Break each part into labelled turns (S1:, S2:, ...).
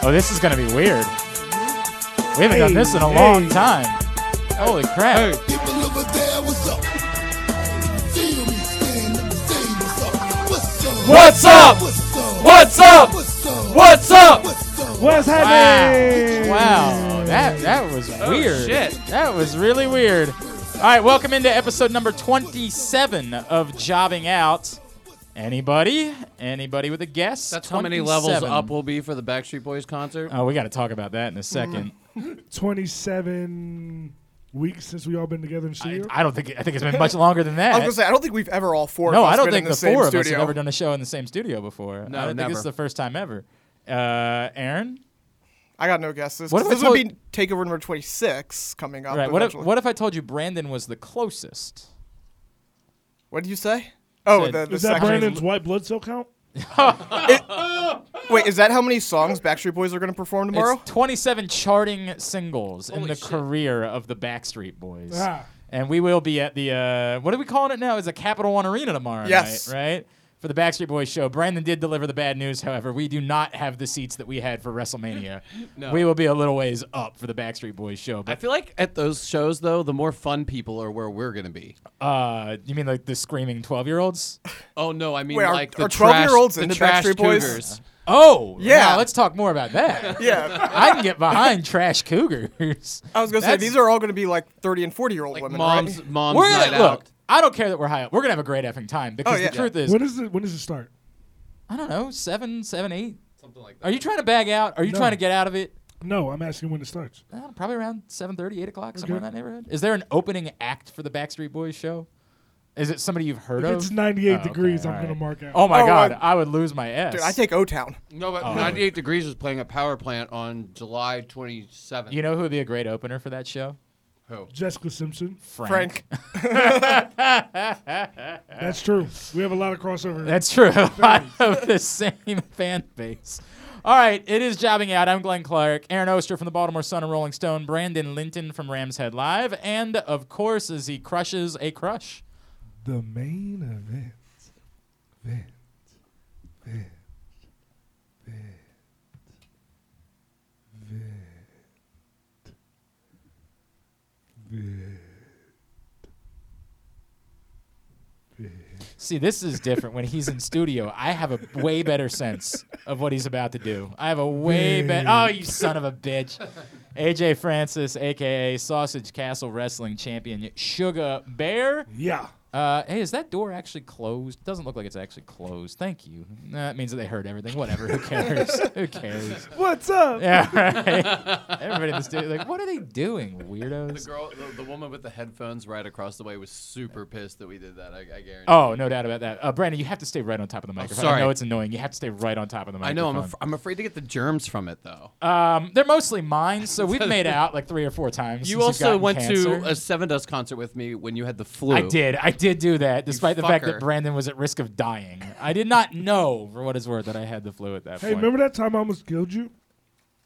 S1: Oh, this is gonna be weird. We haven't done this in a long time. Holy crap! What's up? What's up? What's up?
S2: What's happening?
S1: Wow! Wow! That that was weird. That was really weird. All right, welcome into episode number 27 of Jobbing Out. Anybody? Anybody with a guess?
S3: That's how many levels
S1: 27.
S3: up will be for the Backstreet Boys concert.
S1: Oh, we got to talk about that in a second.
S2: 27 weeks since we all been together
S1: I,
S2: in
S4: Mm-hmm.
S2: studio.
S1: I don't think I think it's been much longer than that.
S5: I was gonna say, I don't think we've ever all four.
S1: no,
S5: of us
S1: I don't
S5: been
S1: think
S5: in
S1: the,
S5: the, same
S1: four of us
S5: studio.
S1: have ever done a show in the same studio before. I
S3: No,
S1: don't think this is
S3: never.
S1: the first time ever. Uh, Aaron,
S5: I got no guesses.
S1: What if I
S5: this would be
S1: told-
S5: takeover number twenty-six coming up.
S1: right? What if
S5: eventually.
S1: what if I told you Brandon was the closest?
S5: What did you say? Oh,
S1: Said-
S5: the, the
S2: Is that
S5: second.
S2: Brandon's white blood cell count?
S5: Wait, is that how many songs Backstreet Boys are going to perform tomorrow?
S1: It's 27 charting singles in the
S3: shit.
S1: career of the Backstreet Boys.
S2: Ah.
S1: And we will be at the, uh, what are we calling it now? Is a Capital One Arena tomorrow
S5: Yes.
S1: night, right? For the Backstreet Boys show. Brandon did deliver the bad news, however. We do not have the seats that we had for WrestleMania.
S3: No.
S1: We will be a little ways up for the Backstreet Boys show.
S3: I
S1: But
S3: feel like at those shows though, the more fun people are where we're gonna be.
S1: uh, you mean like the screaming 12 year olds?
S3: Oh no, I mean
S5: Wait, are-
S3: like
S5: are
S3: the trash,
S5: 12-year-olds
S3: the
S5: into
S3: trash
S5: Backstreet Boys?
S3: cougars.
S1: Oh,
S5: Yeah.
S1: now let's talk more about that.
S5: yeah.
S1: I can get behind trash cougars.
S5: I was going to say,
S1: That's-
S5: these are all going to be like 30 and 40 year old
S3: Like
S5: women.
S3: moms,
S5: right?
S3: moms
S1: We're
S3: night
S1: gonna, look.
S3: out.
S1: I don't care that we're high up. We're gonna have a great effing time because
S5: Oh, yeah.
S1: the truth is,
S2: When is it? When does it start?
S1: I don't know, seven, seven, eight.
S3: Something like
S1: Are you trying to bag out? Are you
S2: No.
S1: trying to get out of it?
S2: No, I'm asking when it starts.
S1: Uh, probably around 7.30, 8 o'clock, somewhere in that neighborhood. Is there an opening act for the Backstreet Boys show? Is it somebody you've heard
S2: If
S1: of?
S2: it's 98
S1: Oh, okay,
S2: degrees, I'm
S1: all
S2: gonna
S1: right.
S2: mark out.
S1: Oh my
S5: Oh,
S1: God,
S5: I'm-
S1: I would lose my ass.
S5: Dude, I take O Town.
S3: No,
S1: Oh.
S3: but 98 Degrees was playing a power plant on July 27th.
S1: you know who would be a great opener for that show?
S3: Who?
S2: Jessica Simpson.
S5: Frank.
S2: That's true. We have a lot of crossover.
S1: That's true. A lot of the same fan base. All right, it is jobbing out. I'm Glenn Clark, Aaron Oster from the Baltimore Sun and Rolling Stone, Brandon Linton from Rams Head Live, and of course, as he crushes a crush.
S2: the main event. Event. Event. Event. Event. Event.
S1: See, this is different when he's in studio. I have a way better sense of what he's about to do. I have a way better. Oh, you son of a bitch. AJ Francis, aka Sausage Castle Wrestling Champion, Sugar Bear.
S2: Yeah.
S1: Uh, hey, is that door actually closed? Doesn't look like it's actually closed. Thank you. Nah, that means that they heard everything. Whatever. Who cares? Who cares?
S2: What's up?
S1: Yeah, right. Everybody in the studio, like, what are they doing,
S3: The
S1: weirdos?
S3: girl, the, the woman with the headphones right across the way was super pissed that we did that. I, I guarantee.
S1: Oh, no doubt about that. Uh, Brandon, you have to stay right on top of the microphone. I
S3: sorry.
S1: know it's annoying. You have to stay right on top of the
S3: I
S1: microphone.
S3: know. I'm, af- I'm afraid to get the germs from it though.
S1: Um, they're mostly mine, so we've made out like three or four times.
S3: you
S1: since I've
S3: also
S1: gotten
S3: went
S1: cancer.
S3: to a Seven Dust concert with me when you had the flu.
S1: I did. I did do that, despite the fact that
S3: fucker.
S1: Brandon was at risk of dying. I did not know, for what it's worth, that I had the flu at that
S2: Hey,
S1: point.
S2: remember that time I almost killed you?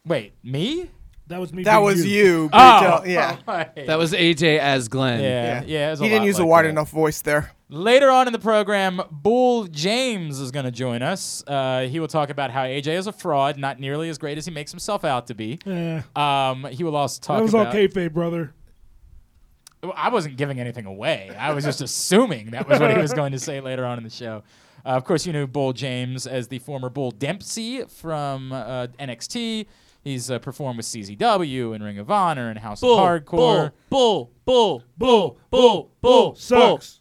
S1: Wait, me?
S2: That was me.
S5: That
S2: being
S5: was
S2: you.
S5: you.
S1: Oh,
S5: Britta. yeah.
S1: Right.
S3: That was AJ as Glenn.
S1: yeah, yeah. it was a
S5: He didn't
S1: lot
S5: use a
S1: like
S5: wide
S1: that.
S5: enough voice there.
S1: Later on in the program, Bull James is going to join us. Uh, he will talk about how AJ is a fraud, not nearly as great as he makes himself out to be.
S2: Yeah.
S1: Um, he will also talk
S2: That was all
S1: about.
S2: kayfabe, brother.
S1: Well, I wasn't giving anything away. I was just assuming that was what he was going to say later on in the show. Uh, of course, you knew Bull James as the former Bull Dempsey from uh, NXT. He's uh, performed with CZW and Ring of Honor and House
S3: Bull,
S1: of Hardcore.
S3: bull, bull, bull, bull, bull,
S2: Sucks.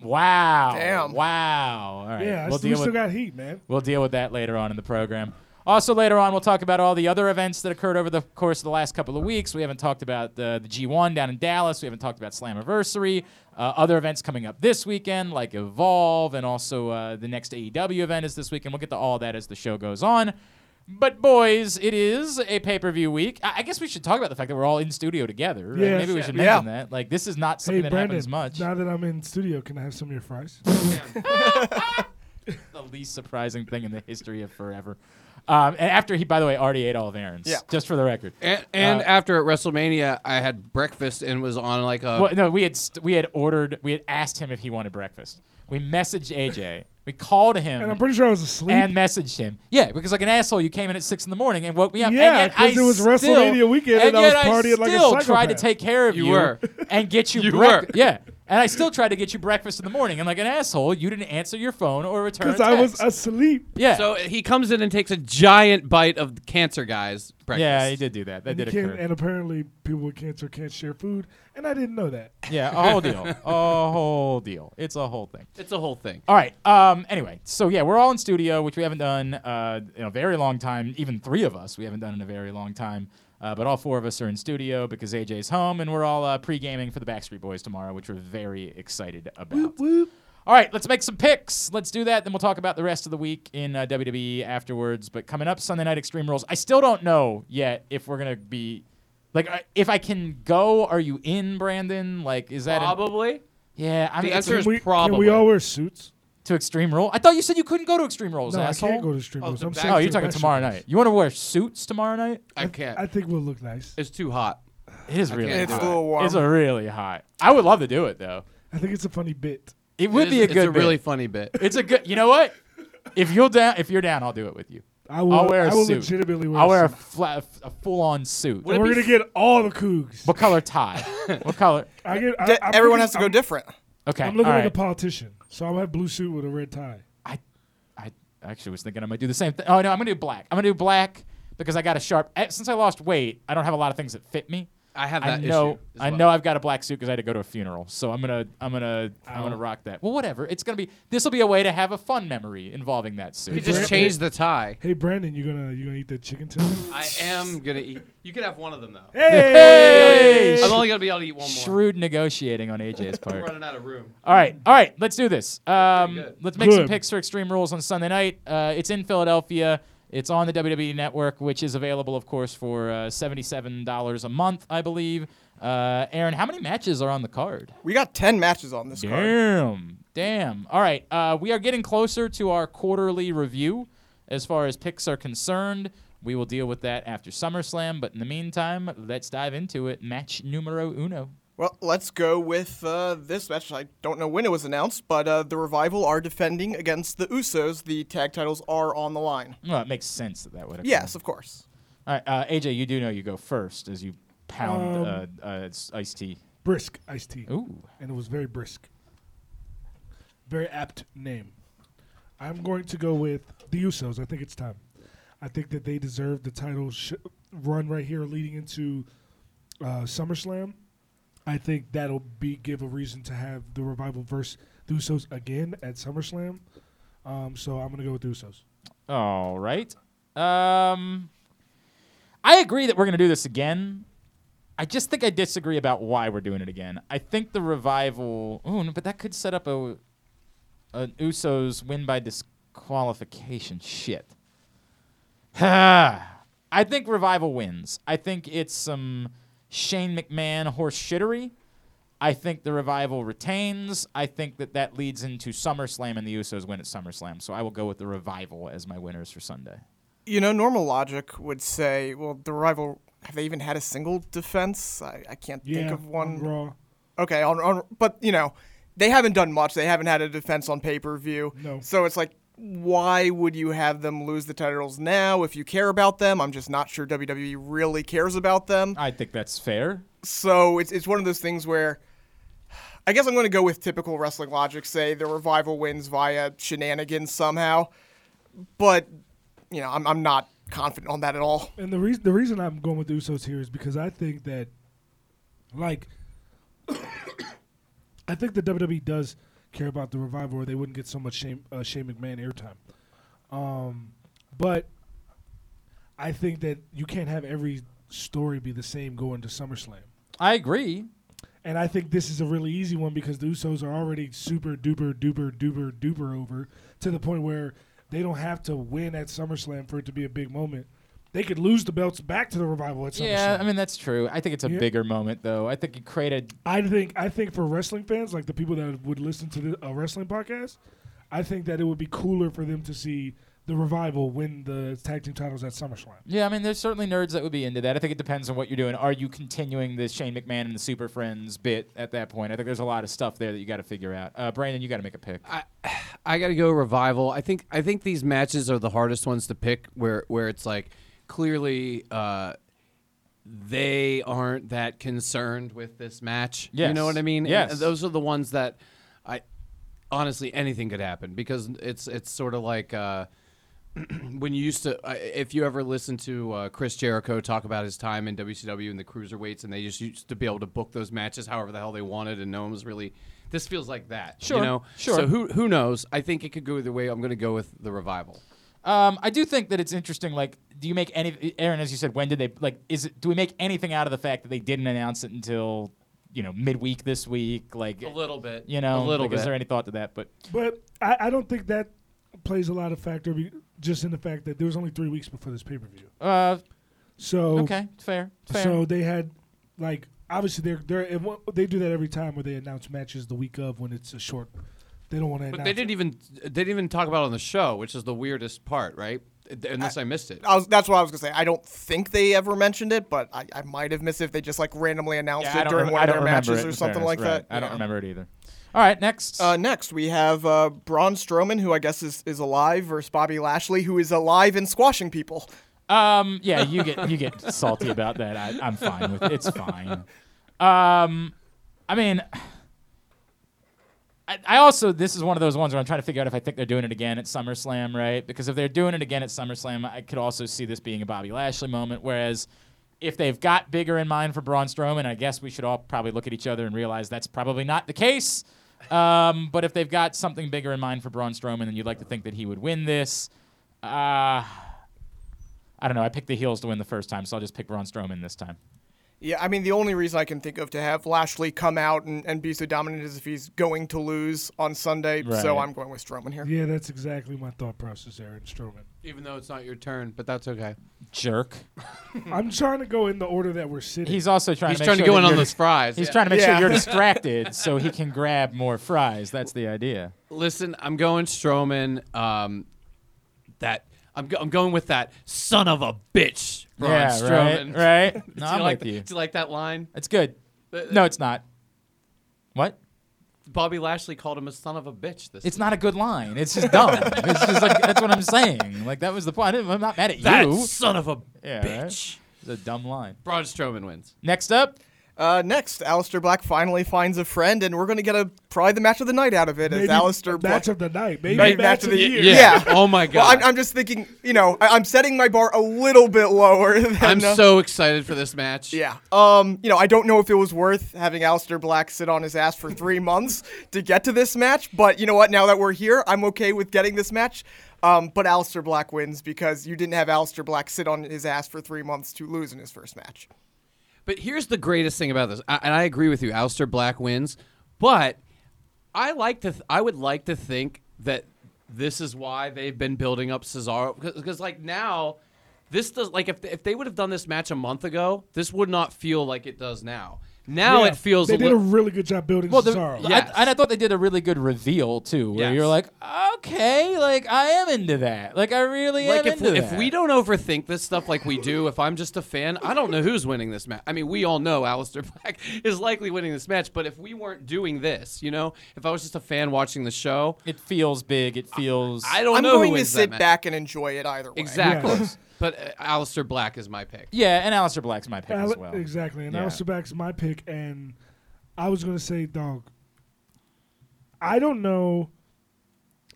S1: Wow!
S5: Damn.
S1: Wow! All right,
S2: Yeah, I
S1: we'll
S2: s- we
S1: deal
S2: still
S1: with
S2: got heat, man.
S1: we'll deal with that later on in the program. Also, later on, we'll talk about all the other events that occurred over the course of the last couple of weeks. We haven't talked about the, the G1 down in Dallas. We haven't talked about Slammiversary. Uh, other events coming up this weekend, like Evolve, and also uh, the next AEW event is this weekend. We'll get to all that as the show goes on. But, boys, it is a pay per view week. I-, I guess we should talk about the fact that we're all in studio together. right?
S2: Yes.
S1: Maybe we should
S5: Yeah.
S1: mention that. Like, this is not something
S2: hey,
S1: that
S2: Brandon,
S1: happens much.
S2: now that I'm in studio, can I have some of your fries?
S1: the least surprising thing in the history of forever. Um, and after he, by the way, already ate all of Aaron's.
S5: Yeah.
S1: Just for the record.
S3: And, and
S1: Uh,
S3: after at WrestleMania, I had breakfast and was on like a.
S1: Well, no, we had st- we had ordered, we had asked him if he wanted breakfast. We messaged AJ. we called him.
S2: and I'm pretty sure I was asleep.
S1: and messaged him. Yeah, because like an asshole, you came in at six in the morning and woke me up. And
S2: Yeah,
S1: yet
S2: 'cause
S1: I
S2: it was
S1: still-
S2: WrestleMania weekend and I
S1: yet
S2: was partying like a
S1: still tried to
S2: psychopath.
S1: take care of you,
S3: You were.
S1: and get you.
S3: You
S1: break-
S3: were.
S1: Yeah, and I still tried to get you breakfast in the morning. And like an asshole, you didn't answer your phone or return. a
S2: because I was
S1: text.
S2: asleep.
S1: yeah.
S3: So he comes in and takes a giant bite of the cancer guy's breakfast.
S1: yeah, he did do that. That
S2: And, you
S1: did
S2: can't-
S1: occur.
S2: and apparently, people with cancer can't share food, and I didn't know that.
S1: Yeah, a whole deal. A whole deal. It's a whole thing.
S3: It's a whole thing.
S1: All right. Um. Anyway, so yeah, we're all in studio, which we haven't done uh, in a very long time. Even three of us, we haven't done in a very long time. Uh, but all four of us are in studio because AJ's home, and we're all uh, pre-gaming for the Backstreet Boys tomorrow, which we're very excited about. All right, let's make some picks. Let's do that. Then we'll talk about the rest of the week in uh, WWE afterwards. But coming up, Sunday Night Extreme Rules. I still don't know yet if we're gonna be like I- if I can go. Are you in, Brandon? Like, is that an-
S3: Probably.
S1: yeah? I
S3: The
S1: mean,
S3: answer is
S2: Can we, can
S3: probably.
S2: we all wear suits?
S1: to Extreme Rule? I thought you said you couldn't go to Extreme Rules,
S2: No,
S1: asshole.
S2: I can't go to stream.
S3: Oh,
S2: rules.
S3: the
S2: I'm
S3: back-
S2: saying
S1: oh,
S2: to
S1: you're
S2: the
S1: talking
S2: best
S1: tomorrow
S2: of us.
S1: night. You want to wear suits tomorrow night?
S3: I can't.
S2: I think we'll look nice.
S3: it's too hot.
S1: It is really
S3: can't
S5: It's a
S3: do
S1: hot.
S3: it.
S5: little warm.
S1: It's a really hot. I would love to do it though.
S2: I think it's a funny bit.
S1: It would
S3: It
S1: be
S3: is-
S1: a good.
S3: It's a
S1: bit.
S3: really funny bit.
S1: It's a good. You know what? If you're down, if you're down, I'll do it with you.
S2: I will.
S1: I'll wear a
S2: I will
S1: suit.
S2: legitimately wear.
S1: I'll wear
S2: a
S1: a,
S2: suit.
S1: fla- a full-on suit.
S2: And
S1: What,
S2: we're
S3: be
S2: gonna get all the cougs.
S1: color tie? what color?
S2: I get, I,
S5: Get-
S2: I'm
S5: everyone
S2: looking-
S5: has to go
S2: I'm-
S5: different.
S1: Okay.
S2: I'm looking
S1: all
S2: like a
S1: right.
S2: politician, so I'm gonna have blue suit with a red tie.
S1: I, I actually was thinking I might do the same thing. Oh no, I'm gonna do black. I'm gonna do black because I got a sharp. eh, Since I lost weight, I don't have a lot of things that fit me.
S3: I have
S1: I
S3: that
S1: know.
S3: issue. as
S1: I
S3: well.
S1: know. I've got a black suit because I had to go to a funeral. So I'm gonna. I'm gonna. I'm gonna rock that. Well, whatever. It's gonna be. This will be a way to have a fun memory involving that
S3: You
S1: suit.
S3: just changed the tie.
S2: Hey Brandon, you gonna you gonna eat that chicken tonight?
S3: I am gonna eat. You could have one of them though.
S1: Hey!
S3: I'm only gonna be able to eat one more.
S1: Shrewd negotiating on AJ's
S3: I'm
S1: part.
S3: running out of room.
S1: All right, all right, let's do this. Um,
S3: Pretty good.
S1: let's make some
S2: Good.
S1: picks for Extreme Rules on Sunday night. Uh, it's in Philadelphia. It's on the WWE Network, which is available, of course, for uh, seventy-seven dollars a month, I believe. Uh, Aaron, how many matches are on the card?
S5: We got ten matches on this card.
S1: Damn, damn. All right, uh, we are getting closer to our quarterly review as far as picks are concerned. We will deal with that after SummerSlam, but in the meantime, let's dive into it. Match numero uno.
S5: Well, let's go with uh, this match. I don't know when it was announced, but uh, the Revival are defending against the Usos. The tag titles are on the line.
S1: Well, it makes sense that that would. occur.
S5: Yes, of course.
S1: All right, uh, AJ, you do know you go first as you pound uh, uh, s- iced tea.
S2: brisk iced tea.
S1: Ooh.
S2: And it was very brisk. Very apt name. I'm going to go with the Usos. I think it's time. I think that they deserve the title sh- run right here leading into uh, SummerSlam. I think that'll be give a reason to have the revival verse the Usos again at SummerSlam. Um, so I'm going to go with the Usos.
S1: All right. Um, I agree that we're going to do this again. I just think I disagree about why we're doing it again. I think the revival. Ooh, no, but that could set up a an Usos win by disqualification. Shit. I think revival wins. I think it's some Shane McMahon horse shittery. I think the revival retains. I think that that leads into SummerSlam and the Usos win at SummerSlam. So I will go with the revival as my winners for Sunday.
S5: You know, normal logic would say, well, the Revival have they even had a single defense? I, I can't think of one.
S2: Raw.
S5: Okay, on, on, but you know, they haven't done much. They haven't had a defense on pay per view.
S2: No.
S5: So it's like, why would you have them lose the titles now if you care about them? I'm just not sure WWE really cares about them.
S1: I think that's fair.
S5: So it's it's one of those things where. I guess I'm going to go with typical wrestling logic. Say the revival wins via shenanigans somehow, but you know I'm I'm not confident on that at all.
S2: And the reason the reason I'm going with the Usos here is because I think that, like, I think the WWE E does care about the revival, or they wouldn't get so much Shane, uh, Shane McMahon airtime. Um, but I think that you can't have every story be the same going to SummerSlam.
S1: I agree.
S2: And I think this is a really easy one because the Usos are already super duper duper duper duper over to the point where they don't have to win at SummerSlam for it to be a big moment. They could lose the belts back to the revival at SummerSlam.
S1: Yeah, I mean that's true. I think it's a
S2: Yeah.
S1: bigger moment though. I think it created
S2: I think I think for wrestling fans, like the people that would listen to the, a wrestling podcast, I think that it would be cooler for them to see the revival win the tag team titles at SummerSlam.
S1: Yeah, I mean, there's certainly nerds that would be into that. I think it depends on what you're doing. Are you continuing the Shane McMahon and the Super Friends bit at that point? I think there's a lot of stuff there that you got to figure out. Uh, Brandon, you got to make a pick.
S3: I got to go revival. I think I think these matches are the hardest ones to pick where where it's like clearly uh, they aren't that concerned with this match. You
S1: Yes.
S3: know what I mean? And
S1: Yes.
S3: those are the ones that I honestly anything could happen because it's it's sort of like uh, when you used to, I- if you ever listened to uh, Chris Jericho talk about his time in WCW and the cruiserweights, and they just used to be able to book those matches however the hell they wanted, and no one was really. This feels like that.
S1: Sure,
S3: You know?
S1: sure.
S3: So who who knows? I think it could go either way. I'm going to go with the revival.
S1: Um, I do think that it's interesting. Like, do you make any? Aaron, as you said, when did they like? Is it? Do we make anything out of the fact that they didn't announce it until you know midweek this week? Like You
S3: bit.
S1: know,
S3: a little
S1: like,
S3: bit.
S1: Is there any thought to that? But
S2: But I, I don't think that plays a lot of factor, be, just in the fact that there was only three weeks before this pay per view.
S1: uh,
S2: So
S1: okay, fair, fair.
S2: So they had like obviously they're they're it wa- they do that every time where they announce matches the week of when it's a short. They don't want to.
S3: but
S2: announce
S3: they
S2: it.
S3: didn't even they didn't even talk about it on the show, which is the weirdest part, right? Unless I, missed it.
S5: I was, that's what I was gonna say. I don't think they ever mentioned it, but I, I might have missed it if they just like randomly announced
S1: yeah, I
S5: it
S1: don't,
S5: during
S1: rem-
S5: one
S1: I
S5: of
S1: don't
S5: their
S1: remember
S5: matches
S1: it,
S5: or
S1: in
S5: something
S1: fairness,
S5: like
S1: right.
S5: that.
S1: I don't
S5: Yeah.
S1: remember it either. All right, next.
S5: Uh, next, we have uh, Braun Strowman, who I guess is, is alive, versus Bobby Lashley, who is alive and squashing people.
S1: Um, yeah, you get you get salty about that. I, I'm fine with it's fine. Um, I mean, I, I also this is one of those ones where I'm trying to figure out if I think they're doing it again at SummerSlam, right? Because if they're doing it again at SummerSlam, I could also see this being a Bobby Lashley moment. Whereas if they've got bigger in mind for Braun Strowman, I guess we should all probably look at each other and realize that's probably not the case. Um, but if they've got something bigger in mind for Braun Strowman, then you'd like to think that he would win this. Uh, I don't know. I picked the heels to win the first time, so I'll just pick Braun Strowman this time.
S5: Yeah, I mean, the only reason I can think of to have Lashley come out and, and be so dominant is if he's going to lose on Sunday. So
S1: Right.
S5: I'm going with Strowman here.
S2: Yeah, that's exactly my thought process, Aaron Strowman.
S3: Even though it's not your turn, but that's okay.
S1: Jerk.
S3: Hmm.
S2: I'm trying to go in the order that we're sitting.
S1: He's also trying
S3: He's
S1: to make
S3: trying
S1: sure
S3: to go
S1: that
S3: in on
S1: you're
S3: those fries.
S1: He's
S3: Yeah.
S1: trying to make
S5: Yeah.
S1: sure you're distracted so he can grab more fries. That's the idea.
S3: Listen, I'm going Strowman. Um, that I'm, go- I'm going with that son of a bitch, Braun
S1: yeah,
S3: Strowman.
S1: right. Right?
S3: Do
S1: No,
S3: you
S1: I'm
S3: like
S1: with
S3: th-
S1: you.
S3: Do you like that line?
S1: It's good.
S3: Uh,
S1: No, it's not. What?
S3: Bobby Lashley called him a son of a bitch. This
S1: It's not a good line. It's just dumb. it's just like that's what I'm saying. Like that was the point. I didn't- I'm not mad at
S3: that
S1: you.
S3: son of a
S1: Yeah, right?
S3: bitch.
S1: It's a dumb line.
S3: Braun Strowman wins.
S1: Next up,
S5: Uh, next, Alistair Black finally finds a friend, and we're going to get a probably the match of the night out of it as Alistair Black.
S2: match of the night, maybe,
S5: Maybe
S2: match of the year.
S5: Yeah.
S3: oh my
S5: well,
S3: god.
S5: I'm, I'm just thinking, you know, I, I'm setting my bar a little bit lower than.
S3: I'm,
S5: uh,
S3: so excited for this match.
S5: Yeah. Um, you know, I don't know if it was worth having Alistair Black sit on his ass for three months to get to this match, but you know what? Now that we're here, I'm okay with getting this match. Um, but Alistair Black wins because you didn't have Alistair Black sit on his ass for three months to lose in his first match.
S3: But here's the greatest thing about this, I, and I agree with you. Alistair Black wins, but I like to. Th- I would like to think that this is why they've been building up Cesaro because, like now, this does like if if they would have done this match a month ago, this would not feel like it does now. Now
S2: Yeah,
S3: it feels
S2: they
S3: a
S2: did a
S3: little.
S2: really good job building
S1: Well, the,
S2: Cesaro.
S1: I-
S3: Yes.
S1: and I thought they did a really good reveal too, where
S3: Yes.
S1: you're like, okay, like I am into that, like I really
S3: like
S1: am
S3: if
S1: into
S3: we,
S1: that.
S3: if we don't overthink this stuff like we do, if I'm just a fan, I don't know who's winning this match. I mean, we all know Alistair Black is likely winning this match, but if we weren't doing this, you know, if I was just a fan watching the show,
S1: it feels big. It feels.
S3: I don't
S5: I'm
S3: know who
S5: going to
S3: wins that
S5: sit
S3: match.
S5: back and enjoy it either way.
S3: Exactly.
S2: Yeah.
S3: But uh, Alistair Black is my pick.
S1: yeah, and Alistair Black's my pick as
S2: Ale-
S1: well.
S2: Exactly. And
S1: Yeah.
S2: Alistair Black's my pick, and I was gonna say, dog. I don't know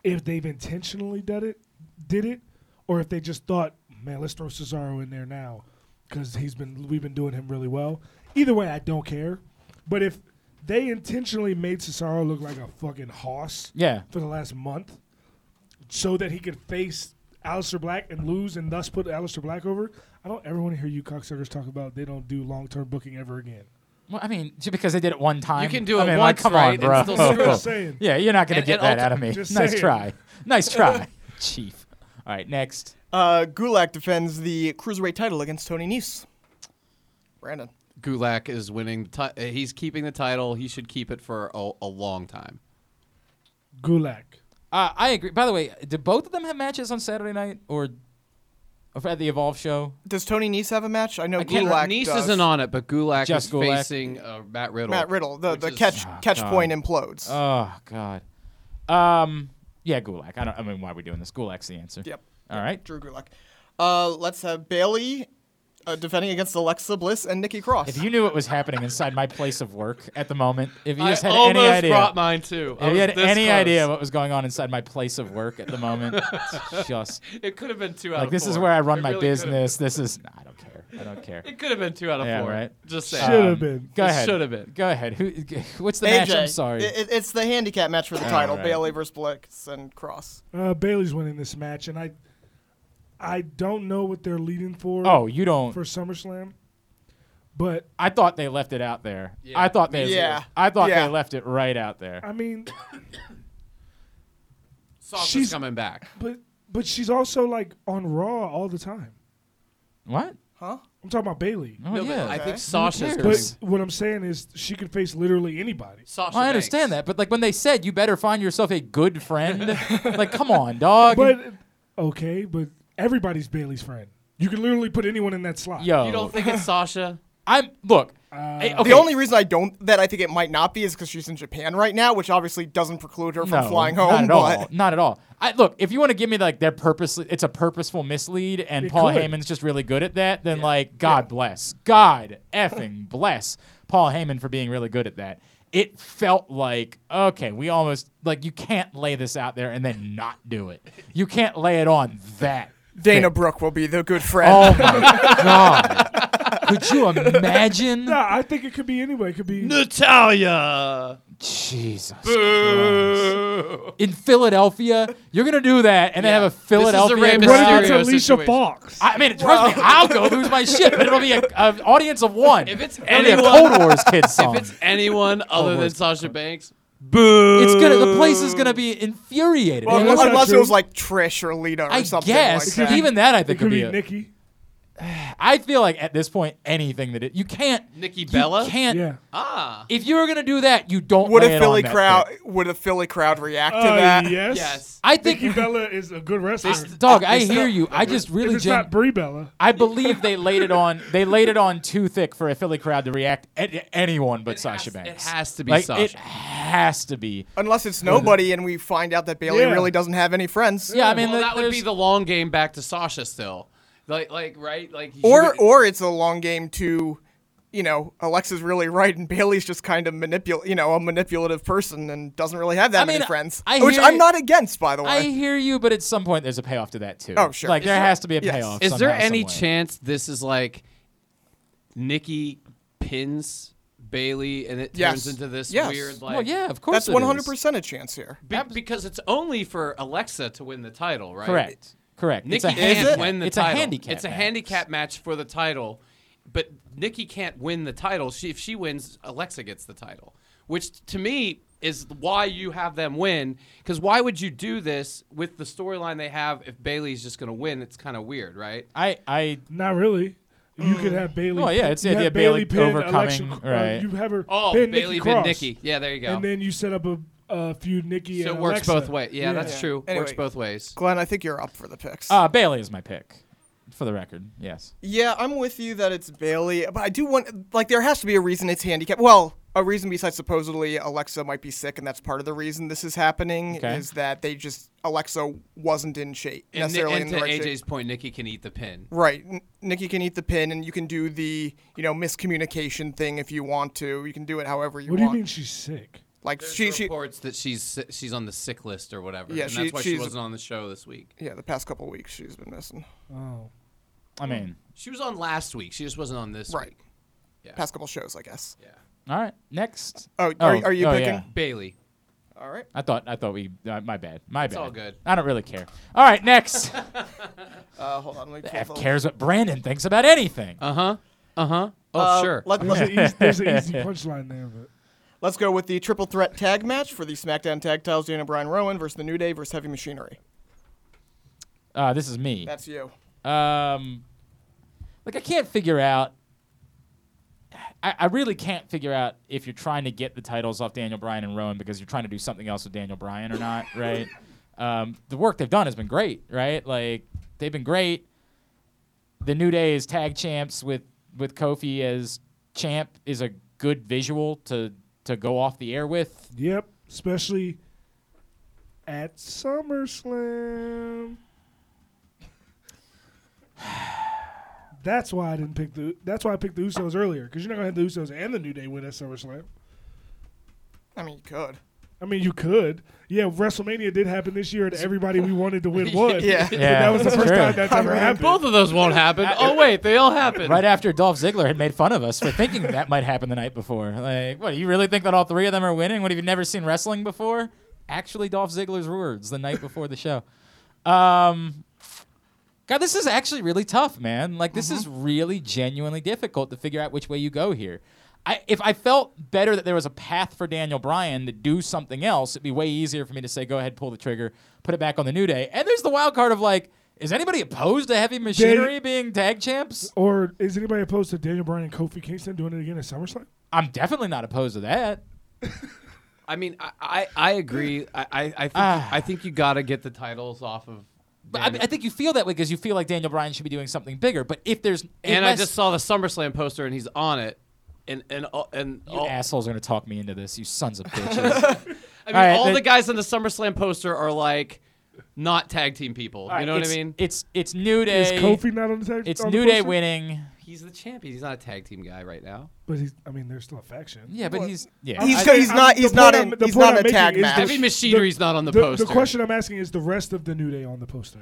S2: if they've intentionally done it, did it, or if they just thought, man, let's throw Cesaro in there now, because he's been we've been doing him really well. Either way, I don't care. But if they intentionally made Cesaro look like a fucking hoss
S1: Yeah.
S2: for the last month, so that he could face Alistair Black and lose and thus put Alistair Black over, I don't ever want to hear you cocksuckers talk about they don't do long term booking ever again.
S1: Well, I mean, just because they did it one time.
S3: can do
S1: I
S3: it
S1: mean,
S3: once,
S1: like, come
S3: right, and
S1: on, bro.
S3: still screw
S2: up. Just saying.
S1: yeah, you're not going to
S3: And-
S1: get
S3: and
S1: that out of me. Nice
S2: Just saying.
S1: try. Nice try, Chief. All right, next.
S5: Uh, Gulak defends the cruiserweight title against Tony Nese. Brandon.
S3: Gulak is winning. The ti- uh, he's keeping the title. He should keep it for a, a long time.
S2: Gulak.
S1: Uh, I agree. By the way, did both of them have matches on Saturday night or or at the Evolve show?
S5: Does Tony Nese have a match? I know
S3: Can't-
S5: Gulak
S3: Nice
S5: does.
S3: isn't on it, but Gulak
S1: Just
S3: is
S1: Gulak.
S3: facing uh, Matt Riddle.
S5: Matt Riddle. The,
S3: which
S5: the
S3: is- Ah, Uh,
S5: catch catch
S1: God.
S5: point implodes.
S1: Oh God. Um. Yeah, Gulak. I don't. I mean, why are we doing this? Gulak's the answer.
S5: Yep.
S1: All right.
S5: Drew Gulak. Uh, let's have Bailey uh, defending against Alexa Bliss and Nikki Cross.
S1: If you knew what was happening inside my place of work at the moment, if you
S3: I
S1: just had
S3: almost
S1: any idea,
S3: brought mine too. I
S1: if you
S3: was
S1: had
S3: this
S1: any
S3: close.
S1: idea what was going on inside my place of work at the moment, it's just
S3: it could have been two out
S1: like
S3: of
S1: this
S3: four.
S1: is where I run
S3: It
S1: my
S3: really could've-
S1: business. This is. Nah, I don't care. I don't care.
S3: It could have been two out of
S1: Yeah,
S3: four.
S1: right.
S3: Just
S2: Should
S3: saying.
S2: have been.
S1: Go
S3: It
S1: ahead.
S3: should have been.
S1: Go ahead. Who? What's the match?
S5: AJ,
S1: I'm sorry.
S5: it- it- it's the handicap match for the title.
S1: right.
S5: Bailey versus Bliss and Cross.
S2: Uh, Bailey's winning this match, and I, I don't know what they're leading for.
S1: oh, you don't.
S2: for SummerSlam, but
S1: I thought they left it out there.
S3: Yeah.
S1: I thought they.
S5: Yeah.
S1: I thought
S5: Yeah.
S1: they left it right out there.
S2: I mean,
S3: Sasha's
S2: She's-
S3: coming back.
S2: but but she's also like on Raw all the time.
S1: What?
S5: Huh?
S2: I'm talking about Bailey.
S1: Oh
S3: No, but
S1: yeah.
S3: I
S5: Okay.
S3: think Sasha's
S1: cares?
S3: coming.
S2: But what I'm saying is she could face literally anybody.
S3: Sasha
S1: Well, I understand
S3: Banks.
S1: that, but like when they said you better find yourself a good friend, like come on, dog.
S2: But okay, but everybody's Bailey's friend. You can literally put anyone in that slot.
S1: yo,
S3: You don't think it's Sasha?
S1: I'm look. eh, okay,
S5: The only reason I don't that I think it might not be is because she's in Japan right now, which obviously doesn't preclude her from
S1: no,
S5: flying
S1: Not
S5: home.
S1: at
S5: but
S1: all. Not at all. I, look, if you want to give me like their purposely, it's a purposeful mislead, and
S2: It
S1: Paul
S2: could.
S1: Heyman's just really good at that. Then like, God bless, God effing bless Paul Heyman for being really good at that. It felt like okay, we almost like you can't lay this out there and then not do it. You can't lay it on that.
S5: Dana
S1: thick.
S5: Brooke will be the good friend.
S1: Oh my god! Could you imagine?
S2: No, I think it could be anybody. It could be
S3: Natalia.
S1: Jesus. Christ. In Philadelphia, you're gonna do that and then have a Philadelphia.
S3: Rey
S1: crowd.
S3: Mysterio
S2: what if it's
S3: Stereo
S2: Alicia
S3: situation.
S2: Fox?
S1: I mean, trust me, I'll go lose my shit, but it'll be an audience of one.
S3: If it's
S1: it'll be a
S3: anyone-
S1: Cold Wars kids song,
S3: If it's anyone other than Sasha Banks,
S1: it's gonna the place is gonna be infuriated.
S5: Well,
S2: Yeah,
S5: unless,
S2: that's not
S5: unless it
S2: true.
S5: was like Trish or Lita or
S1: I
S5: something
S1: guess
S5: like that.
S1: even that I
S2: it
S1: think
S2: could be
S1: a-
S2: Nikki.
S1: I feel like at this point, anything that it you can't.
S3: Nikki
S1: you
S3: Bella.
S1: can't.
S2: Yeah.
S3: Ah.
S1: If you were gonna do that, you don't.
S5: would
S1: lay
S5: a
S1: it
S5: Philly
S1: on that Oh,
S5: crowd
S1: thick.
S5: would a Philly crowd react to
S2: Uh,
S5: that?
S2: yes.
S3: Yes.
S1: I think,
S2: Nikki Bella is a good wrestler. If
S1: dog. I hear you. I just really
S2: it's
S1: gen-
S2: not Brie Bella.
S1: I believe they laid it on. They laid it on too thick for a Philly crowd to react at anyone but Sasha
S3: has- it
S1: Banks.
S3: has to be
S1: like,
S3: Sasha.
S1: It has to be.
S5: Unless it's nobody and we find out that Bailey
S2: Yeah.
S5: really doesn't have any friends.
S1: Yeah, I mean
S3: well,
S1: like,
S3: that would be
S1: there's-
S3: the long game back to Sasha still. Like, like, right? Like, she
S5: Or
S3: would-
S5: or it's a long game to you know, Alexa's really right, and Bailey's just kind of manipul you know, a manipulative person and doesn't really have that
S1: I mean,
S5: many friends.
S1: I
S5: which
S1: hear
S5: I'm
S1: you-
S5: not against, by the way.
S1: I hear you, but at some point there's a payoff to that too.
S5: Oh, sure.
S1: Like
S5: Is
S1: there,
S5: there-
S1: has to be a
S5: yes.
S1: payoff.
S3: is there
S1: somehow,
S3: any
S1: some way.
S3: chance this is like Nikki pins Bailey and it
S5: Yes.
S3: turns into this
S5: Yes.
S3: weird like?
S1: Well, yeah, of course.
S5: That's
S1: it is.
S5: 100% a chance here.
S3: Be- because it's only for Alexa to win the title, right?
S1: Correct. Correct.
S3: Nikki
S1: it's a
S3: can't
S1: handicap.
S3: win the
S1: it's
S3: title.
S1: a handicap.
S3: It's a
S1: match.
S3: handicap match for the title, but Nikki can't win the title. She, if she wins, Alexa gets the title, which to me is why you have them win. Because why would you do this with the storyline they have if Bailey's just going to win? It's kind of weird, right?
S1: I, I,
S2: Not really. You could
S3: Mm.
S2: have Bailey.
S1: Well, Oh, yeah, it's the
S2: you
S1: idea
S2: have
S1: of Bailey
S2: pinned
S1: overcoming,
S2: Alexa-
S1: right.
S2: Uh, you have her.
S3: Oh,
S2: pin
S3: Bailey
S2: Nikki
S3: pin
S2: Cross,
S3: Nikki. Yeah, there you go.
S2: And then you set up a, a feud Nikki
S3: so
S2: and
S3: it works
S2: Alexa.
S3: both ways. Yeah, that's true. Works
S5: Anyway.
S3: both ways.
S5: Glenn, I think you're up for the picks.
S1: uh, Bailey is my pick, for the record. Yes.
S5: Yeah, I'm with you that it's Bailey, but I do want like there has to be a reason it's handicapped. Well, a reason besides supposedly Alexa might be sick, and that's part of the reason this is happening
S1: Okay.
S5: is that they just Alexa wasn't in shape
S3: And,
S5: necessarily
S3: and
S5: in
S3: to
S5: the right shape.
S3: AJ's point, Nikki can eat the pin.
S5: Right, N- Nikki can eat the pin, and you can do the you know miscommunication thing if you want to. You can do it however you
S2: What do you
S5: want.
S2: mean she's sick?
S5: Like
S3: There's
S5: she, she,
S3: reports that she's si- she's on the sick list or whatever,
S5: Yeah,
S3: and
S5: she-
S3: that's why she
S5: she's-
S3: wasn't on the show this week.
S5: yeah, the past couple weeks she's been missing.
S2: Oh.
S1: I mean,
S3: She was on last week. She just wasn't on this
S5: Right,
S3: week. Yeah.
S5: past couple shows, I guess.
S3: Yeah.
S1: all right. Next.
S5: Oh, are,
S1: Oh,
S5: are you
S1: oh,
S5: picking?
S1: yeah.
S3: Bailey.
S5: All right.
S1: I thought I thought we. Uh, my bad. My bad.
S3: all good.
S1: I don't really care. All right, next.
S5: Uh, hold on. Let me pull
S1: F
S5: the-
S1: cares what Brandon thinks about anything.
S3: Uh huh. Uh huh. Oh
S5: Uh,
S3: sure.
S5: Let,
S2: There's
S5: us
S2: an easy, there's an easy punchline there, but
S5: let's go with the triple threat tag match for the SmackDown Tag Titles: Daniel Bryan, Rowan versus the New Day versus Heavy Machinery.
S1: Uh, this is me.
S5: That's you.
S1: Um, like I can't figure out. I, I really can't figure out if you're trying to get the titles off Daniel Bryan and Rowan because you're trying to do something else with Daniel Bryan or not, right? um, the work they've done has been great, right? Like they've been great. The New Day is tag champs with with Kofi as champ is a good visual to to go off the air with.
S2: yep, especially at SummerSlam. That's why I didn't pick the. That's why I picked the Usos earlier because you're not gonna have the Usos and the New Day win at SummerSlam.
S5: I mean, you could.
S2: I mean, you could. Yeah, WrestleMania did happen this year, and everybody we wanted to win won.
S5: Yeah.
S2: But that was the
S1: it's
S2: first
S1: true.
S2: time that's ever happened.
S3: Both of those won't happen. Oh wait, they all happen.
S1: Right after Dolph Ziggler had made fun of us for thinking that might happen the night before. Like, what, you really think that all three of them are winning? What, have you never seen wrestling before? Actually, Dolph Ziggler's words the night before the show. Um, God, this is actually really tough, man. Like, this is really genuinely difficult to figure out which way you go here. I, if I felt better that there was a path for Daniel Bryan to do something else, it'd be way easier for me to say, go ahead, pull the trigger, put it back on the New Day. And there's the wild card of like, is anybody opposed to heavy machinery being tag champs?
S2: Or is anybody opposed to Daniel Bryan and Kofi Kingston doing it again at SummerSlam?
S1: I'm definitely not opposed to that.
S3: I mean, I, I, I agree. I, I, I think
S1: Ah.
S3: I think you got to get the titles off of.
S1: But I,
S3: Daniel.
S1: I think you feel that way because you feel like Daniel Bryan should be doing something bigger. But if there's
S3: and I
S1: unless-
S3: just saw the SummerSlam poster, and he's on it. And and all- and
S1: you
S3: all,
S1: assholes are gonna talk me into this, you sons of bitches.
S3: I mean,
S1: All right,
S3: all
S1: then-
S3: the guys in the SummerSlam poster are like not tag team people. you know what I
S1: It's-
S3: mean?
S1: It's it's New
S2: Is
S1: Day.
S2: Kofi not on the tag?
S1: it's
S2: on the
S1: New Day
S2: poster?
S1: winning.
S3: He's the champion. He's not a tag team guy right now.
S2: But he's, I mean, they're still a faction.
S1: Yeah, but
S5: Well,
S1: he's yeah. Um,
S5: He's, co-
S2: I think-
S5: he's
S2: I'm-
S5: not.
S2: the
S5: He's
S2: point
S5: not.
S2: I'm-
S5: in,
S2: the
S5: he's
S2: point
S5: not
S2: I'm
S5: in a
S2: making
S5: tag
S2: is
S5: match.
S2: the-
S3: Heavy machinery's not on the,
S2: The,
S3: poster.
S2: the question I'm asking is the rest of the New Day on the poster.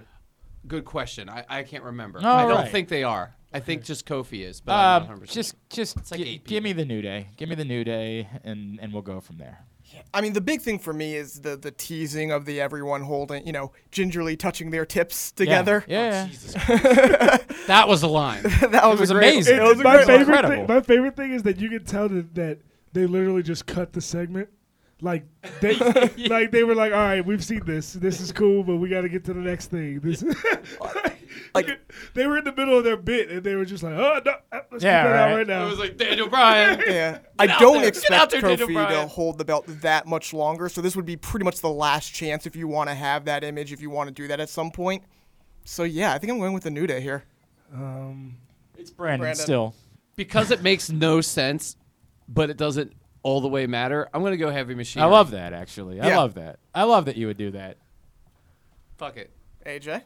S3: Good question. I, I can't remember.
S1: All
S3: I don't
S1: right.
S3: think they are. I think just Kofi is, but I'm not
S1: um,
S3: 100%.
S1: just just
S3: like
S1: gi-
S3: eight
S1: give me the New Day. Give me the New Day, and and we'll go from there.
S5: I mean, the big thing for me is the the teasing of the everyone holding, you know, gingerly touching their tips
S1: Yeah,
S5: together.
S3: Oh,
S1: Yeah.
S3: that was a line.
S5: that was,
S1: was
S5: a great,
S1: amazing.
S5: It was a
S2: my
S5: great line.
S2: favorite thing,
S1: Incredible.
S2: my favorite thing is that you can tell that, that they literally just cut the segment. Like they, like they were like, all right, we've seen this. This is cool, but we got to get to the next thing. This,
S5: Like-
S2: they were in the middle of their bit, and they were just like, oh no, uh, let's
S1: Yeah,
S2: get that out
S1: right.
S2: right
S3: it
S2: now.
S3: was like Daniel Bryan.
S5: Yeah. I
S3: out
S5: don't
S3: there. Get out
S5: expect
S3: there, Daniel
S5: Kofi
S3: Bryan.
S5: to hold the belt that much longer, so this would be pretty much the last chance if you want to have that image, if you want to do that at some point. So yeah, I think I'm going with the New Day here.
S2: um,
S1: It's Brandon,
S5: Brandon.
S1: still.
S3: because it makes no sense, but it doesn't all the way matter. I'm gonna go heavy machine.
S1: I love that actually. I
S5: Yeah.
S1: love that. I love that you would do that.
S3: Fuck it.
S5: AJ.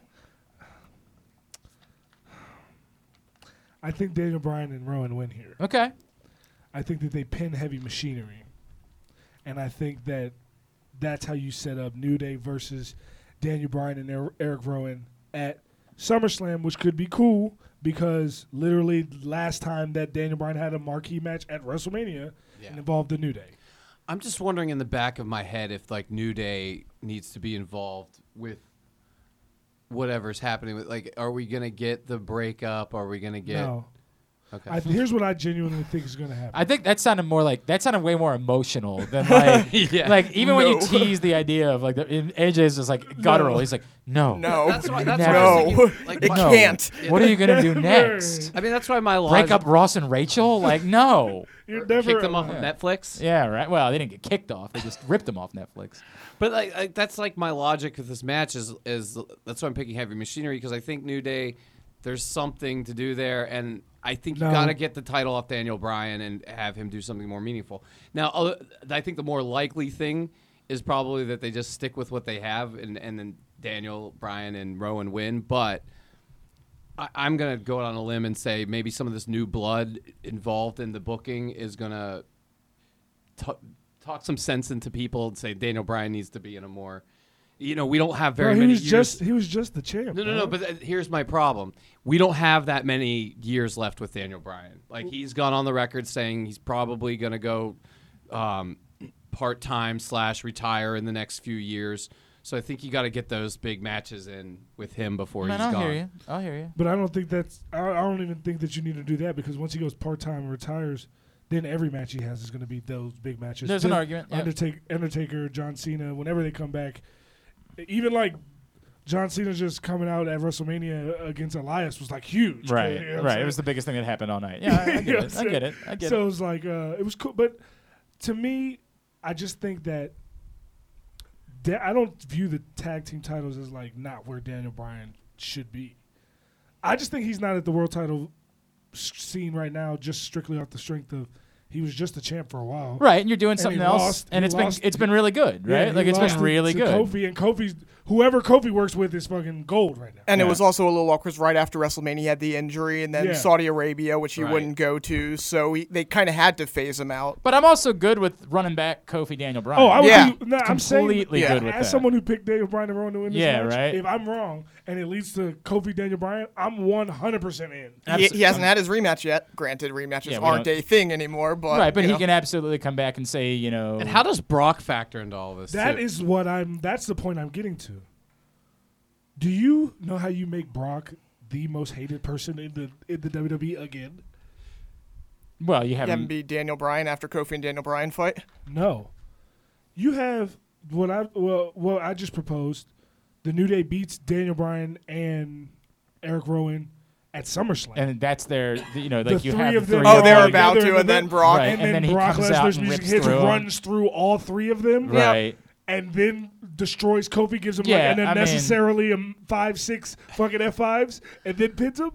S2: I think Daniel Bryan and Rowan win here.
S1: Okay.
S2: I think that they pin heavy machinery. And I think that that's how you set up New Day versus Daniel Bryan and Er- Eric Rowan at SummerSlam, which could be cool because literally last time that Daniel Bryan had a marquee match at WrestleMania
S3: Yeah.
S2: it involved the New Day.
S3: I'm just wondering in the back of my head if like New Day needs to be involved with whatever's happening. With like, are we gonna get the breakup? Are we gonna get?
S2: Now,
S3: Okay.
S2: I, here's what I genuinely think is going to happen.
S1: I think that sounded more like that sounded way more emotional than like
S3: Yeah.
S1: like even when you
S5: No.
S1: tease the idea of like the, and AJ's just like guttural. He's like, no,
S5: No.
S3: that's why. That's why I
S1: Never.
S3: was
S5: No.
S3: thinking, like,
S5: It
S3: my-
S1: no.
S5: can't.
S1: What are you gonna do
S2: Never.
S1: next?
S3: I mean, that's why my
S1: Break
S3: logic-
S1: up Ross and Rachel? Like no.
S2: You're
S3: kick
S2: never
S3: them off of
S2: allowed.
S3: Netflix.
S1: Yeah, right. Well, they didn't get kicked off. They just ripped them off Netflix.
S3: But like, like that's like my logic with this match is is that's why I'm picking heavy machinery because I think New Day, there's something to do there, and I think you
S2: No.
S3: gotta get the title off Daniel Bryan and have him do something more meaningful. Now, other- I think the more likely thing is probably that they just stick with what they have, and and then Daniel Bryan and Rowan win, but. I, I'm gonna go out on a limb and say maybe some of this new blood involved in the booking is gonna t- talk some sense into people and say Daniel Bryan needs to be in a more, you know, we don't have very
S2: Bro, he
S3: many
S2: was
S3: years.
S2: just he was just the champ.
S3: no, no,
S2: bro.
S3: no. But uh, here's my problem: we don't have that many years left with Daniel Bryan. Like he's gone on the record saying he's probably going to go um, part time slash retire in the next few years. So I think you got to get those big matches in with him before
S1: Man,
S3: he's
S1: I'll
S3: gone.
S1: hear you. I'll hear you.
S2: But I don't think that's. I, I don't even think that you need to do that because once he goes part time and retires, then every match he has is going to be those big matches.
S1: There's an
S2: Then
S1: argument, yeah.
S2: Undertaker, Undertaker, John Cena, whenever they come back, even like John Cena just coming out at WrestleMania against Elias was like huge.
S1: Right,
S2: You know what I'm
S1: right.
S2: saying?
S1: It was the biggest thing that happened all night. Yeah, I, I
S2: You know
S1: get it.
S2: what I'm
S1: I get it.
S2: saying?
S1: I get
S2: so
S1: it.
S2: it was like uh, it was cool, but to me, I just think that da- I don't view the tag team titles as like not where Daniel Bryan should be. I just think he's not at the world title s- scene right now, just strictly off the strength of he was just a champ for a while.
S1: Right, and you're doing
S2: And he
S1: something else,
S2: lost-
S1: and
S2: he
S1: it's
S2: lost-
S1: been it's been really good,
S2: Yeah,
S1: right?
S2: he
S1: like it's
S2: lost
S1: been
S2: to-
S1: really
S2: to
S1: good.
S2: Kofi and Kofi's whoever Kofi works with is fucking gold right now.
S5: And
S1: Yeah.
S5: it was also a little awkward 'cause right after WrestleMania he had the injury, and then
S2: Yeah.
S5: Saudi Arabia, which he
S3: Right.
S5: wouldn't go to, so he, they kind of had to phase him out.
S1: But I'm also good with running back Kofi Daniel Bryan.
S2: Oh, I would
S5: Yeah.
S2: be. No, I'm saying
S1: Completely
S5: Yeah.
S1: good with
S2: as
S1: that.
S2: someone who picked Daniel Bryan and Rowan to win this
S1: Yeah,
S2: match,
S1: right.
S2: if I'm wrong and it leads to Kofi Daniel Bryan, I'm 100 percent in.
S5: He,
S1: Absolutely.
S5: he hasn't had his rematch yet. Granted, rematches
S1: Yeah, we
S5: aren't
S1: don't-
S5: a thing anymore, but
S1: right, but
S5: you
S1: he
S5: know.
S1: can absolutely come back and say, you know,
S3: And how does Brock factor into all this?
S2: Mm. That
S3: too?
S2: is what I'm. That's the point I'm getting to. Do you know how you make Brock the most hated person in the in the WWE again?
S1: well, you have
S5: Have him
S1: him.
S5: be Daniel Bryan after Kofi and Daniel Bryan fight.
S2: No, you have what I well what I just proposed. The New Day beats Daniel Bryan and Eric Rowan at SummerSlam.
S1: and that's their, th- you know,
S2: The
S1: like you
S2: three
S1: have
S2: of
S1: the
S2: them
S1: three.
S2: are
S5: Oh, they were
S2: all
S5: about
S2: together
S5: to,
S2: in
S5: and
S2: the
S5: then
S2: back.
S5: Brock.
S1: Right.
S2: and,
S1: And
S2: then,
S1: then he
S2: Brock
S1: comes out
S2: Lesnar's
S1: and
S2: music
S1: rips
S2: hits
S1: through 'em.
S2: runs through all three of them,
S1: right.
S2: and then destroys Kofi, gives him
S1: Yeah,
S2: like an
S1: I mean-
S2: unnecessarily um, five, six fucking F fives, and then pins him.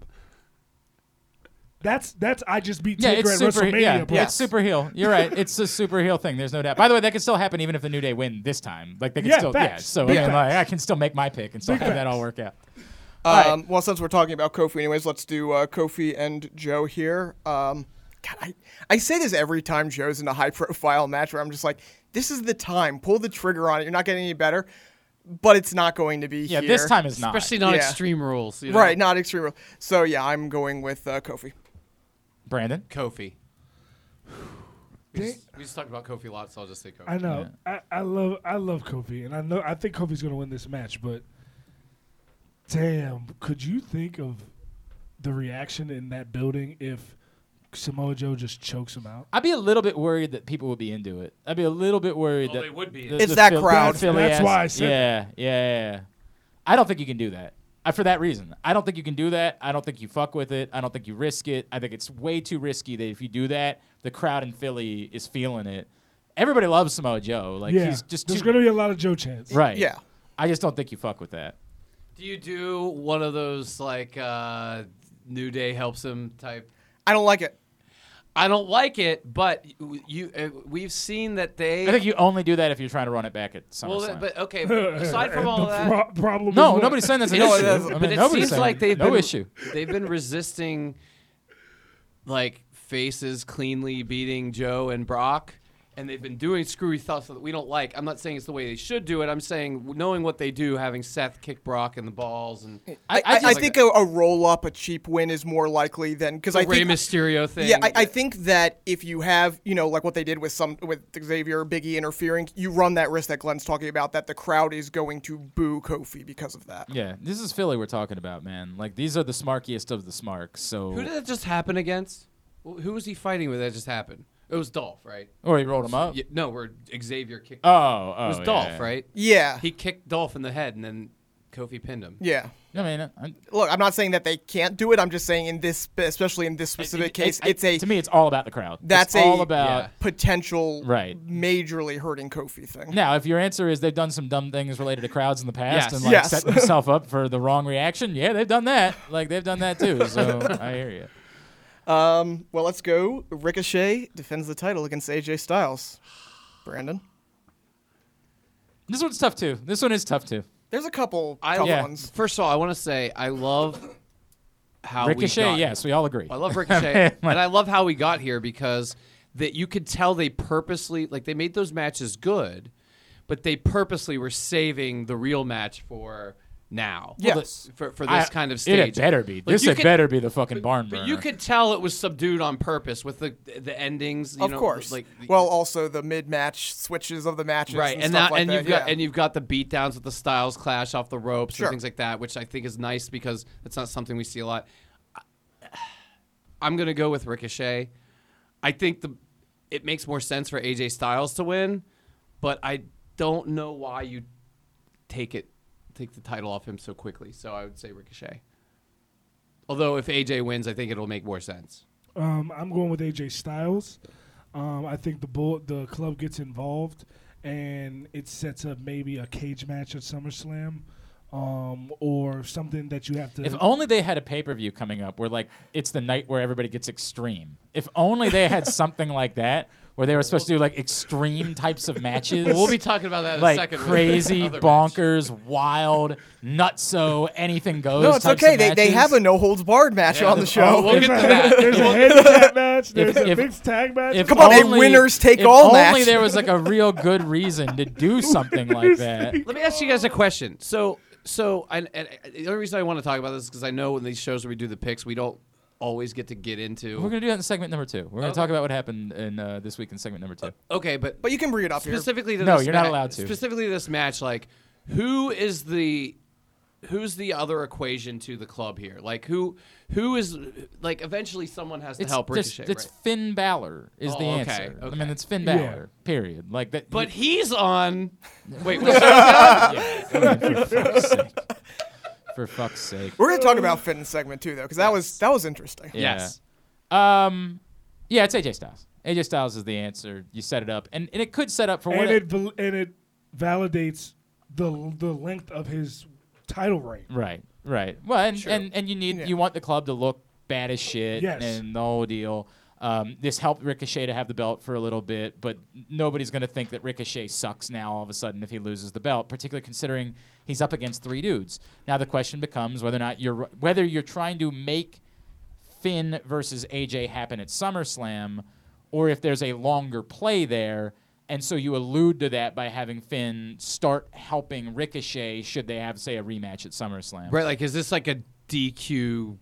S2: That's that's I just beat
S1: Yeah,
S2: Taker
S1: it's
S2: at
S1: super.
S2: WrestleMania,
S1: Yeah,
S2: bro.
S5: yeah.
S1: it's super heel. You're right. It's a super heel thing. There's no doubt. By the way, that could still happen even if the New Day win this time. Like they could
S2: Yeah,
S1: still, yeah.
S2: facts.
S1: So
S2: Big
S1: I, mean, like,
S2: facts.
S1: I can still make my pick and still have that all work out. right.
S5: Um, Well, since we're talking about Kofi, anyways, let's do uh, Kofi and Joe here. Um, God, I, I say this every time Joe's in a high profile match where I'm just like, this is the time. Pull the trigger on it. You're not getting any better, but it's not going to be
S1: Yeah,
S5: here.
S1: this time is not.
S3: especially not
S5: Yeah.
S3: extreme rules. You know?
S5: Right, not Extreme Rules. So, yeah, I'm going with uh, Kofi.
S1: Brandon.
S3: Kofi. We
S2: They-
S3: just, we just talked about Kofi a lot, so I'll just say Kofi.
S2: I know. I, I love I love Kofi, and I know I think Kofi's gonna win this match, but damn, could you think of the reaction in that building if Samoa Joe just chokes him out?
S1: I'd be a little bit worried that people would be into it. I'd be a little bit worried
S3: Oh,
S1: that
S3: they would be.
S1: the-
S5: It's
S1: the
S5: that
S1: Phil-
S5: crowd.
S1: the Philly
S2: That's
S1: ass-
S2: why I said
S1: Yeah, yeah, yeah, yeah. I don't think you can do that. I, for that reason, I don't think you can do that. I don't think you fuck with it. I don't think you risk it. I think it's way too risky that if you do that, the crowd in Philly is feeling it. Everybody loves Samoa Joe. Like
S2: yeah,
S1: he's just
S2: there's
S1: too,
S2: gonna be a lot of Joe chants.
S1: right.
S5: Yeah.
S1: I just don't think you fuck with that.
S3: Do you do one of those like uh, New Day helps him type?
S5: I don't like it.
S3: I don't like it, but you, you uh, we've seen that they.
S1: I think you only do that if you're trying to run it back at SummerSlam.
S3: well, that- but okay. Aside from all
S2: The
S3: that,
S2: pro- problem. is
S1: no,
S2: what?
S1: nobody's saying that's an
S3: No,
S1: issue.
S5: that's-
S1: I
S3: but
S1: mean,
S3: it
S1: nobody's
S3: seems
S1: saying
S3: like
S1: it.
S3: they've
S1: no
S3: been
S1: issue.
S3: they've been resisting like faces cleanly beating Joe and Brock, and they've been doing screwy stuff that we don't like. I'm not saying it's the way they should do it. I'm saying knowing what they do, having Seth kick Brock in the balls and
S5: I, I,
S1: I just-
S5: think a, a roll up, a cheap win is more likely than because I
S3: the Rey
S5: think
S3: Mysterio thing.
S5: Yeah, I, I think that if you have, you know, like what they did with some with Xavier Biggie interfering, you run that risk that Glenn's talking about that the crowd is going to boo Kofi because of that.
S1: Yeah, this is Philly we're talking about, man. Like these are the smarkiest of the smarks. So
S3: Who did that just happen against? Wh- Who was he fighting with that just happened? It was Dolph, right?
S1: Or Oh, he rolled him up.
S3: Yeah, no, where Xavier kicked.
S1: Oh, oh,
S3: it was
S1: yeah,
S3: Dolph,
S1: yeah.
S3: right?
S5: Yeah.
S3: He kicked Dolph in the head, and then Kofi pinned him.
S5: yeah.
S1: I mean, I- I-
S5: Look, I'm not saying that they can't do it. I'm just saying in this, especially in this specific
S1: it-
S5: case,
S1: I-
S5: it's a
S1: to me, it's all about the crowd.
S5: That's
S1: It's all
S5: a-
S1: about.
S3: Yeah.
S5: potential
S1: Right.
S5: majorly hurting Kofi thing.
S1: Now, if your answer is they've done some dumb things related to crowds in the past
S3: Yes.
S1: and like
S5: Yes.
S1: set themselves up for the wrong reaction, yeah, they've done that. Like they've done that too. So I hear you.
S5: Um, well, let's go. Ricochet defends the title against AJ Styles. Brandon,
S1: This one's tough too. This one is tough too.
S5: there's a couple
S3: I-
S5: tough
S1: yeah.
S5: ones.
S3: First of all, I want to say I love how we
S1: Ricochet,
S3: got
S1: yes, we all agree.
S3: I love Ricochet, and I love how we got here because that you could tell they purposely like they made those matches good, but they purposely were saving the real match for now.
S5: Yes.
S3: For, for this
S1: I-
S3: kind of
S1: It had
S3: stage.
S1: better be.
S3: Like,
S1: This
S3: you
S1: had
S3: could-
S1: better be the fucking barn burner.
S3: But you could tell it was subdued on purpose with the the endings. You
S5: of
S3: know,
S5: course.
S3: Like the-
S5: well, also the mid-match switches of the matches,
S3: right,
S5: and,
S3: and
S5: stuff
S3: that,
S5: like
S3: and
S5: that,
S3: you've got
S5: yeah.
S3: and you've got the beatdowns with the Styles clash off the ropes
S5: Sure.
S3: and things like that, which I think is nice because it's not something we see a lot. I- I'm gonna go with Ricochet. I think the it makes more sense for AJ Styles to win, but I don't know why you take it take the title off him so quickly. So I would say Ricochet. Although if AJ wins, I think it'll make more sense.
S2: Um, I'm going with AJ Styles. Um, I think the bull, the club gets involved, and it sets up maybe a cage match at SummerSlam, um, or something that you have to.
S1: If
S3: Mm-hmm.
S1: only they had a pay per view coming up where like it's the night where everybody gets extreme. If only they had something like that where they were supposed to do like extreme types of matches.
S3: We'll be talking about that in a
S1: like
S3: second. with
S1: crazy,
S3: another match.
S1: bonkers, wild, nutso, anything goes.
S5: no, it's
S1: types
S5: okay.
S1: of
S5: They, they
S1: matches.
S5: have a no holds barred match on the show.
S3: Oh, we'll get
S2: there's,
S3: to
S2: a,
S3: that.
S2: there's a handicap match. There's
S1: If-
S2: a
S1: if-
S2: mixed tag match.
S1: If
S5: Come on, a
S1: only-
S5: winners take
S1: if
S5: all
S1: only
S5: match.
S1: there was like a real good reason to do something like that.
S3: Let me ask you guys a question. So, so and, and and the only reason I want to talk about this is because I know when these shows where we do the picks, we don't always get to get into.
S1: We're gonna do that in segment number two. We're gonna
S3: Oh.
S1: talk about what happened in uh, this week in segment number two.
S3: okay, but
S5: but you can bring it up here.
S3: specifically to
S1: No,
S3: this
S1: you're not
S3: ma-
S1: allowed to.
S3: Specifically to this match, like who is the who's the other equation to the club here? Like who who is like eventually someone has to help
S1: just-
S3: Ricochet.
S1: it's
S3: right?
S1: Finn Balor is
S3: Oh,
S1: the
S3: okay,
S1: answer. I mean,
S3: okay.
S1: it's Finn
S2: Yeah.
S1: Balor. Period. Like that.
S3: But he's on. Wait, what's that?
S1: I mean, for fuck's sake. For fuck's sake.
S5: We're gonna talk about Finn in segment two though, because that was that was interesting.
S1: Yeah.
S3: Yes.
S1: Um, yeah, it's AJ Styles. AJ Styles is the answer. You set it up, and, and it could set up for
S2: and
S1: what
S2: it val- and it validates the the length of his title reign.
S1: Right, right. Well, and and, and you need
S5: Yeah.
S1: you want the club to look bad as shit
S2: Yes.
S1: and the whole deal. Um, this helped Ricochet to have the belt for a little bit, but nobody's going to think that Ricochet sucks now all of a sudden if he loses the belt, particularly considering he's up against three dudes. Now the question becomes whether or not you're whether you're trying to make Finn versus AJ happen at SummerSlam, or if there's a longer play there. And so you allude to that by having Finn start helping Ricochet should they have, say, a rematch at SummerSlam.
S3: Right, like is this like a DQ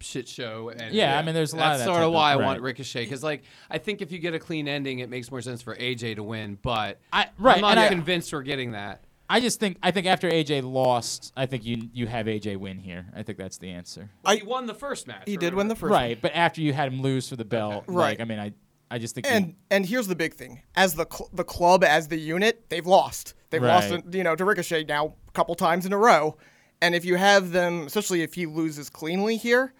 S3: shit show? And
S1: Yeah, I mean, there's a lot of
S3: That's
S1: that
S3: sort
S1: type
S3: of
S1: of-
S3: why I
S1: right.
S3: want Ricochet because, like, I think if you get a clean ending, it makes more sense for AJ to win. But
S1: I- right,
S3: I'm not
S1: and I-
S3: convinced we're getting that.
S1: I just think I think after AJ lost, I think you you have AJ win here. I think that's the answer.
S5: I-
S3: he won the first match.
S5: He did win the first. one.
S1: Right, but after you had him lose for the belt,
S5: Right.
S1: Like, I mean, I I just think
S5: And
S1: you-
S5: and here's the big thing: as the cl- the club, as the unit, they've lost. They've
S1: Right.
S5: lost, you know, to Ricochet now a couple times in a row. And if you have them, especially if he loses cleanly here,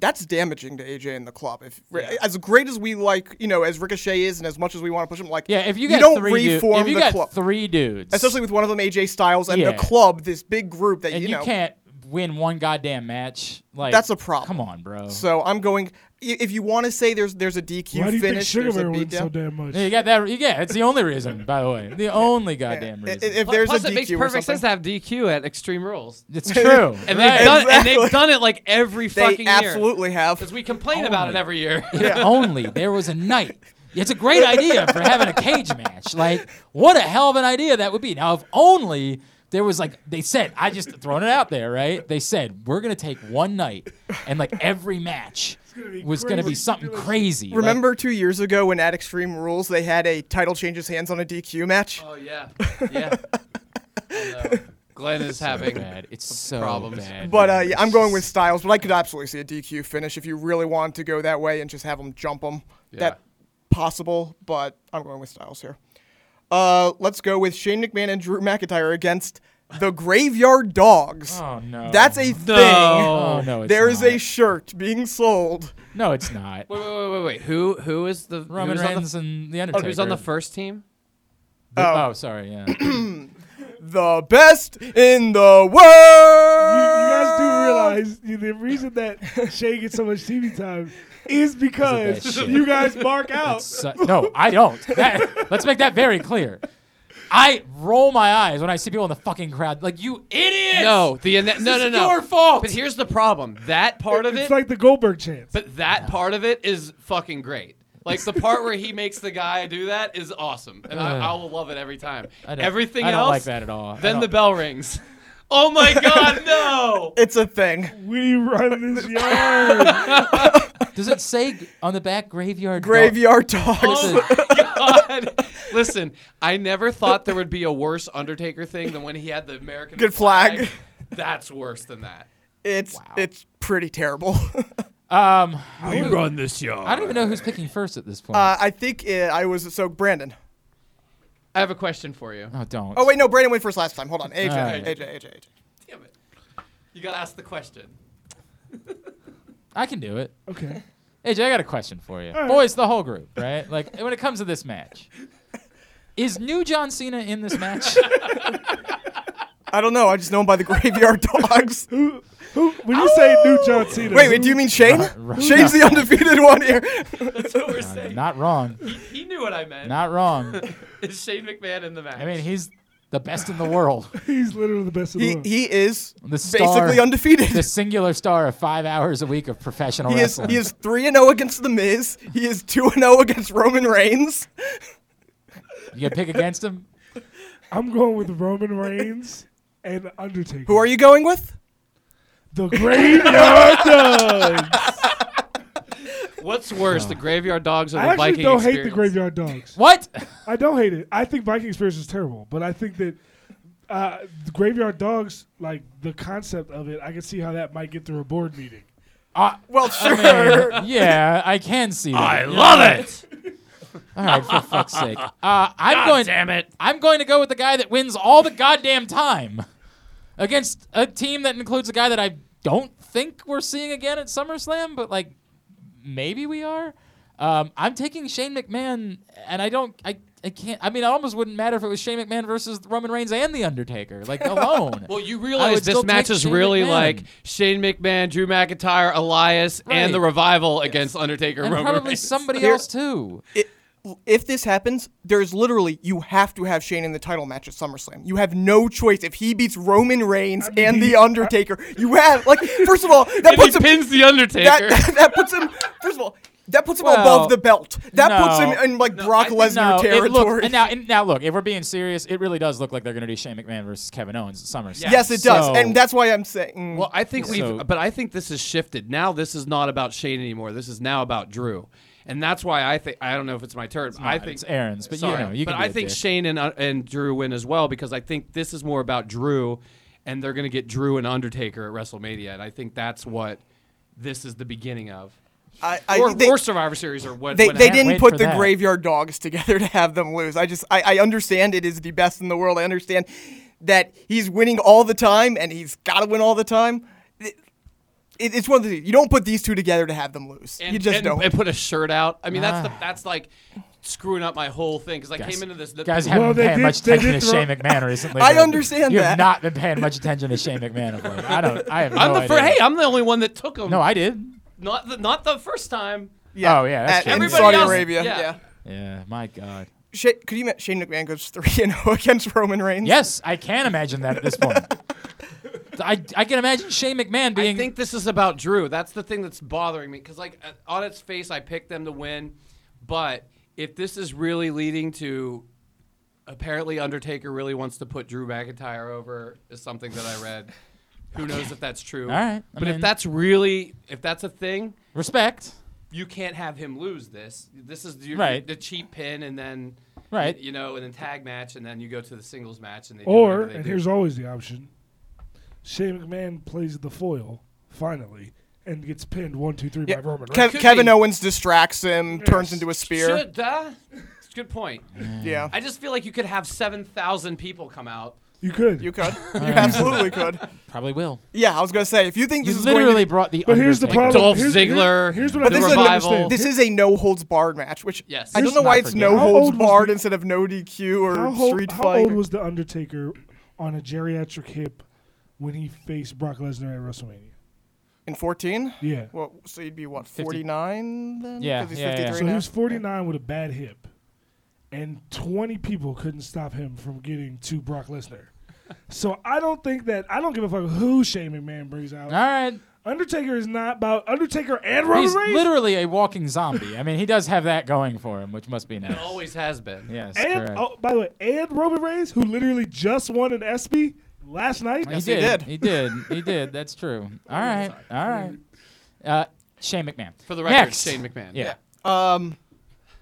S5: that's damaging to AJ and the club. If as great as we like, you know, as Ricochet is, and as much as we want to push him, like
S1: yeah, if you
S5: you
S1: got
S5: don't
S1: three du-
S5: reform
S1: if you
S5: the
S1: got
S5: club,
S1: three dudes,
S5: especially with one of them AJ Styles and
S1: Yeah.
S5: the club, this big group that
S1: and you,
S5: you know.
S1: can't win one goddamn match, like
S5: That's a problem.
S1: Come on, bro.
S5: So I'm going. i- If you want to say there's there's a DQ
S2: Why do you think
S5: finish,
S2: Sugar
S5: there's a
S2: Bear wins so
S5: beatdown.
S2: damn much?
S1: you got that? Yeah, it's the only reason. By the way, the only goddamn
S5: I- i-
S1: reason.
S5: if there's
S3: Plus,
S5: a DQ
S3: it makes
S5: or
S3: perfect sense
S5: something-
S3: to have DQ at Extreme Rules,
S1: it's true. right.
S3: and they've done and
S5: Exactly.
S3: they've done it like every
S5: They
S3: fucking year
S5: absolutely have.
S3: because we
S1: Oh
S3: complain about it every year.
S1: If only there was a night. It's a great idea for having a cage match. Like, what a hell of an idea that would be. Now, if only there was like they said, I just throwing it out there, right? They said we're gonna take one night, and like every match
S2: be
S1: was gonna be
S2: crazy.
S1: something
S2: Like-
S1: crazy. Like,
S5: Remember two years ago when at Extreme Rules they had a title changes hands on a DQ match?
S3: oh yeah, yeah. Oh, no. Glenn is having
S1: bad. It's so
S3: problems.
S1: bad.
S5: but uh,
S1: man.
S5: yeah, I'm going with Styles, but I could absolutely see a DQ finish if you really wanted to go that way and just have them jump them. That possible, but I'm going with Styles here. Uh, let's go with Shane McMahon and Drew McIntyre against the Graveyard Dogs.
S1: Oh no.
S5: That's a thing.
S1: Oh no. It's
S5: There is
S1: not.
S5: a shirt being sold.
S1: no. It's not.
S3: Wait, wait, wait, wait, wait. Who who is the
S1: Roman
S3: who's on the
S1: Reigns and the Undertaker.
S3: Who's Oh, on the first team?
S1: Oh, sorry. Yeah.
S5: The best in the world.
S2: You, you guys do realize you- the reason that Shay gets so much TV time is
S1: that
S2: because
S1: shit.
S2: you guys mark out.
S1: So- no, I don't. That- let's make that very clear. I roll my eyes when I see people in the fucking crowd. Like you idiots.
S3: No, the ana- no, no,
S1: is
S3: no.
S1: your fault.
S3: But here's the problem. That part of
S2: It's
S3: it,
S2: like the Goldberg chance.
S3: but that part of it is fucking great. Like the part where he makes the guy do that is awesome, and I, I will love it every time.
S1: I don't-
S3: Everything
S1: I don't
S3: else,
S1: like that at all. I
S3: Then the
S1: don't-
S3: bell rings. Oh my God, no!
S5: It's a thing.
S2: We run this yard.
S1: Does it say on the back graveyard? dog?
S5: Graveyard dogs.
S3: Oh my God! Listen, I never thought there would be a worse Undertaker thing than when he had the American
S5: Good flag.
S3: That's worse than that.
S5: It's it's pretty terrible.
S1: Um,
S3: We run this yard.
S1: I don't even know who's picking first at this point.
S5: uh, I think it, I was so Brandon.
S3: I have a question for you.
S1: oh, don't.
S5: Oh wait, no, Brandon went first last time. Hold on, AJ,
S1: Alright.
S5: AJ, AJ, AJ.
S3: Damn it! You gotta ask the question.
S1: I can do it.
S2: okay.
S1: AJ, I got a question for you. Boys, the whole group, right? Like, when it comes to this match, is new John Cena in this match?
S5: I don't know. I just know him by the graveyard dogs.
S2: Who, who, when you say new John Cena,
S5: Wait, wait, do you mean Shane?
S1: right.
S5: Shane's the undefeated one here.
S3: That's what we're saying.
S1: Not wrong.
S3: he knew what I meant.
S1: Not wrong.
S3: Is Shane McMahon in the match?
S1: I mean, he's the best in the world.
S2: he's literally the best in the
S5: he
S2: world.
S5: he is
S1: The star.
S5: basically undefeated.
S1: The singular star of five hours a week of professional
S5: He is
S1: wrestling.
S5: he is three and zero against the Miz. He is two and zero against Roman Reigns.
S1: you gonna pick against him?
S2: I'm going with Roman Reigns and Undertaker.
S5: Who are you going with?
S2: The Graveyard Dogs.
S3: What's worse, the Graveyard Dogs or
S2: I
S3: the
S2: actually
S3: Viking
S2: don't hate
S3: Experience?
S2: the Graveyard Dogs.
S1: What?
S2: I don't hate it. I think Viking Experience is terrible, but I think that uh, the Graveyard Dogs, like the concept of it, I can see how that might get through a board meeting.
S1: Uh,
S5: Well, sure.
S1: yeah, I can see that.
S3: love it.
S1: All right, for fuck's sake. Uh, I'm going.
S3: Damn it!
S1: I'm going to go with the guy that wins all the goddamn time against a team that includes a guy that I don't think we're seeing again at SummerSlam, but like maybe we are. Um, I'm taking Shane McMahon, and I don't. I, I can't. I mean, it almost wouldn't matter if it was Shane McMahon versus Roman Reigns and the Undertaker, like alone.
S3: Well, you
S1: I
S3: realize
S1: would still
S3: this match
S1: take
S3: is
S1: Shane
S3: really
S1: McMahon.
S3: like Shane McMahon, Drew McIntyre, Elias,
S1: Right.
S3: and the Revival against Undertaker,
S1: and
S3: Roman
S1: probably
S3: Reigns.
S1: somebody
S5: Here-
S1: else too.
S5: It- if this happens, there's literally you have to have Shane in the title match at SummerSlam. You have no choice. If he beats Roman Reigns and the Undertaker, you have like first of all that
S3: If he
S5: puts him
S3: pins the Undertaker.
S5: that, that, puts him first of all that puts him
S1: Well,
S5: above the belt. That puts
S1: no.
S5: him in like Brock Lesnar
S1: no,
S5: territory.
S1: It look, and now, and now look. If we're being serious, it really does look like they're going to do Shane McMahon versus Kevin Owens at SummerSlam.
S5: yes, it does,
S1: So-
S5: and that's why I'm saying.
S3: well, I think we've,
S1: So-
S3: but I think this has shifted. Now this is not about Shane anymore. This is now about Drew, and that's why I think I don't know if it's my turn. I
S1: not,
S3: think
S1: it's Aaron's, but you
S3: sorry,
S1: know, you
S3: but
S1: can be
S3: I
S1: a
S3: think
S1: dick.
S3: Shane and uh, and Drew win as well because I think this is more about Drew, and they're going to get Drew and Undertaker at WrestleMania, and I think that's what this is the beginning of.
S5: I, I,
S3: or,
S5: they,
S3: or Survivor Series or what?
S5: they,
S3: what
S5: they
S3: have-
S5: didn't
S1: wait
S5: put
S1: for
S5: the
S1: that.
S5: graveyard dogs together to have them lose. I just I, I understand it is the best in the world. I understand that he's winning all the time and he's got to win all the time. It, it- it's one of the you don't put these two together to have them lose.
S3: and,
S5: you just
S3: and,
S5: don't.
S3: and put a shirt out. I mean, that's
S1: Ah.
S3: the, that's like screwing up my whole thing because I
S1: Guys-
S3: came into this.
S1: guys
S3: well,
S1: haven't
S2: they
S1: been paying
S2: did-
S1: much
S2: they
S1: attention to
S2: did
S1: Shane
S2: throw-
S1: McMahon recently.
S5: I
S1: dude.
S5: understand
S1: you
S5: that.
S1: have not been paying much attention to Shane McMahon. Of late. I don't. I have no
S3: I'm the fir-
S1: idea.
S3: hey, I'm the only one that took them.
S1: no, I did.
S3: not the, not the first time.
S1: Yeah. Oh yeah, that's
S5: At-
S1: true.
S5: in
S3: Everybody
S5: Saudi
S3: else-
S5: Arabia.
S3: yeah.
S5: Yeah.
S1: Yeah, my God.
S5: Sha- could you imagine Shane McMahon goes three and zero against Roman Reigns?
S1: Yes, I can imagine that at this point. I, I can imagine Shane McMahon
S3: I
S1: being
S3: think this is about Drew. That's the thing that's bothering me because like uh, on its face, I picked them to win, but if this is really leading to. Apparently, Undertaker really wants to put Drew McIntyre over. Is something that I read. Who knows if that's true?
S1: All right, I
S3: but
S1: mean-
S3: if that's really, if that's a thing,
S1: respect.
S3: you can't have him lose this. This is your,
S1: Right.
S3: the cheap pin, and then
S1: Right.
S3: you know, and then tag match, and then you go to the singles match, and they do
S2: Or,
S3: whatever they
S2: and
S3: do.
S2: here's always the option Shane McMahon plays the foil, finally, and gets pinned one, two, three
S5: Yeah.
S2: by Roman Reigns.
S5: Kev-
S3: Could
S5: Kevin
S3: be.
S5: Owens distracts him, turns into a spear.
S3: should uh, it's a good point.
S5: Yeah,
S1: Mm.
S3: I just feel like you could have seven thousand people come out.
S2: you could.
S5: you could. You absolutely could.
S1: Probably will.
S5: Yeah, I was gonna say if you think
S1: You
S5: this is going to
S1: literally brought the.
S2: but here's the
S1: Undertaker.
S2: problem.
S3: Dolph
S2: here's, here-
S3: Ziggler,
S2: Here's what
S3: but
S2: I
S5: this
S2: think
S5: is
S2: people
S5: a-
S3: Revival.
S2: understand.
S5: This is a no holds barred match, which
S3: Yes.
S5: I don't
S3: Let's
S5: know why
S1: not
S5: it's
S1: forget.
S5: no
S2: How old
S5: holds
S2: was
S5: barred
S2: the-
S5: instead of no DQ or
S2: how old,
S5: Street
S2: how
S5: Fight.
S2: old was the Undertaker on a geriatric hip when he faced Brock Lesnar at WrestleMania?
S5: in 14?
S2: Yeah.
S5: Well, so you'd be what 49 then?
S1: Yeah,
S5: 'Cause he's
S1: yeah, yeah.
S5: 53
S2: so
S5: now.
S2: he was 49 with a bad hip, and 20 people couldn't stop him from getting to Brock Lesnar. So I don't think that I don't give a fuck who Shane McMahon brings out.
S1: All right.
S2: Undertaker is not about Undertaker and Roman
S1: He's
S2: Reigns
S1: literally a walking zombie. I mean, he does have that going for him, which must be nice.
S3: It always has been.
S1: Yes.
S2: and
S5: oh,
S1: correct.
S2: oh, by the way, and Roman Reigns who literally just won an ESPY last night.
S5: Yes,
S1: he
S5: he
S1: did.
S5: did.
S1: He did. He did. That's true. All right. All right. Uh, Shane McMahon.
S3: For the record,
S1: Next.
S3: Shane McMahon.
S1: Yeah.
S5: Um,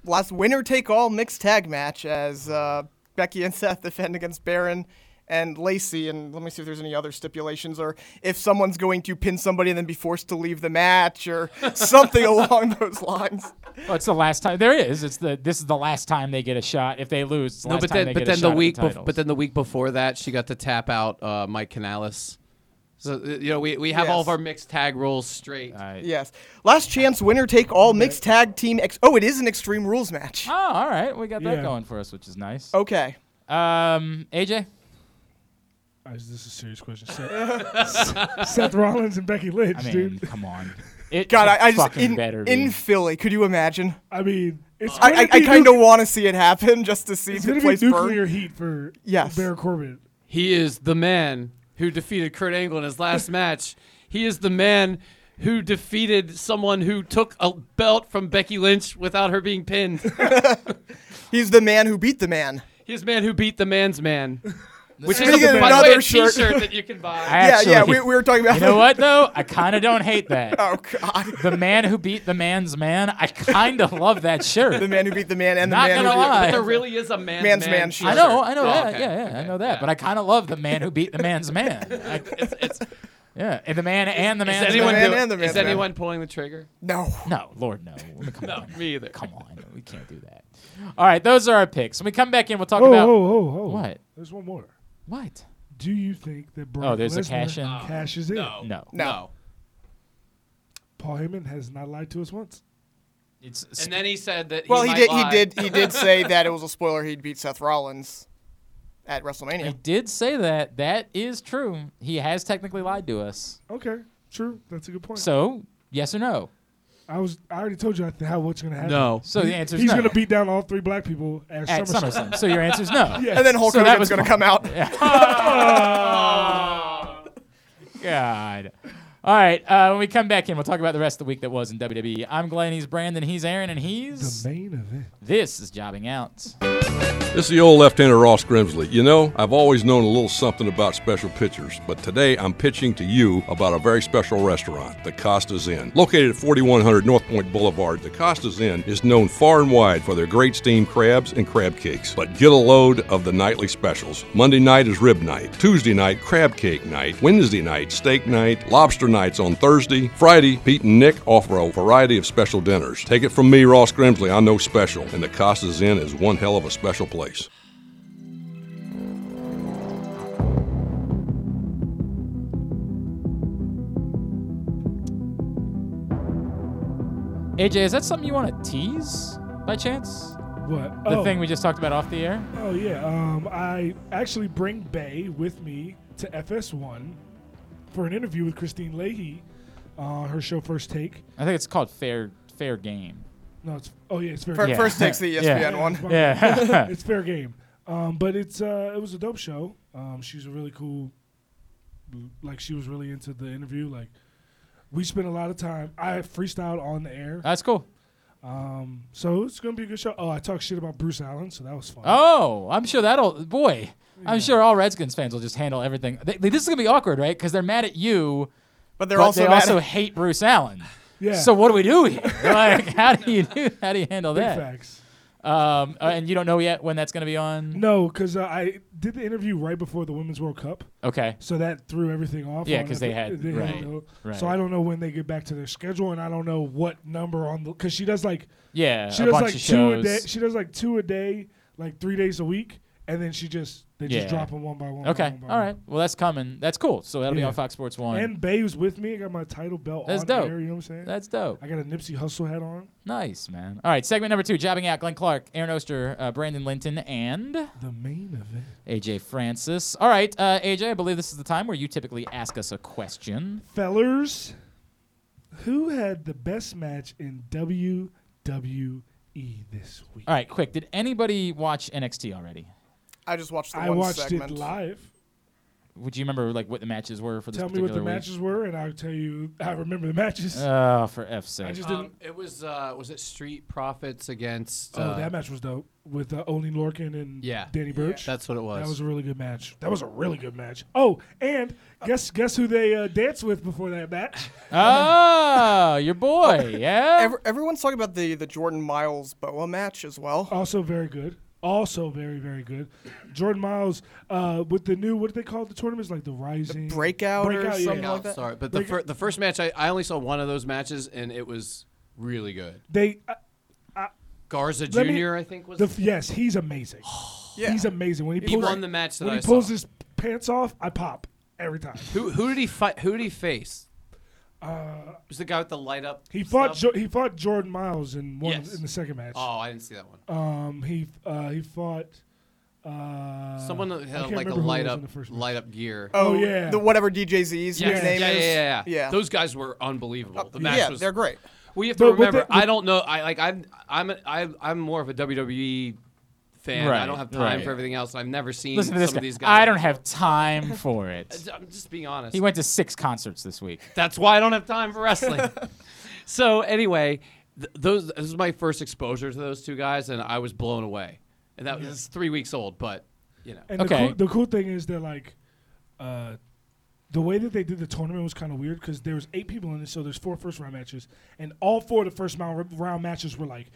S5: last winner take all mixed tag match as uh, Becky and Seth defend against Baron and Lacey. And let me see if there's any other stipulations or if someone's going to pin somebody and then be forced to leave the match or something along those lines.
S1: Well, it's the last time. There is. It's the. This is the last time they get a shot. If they lose, it's the
S3: No,
S1: last
S3: but
S1: time
S3: then
S1: they
S3: but
S1: get a
S3: then
S1: shot
S3: the
S1: at
S3: week bef-
S1: titles.
S3: but then the week before that she got to tap out uh, Mike Canales. So uh, you know we, we have all of
S5: Yes.
S3: our mixed tag rules straight.
S1: Alright.
S5: Yes. Last chance winner take all mixed tag team. Ex- oh, it is an Extreme Rules match.
S1: Oh, all right. We got that
S2: Yeah.
S1: going for us, which is nice.
S5: Okay.
S1: Um, AJ.
S2: Uh, this is a serious question. Seth, Seth Rollins and Becky Lynch,
S1: I mean,
S2: dude.
S1: come on. It
S5: God,
S1: gets
S5: I, I just
S1: fucking
S5: in,
S1: better.
S5: in
S1: be.
S5: Philly. Could you imagine?
S2: I mean, it's gonna
S5: I, I, I
S2: be
S5: kind
S2: nuc-
S5: of want to see it happen just to see
S2: it's
S5: if
S2: gonna
S5: it
S2: be
S5: plays
S2: nuclear
S5: burn.
S2: heat for
S5: Yes.
S2: Baron Corbin.
S3: He is the man who defeated Kurt Angle in his last match. He is the man who defeated someone who took a belt from Becky Lynch without her being pinned.
S5: He's the man who beat the man.
S3: He's the man who beat the man's man. Which
S5: Speaking
S3: is a,
S5: of
S3: by the way, a
S5: another shirt-
S3: t-shirt that you can buy.
S1: I actually,
S5: yeah, yeah, we, we were talking about
S1: You know what though? I kind of don't hate that.
S5: Oh god.
S1: The man who beat the man's man. I kind of love that shirt.
S5: The man who beat the man and
S1: Not
S5: the man
S1: gonna
S5: who
S1: lie.
S3: But there really is a man's
S5: Man's
S3: man.
S5: man
S3: t-shirt.
S5: shirt.
S1: I know, I know
S3: Oh,
S1: that.
S3: okay.
S1: Yeah, yeah, I know that. But I kind of love the man who beat the man's man. I, it's, it's, yeah, and the man and the
S3: Is
S1: man's
S3: anyone,
S5: man
S1: man.
S3: do-
S5: and the
S3: is
S5: man's man.
S3: anyone pulling the trigger?
S5: No.
S1: No, Lord, no. Come
S3: No,
S1: on,
S3: me either.
S1: come on. We can't do that. All right, those are our picks. When we come back in, we'll talk
S2: Oh,
S1: about
S2: oh, oh, oh.
S1: What?
S2: There's one more.
S1: what?
S2: Do you think that Brock
S1: there's a
S2: Lesnar
S1: cash in? Oh,
S2: cashes in?
S1: No,
S5: No.
S2: Paul Heyman has not lied to us once.
S1: it's
S3: And then he said that.
S5: Well,
S3: he,
S5: he,
S3: might
S5: did.
S3: Lie.
S5: He did. He did say that it was a spoiler. He'd beat Seth Rollins at
S1: I
S5: WrestleMania.
S1: did say that. That is true. He has technically lied to us.
S2: Okay, true. That's a good point.
S1: So yes or no?
S2: I was. I already told you I th- how what's going to happen.
S3: No.
S1: So the answer is
S2: He's
S1: no.
S2: going to beat down all three black people at,
S1: at
S2: SummerSlam.
S1: SummerSlam. So your answer is no.
S2: Yeah.
S5: And then Hulk
S1: So that was
S5: Hogan's going to
S1: fun.
S5: come out.
S1: God. All right. Uh, when we come back in, we'll talk about the rest of the week that was in WWE. I'm Glenn. He's Brandon. He's Aaron. And he's.
S2: The main event.
S1: This is Jobbing Out.
S6: This is the old left-hander Ross Grimsley. You know, I've always known a little something about special pitchers, but today I'm pitching to you about a very special restaurant, the Costa's Inn. Located at 4100 North Point Boulevard, the Costa's Inn is known far and wide for their great steamed crabs and crab cakes. But get a load of the nightly specials. Monday night is rib night, Tuesday night crab cake night, Wednesday night steak night, lobster nights on Thursday, Friday Pete and Nick offer a variety of special dinners. Take it from me, Ross Grimsley, I know special, and the Costa's Inn is one hell of a special place.
S1: AJ, is that something you want to tease by chance?
S2: What?
S1: The
S2: oh,
S1: thing we just talked about off the air?
S2: oh yeah. Um, I actually bring Bay with me to FS1 for an interview with Christine Leahy. Uh, her show First Take.
S1: I think it's called Fair Fair Game.
S2: No, it's oh yeah, it's very
S5: Fir-
S1: Yeah.
S5: First takes the E ESPN
S1: Yeah.
S5: one.
S1: Yeah.
S2: it's fair game. Um, but it's uh, it was a dope show. Um, she's a really cool. Like she was really into the interview. Like we spent a lot of time. I freestyled on the air,
S1: That's cool.
S2: so it's gonna be a good show. Oh, I talked shit about Bruce Allen, so that was fun.
S1: Oh, I'm sure that'll. Boy, I'm sure all Redskins fans will just handle everything. They, they- this is going to be awkward, right? Because they're mad at you,
S5: But they're
S1: but
S5: also
S1: they
S5: mad
S1: also
S5: at-
S1: hate Bruce Allen.
S2: yeah.
S1: So what do we do here? like, how do you do? How do you handle
S2: big
S1: that?
S2: facts.
S1: Um, uh, and you don't know yet when that's going to be on.
S2: No, because uh, I did the interview right before the Women's World Cup,
S1: Okay.
S2: so that threw everything off.
S1: Yeah,
S2: on
S1: 'cause they
S2: it.
S1: had- right,
S2: no-
S1: right.
S2: So I don't know when they get back to their schedule, and I don't know what number on the because she does like
S1: Yeah,
S2: she
S1: a
S2: does
S1: bunch
S2: like
S1: of
S2: two a
S1: shows.
S2: day. She does like two a day, like three days a week, and then she just they
S1: Yeah.
S2: just drop them one by one. by
S1: okay.
S2: one by
S1: All
S2: one.
S1: right. Well, that's coming. That's cool. So that'll be
S2: Yeah.
S1: on Fox Sports One.
S2: And Bay was with me. I got my title belt
S1: That's
S2: on
S1: dope.
S2: air. You know what I'm saying?
S1: that's dope.
S2: I got a Nipsey Hustle hat on.
S1: Nice, man. All right. Segment number two. Jobbing out. Glenn Clark, Aaron Oster, uh, Brandon Linton, and
S2: The main event.
S1: AJ Francis. All right, uh, AJ. I believe this is the time where you typically ask us a question.
S2: Fellers, who had the best match in WWE this week?
S1: All right. Quick. Did anybody watch NXT already?
S5: I just watched the
S2: I
S5: one
S2: watched
S5: segment.
S2: it live.
S1: Would you remember like what the matches were for this
S2: Tell me
S1: particular
S2: what the
S1: week?
S2: matches were, and I'll tell you. I remember the matches.
S1: Oh, for F's sake!
S2: I just
S3: Um,
S2: didn't.
S3: it was uh, was it Street Profits against?
S2: Oh,
S3: uh,
S2: that match was dope with uh, Olin Lorkin and
S3: Yeah.
S2: Danny Birch.
S3: That's what it was.
S2: That was a really good match. That was a really good match. Oh, and guess guess who they uh, danced with before that match?
S1: oh, your boy, yeah.
S5: Ever everyone's talking about the, the Jordan Miles Boa match as well.
S1: Oh,
S2: Also very good. Also very very good. Jordan Miles uh, with the new what do they call the tournaments like the Rising
S5: Breakout or something
S3: Yeah,
S5: like that.
S3: Sorry, but the,
S2: Like-
S3: fir- the first match I, I only saw one of those matches and it was really good.
S2: They uh,
S3: Garza Jr.
S2: Let me-
S3: I think was
S2: the yes he's amazing.
S5: Yeah.
S2: He's amazing when he,
S3: He
S2: pulls
S3: won the match that
S2: when
S3: I
S2: he pulls
S3: saw.
S2: his pants off. I pop every time.
S3: Who who did he fight? Who did he face? Uh, was the guy with the light up?
S2: He fought
S3: stuff?
S2: jo- he fought Jordan Miles in one
S3: Yes.
S2: in the second match.
S3: oh, I didn't see that one.
S2: Um, he uh, he fought uh,
S3: Someone that
S2: I
S3: had
S2: can't
S3: like a
S2: remember who it
S3: light
S2: was
S3: up
S2: in the first match.
S3: light up gear.
S2: Oh, yeah.
S5: the whatever DJZ's new
S3: Yes.
S5: name
S3: yeah, yeah,
S5: is.
S3: yeah, yeah,
S5: yeah. Oh,
S3: Those guys were unbelievable. The match
S5: yeah,
S3: was.
S5: they're great.
S3: Well, you have
S2: But
S3: to
S2: with
S3: remember.
S2: the-
S3: I don't know. I like. I'm. I'm. A, I, I'm more of a WWE fan. I
S1: Right,
S3: don't have time
S1: right.
S3: for everything else. I've never seen
S1: Listen to
S3: some
S1: this
S3: of
S1: guy.
S3: these guys.
S1: I don't have time for it.
S3: I'm just being honest.
S1: He went to six concerts this week.
S3: That's why I don't have time for wrestling. so anyway, th- those this is my first exposure to those two guys, and I was blown away. And that was three weeks old, but you know,
S2: And
S1: Okay.
S2: the, cool, the cool thing is that like, uh, the way that they did the tournament was kind of weird because there was eight people in it, so there's four first round matches, and all four of the first round round matches were like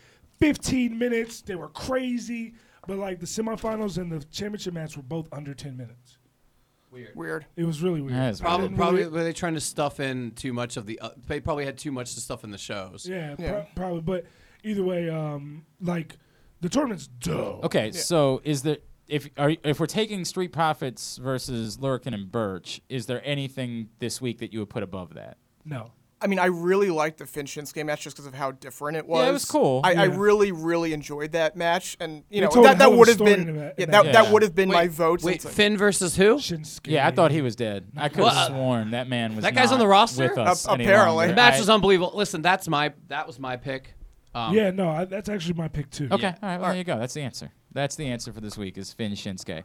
S2: 15 minutes. They were crazy, but like the semifinals and the championship match were both under 10 minutes.
S5: Weird.
S2: It was really weird.
S1: That is weird.
S2: I
S3: probably
S2: didn't
S3: probably
S2: really-
S3: were they trying to stuff in too much of the? Uh, they probably had too much to stuff in the shows.
S2: yeah, pro-
S5: Yeah.
S2: probably. But either way, um, like the tournament's dope.
S1: Okay, so is there if are you- if we're taking Street Profits versus Lurkin and Birch, is there anything this week that you would put above that?
S2: No.
S5: I mean, I really liked the Finchinske match just because of how different it was.
S1: it was cool.
S5: I, I
S2: Yeah.
S5: really, really enjoyed that match, and you know
S2: told a
S5: that, that
S2: hell of a
S5: would have
S2: story
S5: been
S2: in that- in
S5: yeah,
S2: that
S5: that, that
S1: match.
S5: would have been my
S3: Wait,
S5: vote.
S3: Wait,
S5: since I-
S3: Finn versus who?
S2: Shinsuke.
S1: Yeah, I thought he was dead. I could have
S3: Well, uh,
S1: sworn that man was.
S3: that guy's
S1: not
S3: on the roster?
S1: with us.
S5: Ap-
S1: any
S5: apparently.
S1: longer.
S3: The match
S1: I-
S3: was unbelievable. Listen, that's my that was my pick. Um,
S2: Yeah, no, I, that's actually my pick too.
S1: Okay, all right. Well, there you go. That's the answer. That's the answer for this week is Finn Shinsuke.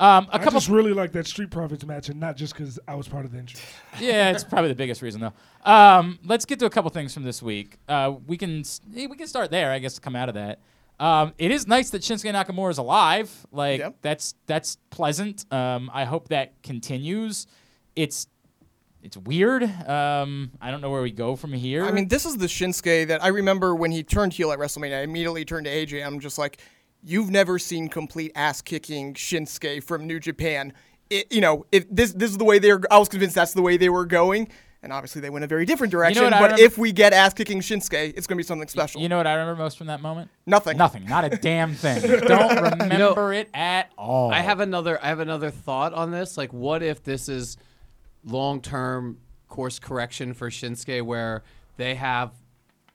S1: Um, a
S2: I
S1: couple.
S2: just really like that Street Profits match, and not just because I was part of the injury.
S1: yeah, it's probably the biggest reason though. Um, let's get to a couple things from this week. Uh, we can s- eh, we can start there, I guess, to come out of that. Um, it is nice that Shinsuke Nakamura is alive. Like
S5: Yep.
S1: that's that's pleasant. Um, I hope that continues. It's it's weird. Um, I don't know where we go from here.
S5: I mean, this is the Shinsuke that I remember when he turned heel at WrestleMania. I immediately turned to AJ. I'm just like, you've never seen complete ass kicking Shinsuke from New Japan. It, you know, if this this is the way they're, I was convinced that's the way they were going, and obviously they went a very different direction.
S1: what I
S5: but
S1: remember-
S5: if we get ass kicking Shinsuke, it's going to be something special.
S1: you know what I remember most from that moment?
S5: Nothing.
S1: Nothing. Not a damn thing. don't remember it at all.
S3: I have another. I have another thought on this. Like, what if this is long term course correction for Shinsuke, where they have,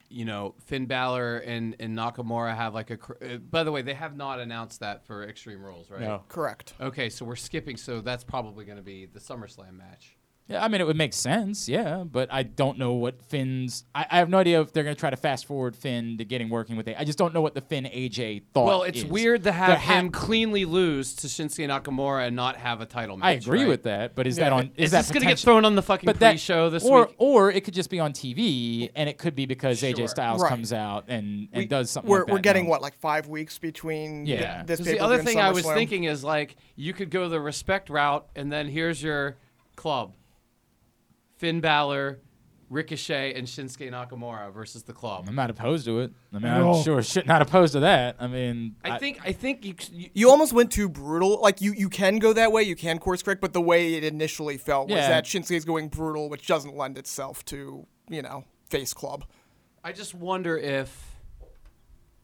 S3: you know, Finn Balor and and Nakamura have like a. cr- uh, By the way, they have not announced that for Extreme Rules, right?
S1: No.
S5: Correct.
S3: Okay, so we're skipping. So that's probably going to be the SummerSlam match.
S1: Yeah, I mean, it would make sense, yeah, but I don't know what Finn's. I, I have no idea if they're going to try to fast forward Finn to getting working with it. I just don't know what the Finn AJ thought.
S3: Well, it's
S1: Oh, is.
S3: weird to
S1: There
S3: have
S1: ha-
S3: him cleanly lose to Shinsuke Nakamura and not have a title match.
S1: I agree
S3: right?
S1: with that, but is that on? Is,
S3: Is
S1: that
S3: this going to get
S1: potential-
S3: thrown on the fucking
S1: But that-
S3: pre-show this
S1: or,
S3: week?
S1: Or it could just be on TV, and it could be because AJ
S3: Sure.
S1: Styles
S5: Right.
S1: comes out and, and
S5: We-
S1: does something.
S5: We're,
S1: like that
S5: we're getting
S1: now.
S5: what like five weeks between
S1: Yeah.
S5: th-
S1: Yeah.
S5: this
S3: 'Cause the
S5: pay-per-view
S3: other
S5: and
S3: thing I was
S5: SummerSlam.
S3: thinking is like you could go the respect route, and then here's your club: Finn Balor, Ricochet, and Shinsuke Nakamura versus the club.
S1: I'm not opposed to it. I mean,
S2: At
S1: I'm
S2: all.
S1: sure shit not opposed to that. I mean,
S3: I think I think you, c- you
S5: You almost went too brutal. Like you, you can go that way, you can course correct, but the way it initially felt was
S1: Yeah.
S5: that Shinsuke's going brutal, which doesn't lend itself to you know face club.
S3: I just wonder if.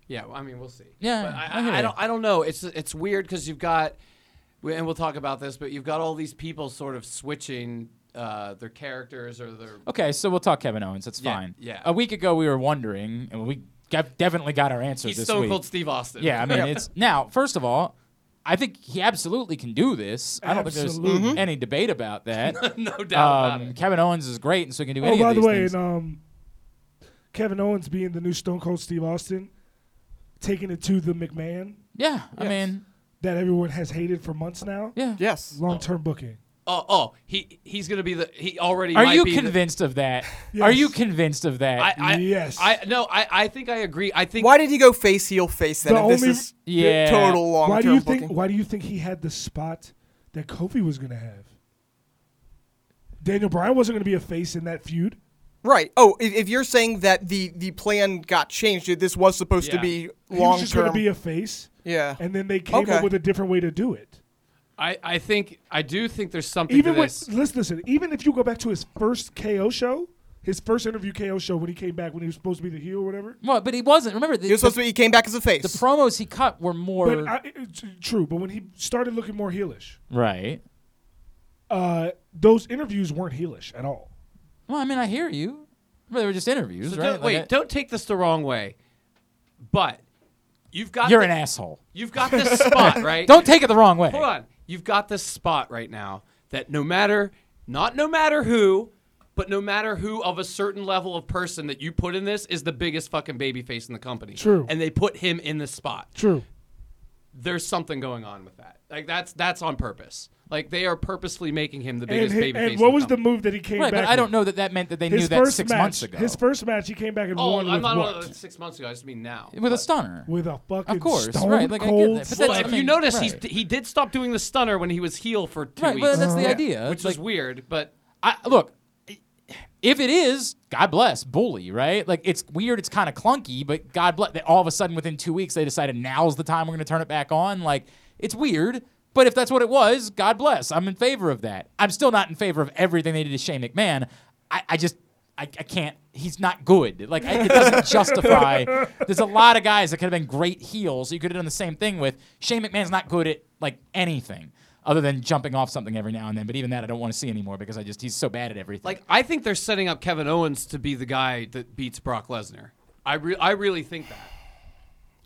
S3: Yeah, well, I mean, we'll see.
S1: Yeah,
S3: But
S1: I hear
S3: I, I,
S1: ya.
S3: don't. I don't know. It's it's weird because you've got, we- and we'll talk about this, but you've got all these people sort of switching uh, their characters or their.
S1: Okay, so we'll talk Kevin Owens. That's
S3: Yeah,
S1: fine.
S3: yeah.
S1: A week ago, we were wondering, and we got, definitely got our answer
S3: He's
S1: this
S3: Stone
S1: week.
S3: Cold Steve Austin.
S1: Yeah, I mean, it's now. First of all, I think he absolutely can do this. I don't think there's
S2: Absolutely.
S1: any debate about that.
S3: no doubt about
S1: um,
S3: it.
S1: Kevin Owens is great, and so he can do
S2: oh,
S1: any
S2: by
S1: of
S2: the
S1: these
S2: way,
S1: things.
S2: and um, Kevin Owens being the new Stone Cold Steve Austin, taking it to the McMahon
S1: yeah, I mean,
S2: that everyone has hated for months now.
S1: yeah,
S5: Yes.
S2: Long term booking.
S3: oh, oh, he he's gonna be the he already.
S1: Are
S3: might
S1: you
S3: be the-
S1: convinced of that? Are you convinced of that?
S3: I, I
S2: Yes.
S3: I no. I I think I agree. I think
S5: Why did he go face heel face then?
S2: The
S5: if this
S2: only-
S5: is
S1: Yeah.
S5: total long term
S2: Why do you think?
S5: Oh, booking.
S2: Why do you think he had the spot that Kofi was going to have? Daniel Bryan wasn't going to be a face in that feud.
S5: Right. Oh, if, if you're saying that the the plan got changed, that this was supposed to
S3: Yeah.
S5: be
S2: He was
S5: long
S2: just going
S5: term.
S2: to be a face,
S5: yeah.
S2: and then they came
S5: Okay.
S2: up with a different way to do it.
S3: I I think I do think there's something
S2: Even
S3: to
S2: when
S3: this.
S2: listen, listen, even if you go back to his first KO show, his first interview KO show when he came back when he was supposed to be the heel or whatever.
S1: well, but he wasn't. Remember, the,
S5: he was supposed
S1: the,
S5: to be. He came back as a face.
S1: the promos he cut were more
S2: But I, it's uh, true, but when he started looking more heelish,
S1: right.
S2: uh, those interviews weren't heelish at all.
S1: Well, I mean, I hear you. But they were just interviews,
S3: So
S1: right?
S3: don't,
S1: Like,
S3: wait,
S1: I-
S3: don't take this the wrong way, but you've got
S1: you're
S3: the-
S1: an asshole.
S3: You've got this spot right.
S1: Don't take it the wrong way.
S3: hold on. You've got this spot right now that no matter, not no matter who, but no matter who of a certain level of person that you put in this is the biggest fucking baby face in the company.
S2: True.
S3: And they put him in this spot.
S2: True.
S3: There's something going on with that. Like that's that's on purpose. Like they are purposefully making him the
S2: And,
S3: biggest
S2: he-
S3: baby face.
S2: and
S3: in
S2: what was the
S3: company.
S2: move that he came
S1: Right,
S2: back?
S1: but I
S2: with?
S1: don't know that that meant that they knew
S2: His
S1: that
S2: first
S1: six
S2: match,
S1: months ago.
S2: His first match, he came back and
S3: Oh,
S2: won
S3: I'm
S2: with
S3: not
S2: what?
S3: on six months ago. I just mean now.
S1: with a stunner.
S2: with a fucking
S1: Of course,
S2: stone
S1: right, like, I get
S2: cold.
S1: that, but
S2: slut.
S3: Well,
S1: I
S3: if you
S1: mean,
S3: notice,
S1: right.
S3: he's, he did stop doing the stunner when he was heel for two
S1: Right,
S3: weeks,
S1: well, that's the
S2: Yeah.
S1: idea.
S3: which
S1: like,
S3: is weird. But
S1: I, look, if it is, God bless, bully, right? Like it's weird, it's kind of clunky, but God bless. That all of a sudden, within two weeks, they decided now's the time we're going to turn it back on. Like it's weird, but if that's what it was, God bless. I'm in favor of that. I'm still not in favor of everything they did to Shane McMahon. I, I just. I, I can't. He's not good. Like I, it doesn't justify. There's a lot of guys that could have been great heels. You could have done the same thing with Shane McMahon's not good at like anything other than jumping off something every now and then. But even that, I don't want to see anymore because I just he's so bad at everything.
S3: like, I think they're setting up Kevin Owens to be the guy that beats Brock Lesnar. I re- I really think that.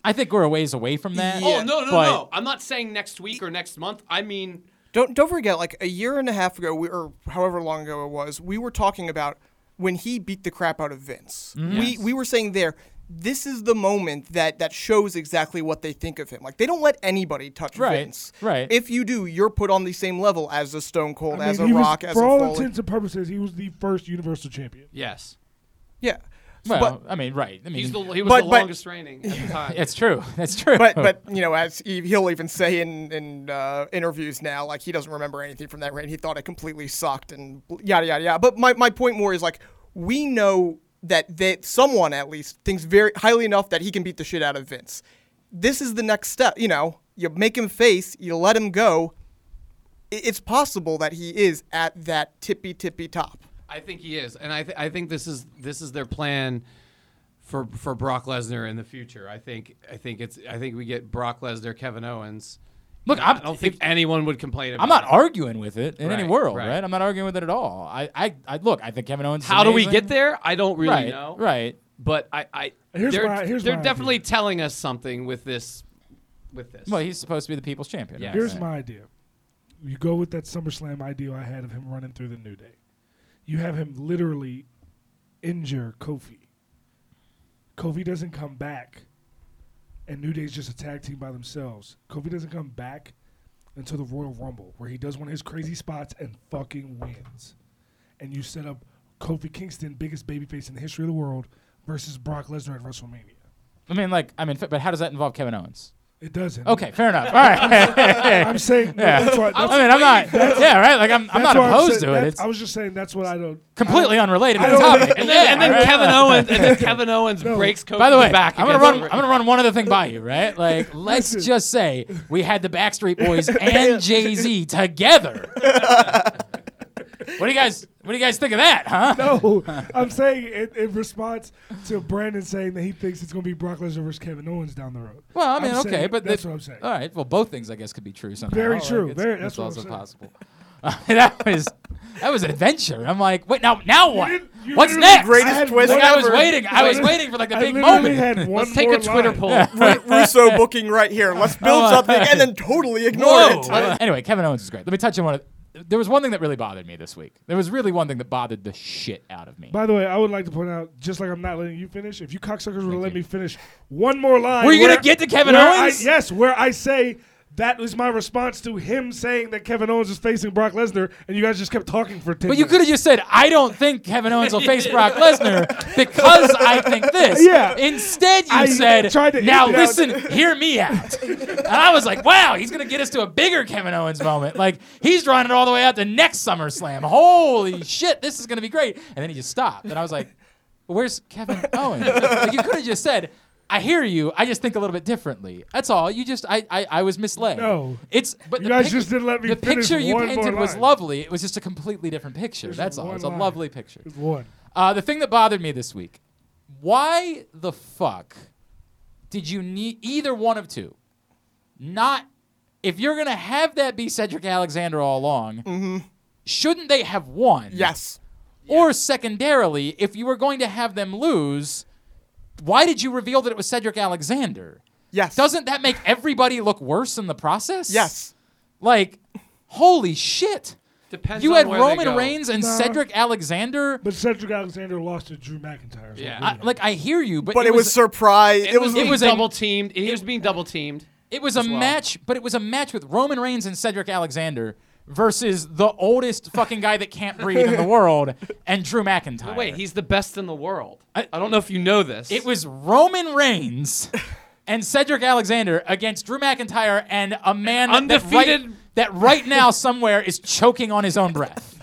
S1: I think we're a ways away from that.
S5: Yeah,
S3: oh no no
S1: but-
S3: no! I'm not saying next week or next month. I mean,
S5: Don't don't forget, like a year and a half ago, we, or however long ago it was, we were talking about when he beat the crap out of Vince.
S1: Mm.
S5: We we were saying there, this is the moment that that shows exactly what they think of him. Like they don't let anybody touch
S1: Right,
S5: Vince.
S1: right.
S5: If you do, you're put on the same level as a Stone Cold,
S2: I
S5: as
S2: mean,
S5: a
S2: he
S5: Rock,
S2: was,
S5: as a
S2: for all
S5: Foley.
S2: intents and purposes, he was the first Universal Champion.
S3: yes,
S5: yeah.
S1: Well,
S5: but
S1: I mean, right. I mean,
S3: he's the, he was
S5: But-
S3: the
S5: but-
S3: longest reigning at the time.
S1: it's true. That's true.
S5: but but you know, as he, he'll even say in in uh, interviews now, like he doesn't remember anything from that reign. He thought it completely sucked and bl- yada yada yada. But my my point more is like we know that that someone at least thinks very highly enough that he can beat the shit out of Vince. This is the next step. You know, you make him face, you let him go. I- It's possible that he is at that tippy tippy top.
S3: I think he is, and I th- I think this is this is their plan for for Brock Lesnar in the future. I think I think it's I think we get Brock Lesnar, Kevin Owens.
S1: Look,
S3: I
S1: I'm-
S3: don't think
S1: if-
S3: anyone would complain about.
S1: I'm not
S3: it.
S1: arguing with it in any
S3: Right,
S1: world, right.
S3: right.
S1: I'm not arguing with it at all. I, I, I look. I think Kevin Owens. is
S3: How do we
S1: amazing.
S3: get there? I don't really
S1: Right.
S3: know.
S1: Right.
S3: But I, I
S2: Here's
S3: they're,
S2: my- here's
S3: they're
S2: my
S3: definitely
S2: idea.
S3: telling us something with this. With this.
S1: Well, he's supposed to be the people's champion.
S3: Yeah.
S1: right?
S2: Here's
S1: Right.
S2: my idea. You go with that SummerSlam ideal I had of him running through the New Day. You have him literally injure Kofi. Kofi doesn't come back, and New Day's just a tag team by themselves. Kofi doesn't come back until the Royal Rumble, where he does one of his crazy spots and fucking wins. And you set up Kofi Kingston, biggest babyface in the history of the world, versus Brock Lesnar at WrestleMania.
S1: I mean, like, I mean, but how does that involve Kevin Owens?
S2: It doesn't.
S1: Okay, fair enough. All right.
S2: I'm saying no,
S1: Yeah.
S2: that's why.
S1: I
S2: That's,
S1: mean, I'm not. Yeah, right. Like, I'm, I'm
S2: that's
S1: not
S2: why
S1: opposed
S2: saying-
S1: to it.
S2: that's-
S1: It's
S2: I was just saying that's what I don't.
S1: completely unrelated to the
S2: don't-
S1: topic.
S3: and then, and then
S1: Yeah, right.
S3: Kevin Owens and then Kevin Owens breaks Kofi
S1: By the way,
S3: back.
S1: I'm gonna
S3: against
S1: run.
S3: the-
S1: I'm gonna run one other thing by you, right? Like, let's just say we had the Backstreet Boys and Jay Z together. what do you guys? What do you guys think of that, huh?
S2: No, I'm saying it in response to Brandon saying that he thinks it's going to be Brock Lesnar versus Kevin Owens down the road.
S1: Well, I mean,
S2: I'm
S1: okay,
S2: saying-
S1: but
S2: that's
S1: the-
S2: what I'm saying.
S1: All right. Well, both things I guess could be true. Somehow.
S2: Very
S1: Like,
S2: true.
S1: it's-
S2: Very-
S1: it's
S2: that's what I'm
S1: also
S2: saying.
S1: possible. I mean, that was that was an adventure. I'm like, wait, now now what?
S2: didn't- you
S1: What's
S2: literally
S1: next?
S5: greatest
S2: I had
S5: twist
S1: Like, I was
S5: ever.
S1: waiting. I was
S2: I
S1: waiting for like the
S2: I
S1: big
S2: literally
S1: moment.
S2: Had one
S3: Let's take
S2: more
S3: a Twitter
S2: line.
S3: poll.
S5: Russo booking right here. Let's build something and then totally ignore it.
S1: Uh, anyway, Kevin Owens is great. Let me touch on one. Of, there was one thing that really bothered me this week. There was really one thing that bothered the shit out of me.
S2: By the way, I would like to point out, just like I'm not letting you finish, if you cocksuckers would have let me finish one more line.
S1: Were you
S2: where-
S1: gonna get to Kevin
S2: where I-
S1: Owens?
S2: yes, where I say That was my response to him saying that Kevin Owens is facing Brock Lesnar, and you guys just kept talking for ten.
S1: But you could have just
S2: minutes.
S1: said, I don't think Kevin Owens will face Brock Lesnar because I think this.
S2: Yeah.
S1: Instead, you
S2: I
S1: said,
S2: tried to
S1: now
S2: eke it out."
S1: listen, hear me out. And I was like, wow, he's going to get us to a bigger Kevin Owens moment. Like, he's drawing it all the way out to next SummerSlam. Holy shit, this is going to be great. And then he just stopped. And I was like, where's Kevin Owens? like, you could have just said, I hear you. I just think a little bit differently. That's all. You just, I, I, I was misled.
S2: No.
S1: it's but
S2: You
S1: the
S2: guys
S1: pic-
S2: just didn't let me
S1: The
S2: finish
S1: picture you
S2: one more
S1: painted was
S2: line.
S1: lovely lovely. It was just a completely different picture. That's all.
S2: one
S1: It's a
S2: line.
S1: lovely picture.
S2: One.
S1: Uh, the thing that bothered me this week: why the fuck did you need either one of two? Not if you're gonna have that be Cedric Alexander all along. Shouldn't they have won?
S5: Mm-hmm. Yes.
S1: Or secondarily, if you were going to have them lose, why did you reveal that it was Cedric Alexander?
S5: Yes.
S1: Doesn't that make everybody look worse in the process?
S5: Yes.
S1: Like, holy shit.
S3: Depends
S1: You
S3: on
S1: had
S3: where they
S1: Roman
S3: go.
S1: Reigns and
S2: Nah.
S1: Cedric Alexander.
S2: But Cedric Alexander lost to Drew McIntyre. so
S3: Yeah.
S2: really
S1: I, like I hear you, but,
S5: But it was surprise. It was
S1: it
S3: being
S1: was a-
S3: double teamed. He was being double teamed.
S1: it was a
S3: well.
S1: match, but it was a match with Roman Reigns and Cedric Alexander versus the oldest fucking guy that can't breathe in the world and Drew McIntyre.
S3: Wait, he's the best in the world. I, don't know if you know this.
S1: It was Roman Reigns and Cedric Alexander against Drew McIntyre and a man that right,
S3: Undefeated-
S1: that right now somewhere is choking on his own breath.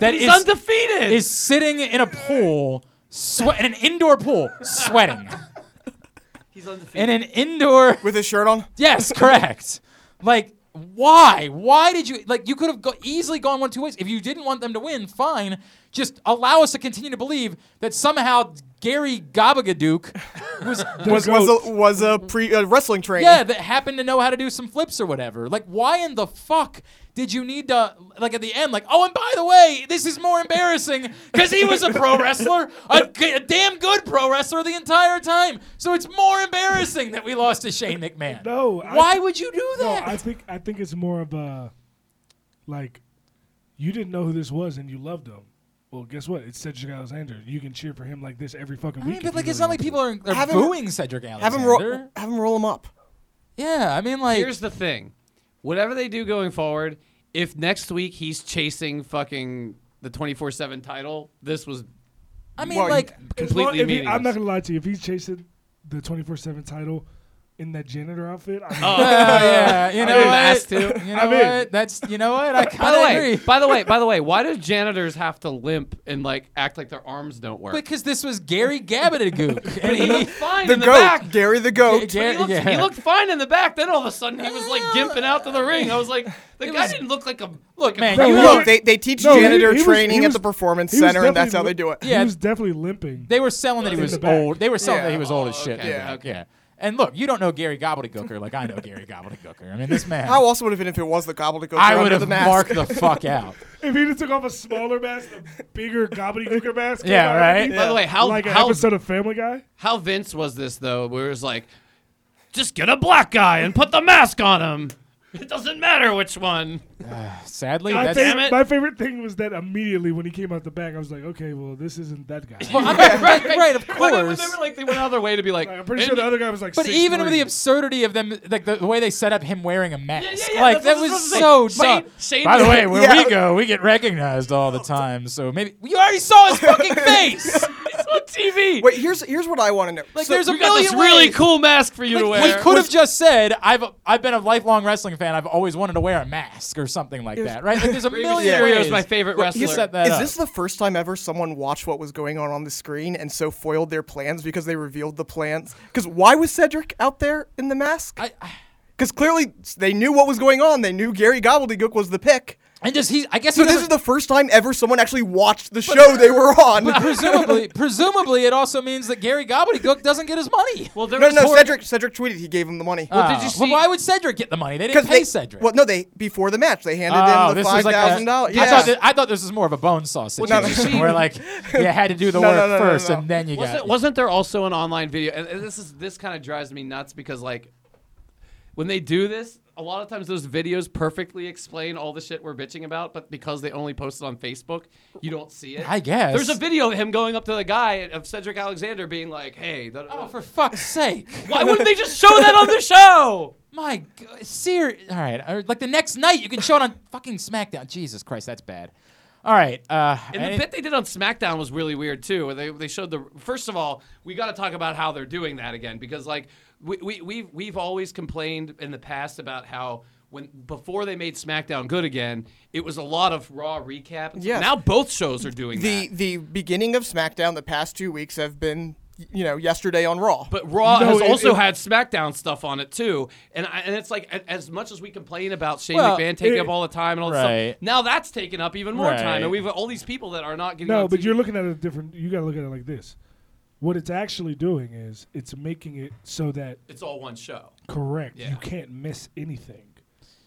S1: That
S3: he's
S1: is-
S3: undefeated.
S1: is sitting in a pool, sweat in an indoor pool, sweating
S3: he's undefeated.
S1: in an indoor.
S5: with his shirt on.
S1: Yes, correct. Like, why? Why did you like? You could have go, easily gone one of two ways. If you didn't want them to win, fine. Just allow us to continue to believe that somehow Gary Gabagadook was
S5: Was was a, was a pre a wrestling training.
S1: yeah that happened to know how to do some flips or whatever. Like, why in the fuck? Did you need to like at the end, like, oh, and by the way, this is more embarrassing because he was a pro wrestler, a, g- a damn good pro wrestler the entire time. So it's more embarrassing that we lost to Shane McMahon.
S2: No, I-
S1: why would you do
S2: No,
S1: that?
S2: I think I think it's more of a like you didn't know who this was and you loved him. Well, guess what? It's Cedric Alexander. You can cheer for him like this every fucking
S1: I
S2: week.
S1: mean, but
S2: if you
S1: like, it's
S2: really
S1: not like
S2: want
S1: people are, are
S5: Have him-
S1: booing Cedric
S5: Have him
S1: Alexander.
S5: roll. Have him roll him up.
S1: yeah, I mean, like,
S3: Here's the thing. Whatever they do going forward, if next week he's chasing fucking the 24/7 title, this was
S1: I mean,
S5: Well, you-
S1: like,
S2: to. As
S3: completely
S2: long- if he- I'm
S3: meaningless.
S2: not gonna lie to you. If he's chasing the 24 seven title in that janitor outfit, I mean,
S5: Uh,
S1: oh, yeah, you know
S3: didn't
S1: what?
S3: ask to.
S1: You know
S2: I'm in.
S1: what? That's you know what? I
S3: By the
S1: kind of
S3: way,
S1: agree.
S3: by the way, by the way, why do janitors have to limp and like act like their arms don't work?
S1: Because this was Gary Gabatagook, and
S3: he
S1: he
S3: looked fine
S5: The
S3: in the
S5: goat,
S3: back.
S5: Gary the goat.
S1: Ga-
S3: He looked,
S1: Yeah.
S3: he looked fine in the back. Then all of a sudden he was like
S1: Well,
S3: gimping out to the ring. I was like, the guy
S1: was-
S3: didn't look like a look,
S1: man,
S2: Bro,
S1: you
S2: we
S1: look-
S5: Look, they, they teach
S2: No, he-
S5: janitor
S2: he was-
S5: training
S2: he
S5: at the
S2: was-
S5: performance
S2: he was
S5: center, and that's how
S2: definitely
S5: they do it.
S2: lim-
S1: Yeah.
S2: he was definitely limping.
S1: they were selling that he
S2: In
S1: was
S2: the back.
S1: old. They were selling that he
S5: Yeah.
S1: was old as
S3: Oh,
S1: shit.
S3: okay,
S1: Yeah,
S3: okay.
S1: yeah. And look, you don't know Gary Gobbledygooker like I know Gary Gobbledygooker. I mean, this man.
S5: How else would it have been if it was the gobbledygook?
S1: I
S5: under
S1: would
S5: the
S1: have
S5: mask?
S1: marked the fuck out.
S2: If he just took off a smaller mask, a bigger gobbledygooker mask. came
S1: Yeah,
S2: out
S1: right?
S2: underneath,
S3: By the way, how
S2: Like an
S3: how
S2: episode of Family Guy.
S3: how Vince was this though? Where it was like, just get a black guy and put the mask on him. It doesn't matter which one.
S1: Sadly,
S2: My
S1: that's.
S2: favorite,
S3: it.
S2: my favorite thing was that immediately when he came out the back, I was like, okay, well, this isn't that guy.
S1: Well, I'm not- right, right, of
S3: Like, I
S1: course.
S3: remember like they went out of their way to be like,
S2: Like, I'm pretty sure
S3: and-
S2: the other guy was like.
S1: But even with the
S2: 6'3".
S1: absurdity of them, like the, the way they set up him wearing a mask,
S3: yeah, yeah,
S1: like that
S3: that's what I was
S1: was so
S3: supposed to say.
S1: dumb.
S3: Shane- Shane
S1: By the
S3: was-
S1: way, where
S5: Yeah.
S1: we go, we get recognized all the time. So maybe you already saw his fucking face.
S3: it's on TV.
S5: Wait, here's here's what I want to know.
S1: Like
S5: So-
S1: there's a
S3: we got
S1: million
S3: this really
S1: ways.
S3: cool mask for you to
S1: Like,
S3: wear.
S1: we could have just said, "I've I've been a lifelong wrestling fan. I've always wanted to wear a mask or something like that." Right? Like there's a
S3: Rey
S1: million
S3: Mysterio
S1: ways.
S3: is my favorite
S1: Well,
S3: wrestler.
S1: he set that uh,
S5: Is
S1: up.
S5: this the first time ever someone watched what was going on on the screen and so foiled their plans because they revealed the plans? Because why was Cedric out there in the mask?
S1: I, I-
S5: Because clearly they knew what was going on. They knew Gary Gobbledygook was the pick.
S1: and just he, I guess.
S5: So
S1: he
S5: this is
S1: doesn't-
S5: the first time ever someone actually watched the show they were on.
S1: but presumably, presumably, it also means that Gary Gobbledygook doesn't get his money.
S3: well, there
S5: No,
S3: was
S5: no,
S3: more-
S5: Cedric. Cedric tweeted he gave him the money.
S3: Well, did you
S1: Ah,
S3: see-
S1: why would Cedric get the money? They didn't
S5: 'Cause
S1: pay
S5: they-
S1: Cedric.
S5: Well, no, they before the match they handed
S1: Oh,
S5: him the
S1: this was
S5: five
S1: like a-
S5: thousand dollars.
S1: I thought,
S5: Yeah,
S1: thi- I thought this was more of a bone saw
S5: no, no.
S1: situation where like you had to do the
S5: No,
S1: work
S5: no, no, no,
S1: first
S5: no.
S1: and then you got.
S3: Wasn't, wasn't there also an online video? And and this is this kind of drives me nuts because like when they do this, a lot of times those videos perfectly explain all the shit we're bitching about, but because they only post it on Facebook, you don't see it.
S1: I guess.
S3: There's a video of him going up to the guy of Cedric Alexander being like, "Hey, da- da-
S1: Oh, for fuck's sake.
S3: why wouldn't they just show that on the show?"
S1: My God, ser- All right, uh, like the next night you can show it on fucking SmackDown. Jesus Christ, that's bad. All right, uh,
S3: And the
S1: any-
S3: bit they did on SmackDown was really weird too. Where they they showed the first of all, we got to talk about how they're doing that again because like we we we've, we've always complained in the past about how when before they made SmackDown good again, it was a lot of Raw recap.
S5: Yes.
S3: Now both shows are doing
S5: The
S3: that.
S5: the beginning of SmackDown the past two weeks have been you know yesterday on Raw.
S3: But Raw
S2: No,
S3: has
S2: it-
S3: also
S2: it-
S3: had SmackDown stuff on it too, and I, and it's like a- as much as we complain about Shane
S1: Well,
S3: McMahon taking
S2: it-
S3: up all the time and all this
S1: Right.
S3: stuff, now that's taking up even more
S1: Right.
S3: time, and we've got all these people that are not getting.
S2: No,
S3: on
S2: but
S3: TV.
S2: you're looking at it different. You got to look at it like this. What it's actually doing is it's making it so that
S3: It's all one show.
S2: correct
S3: Yeah.
S2: you can't miss anything.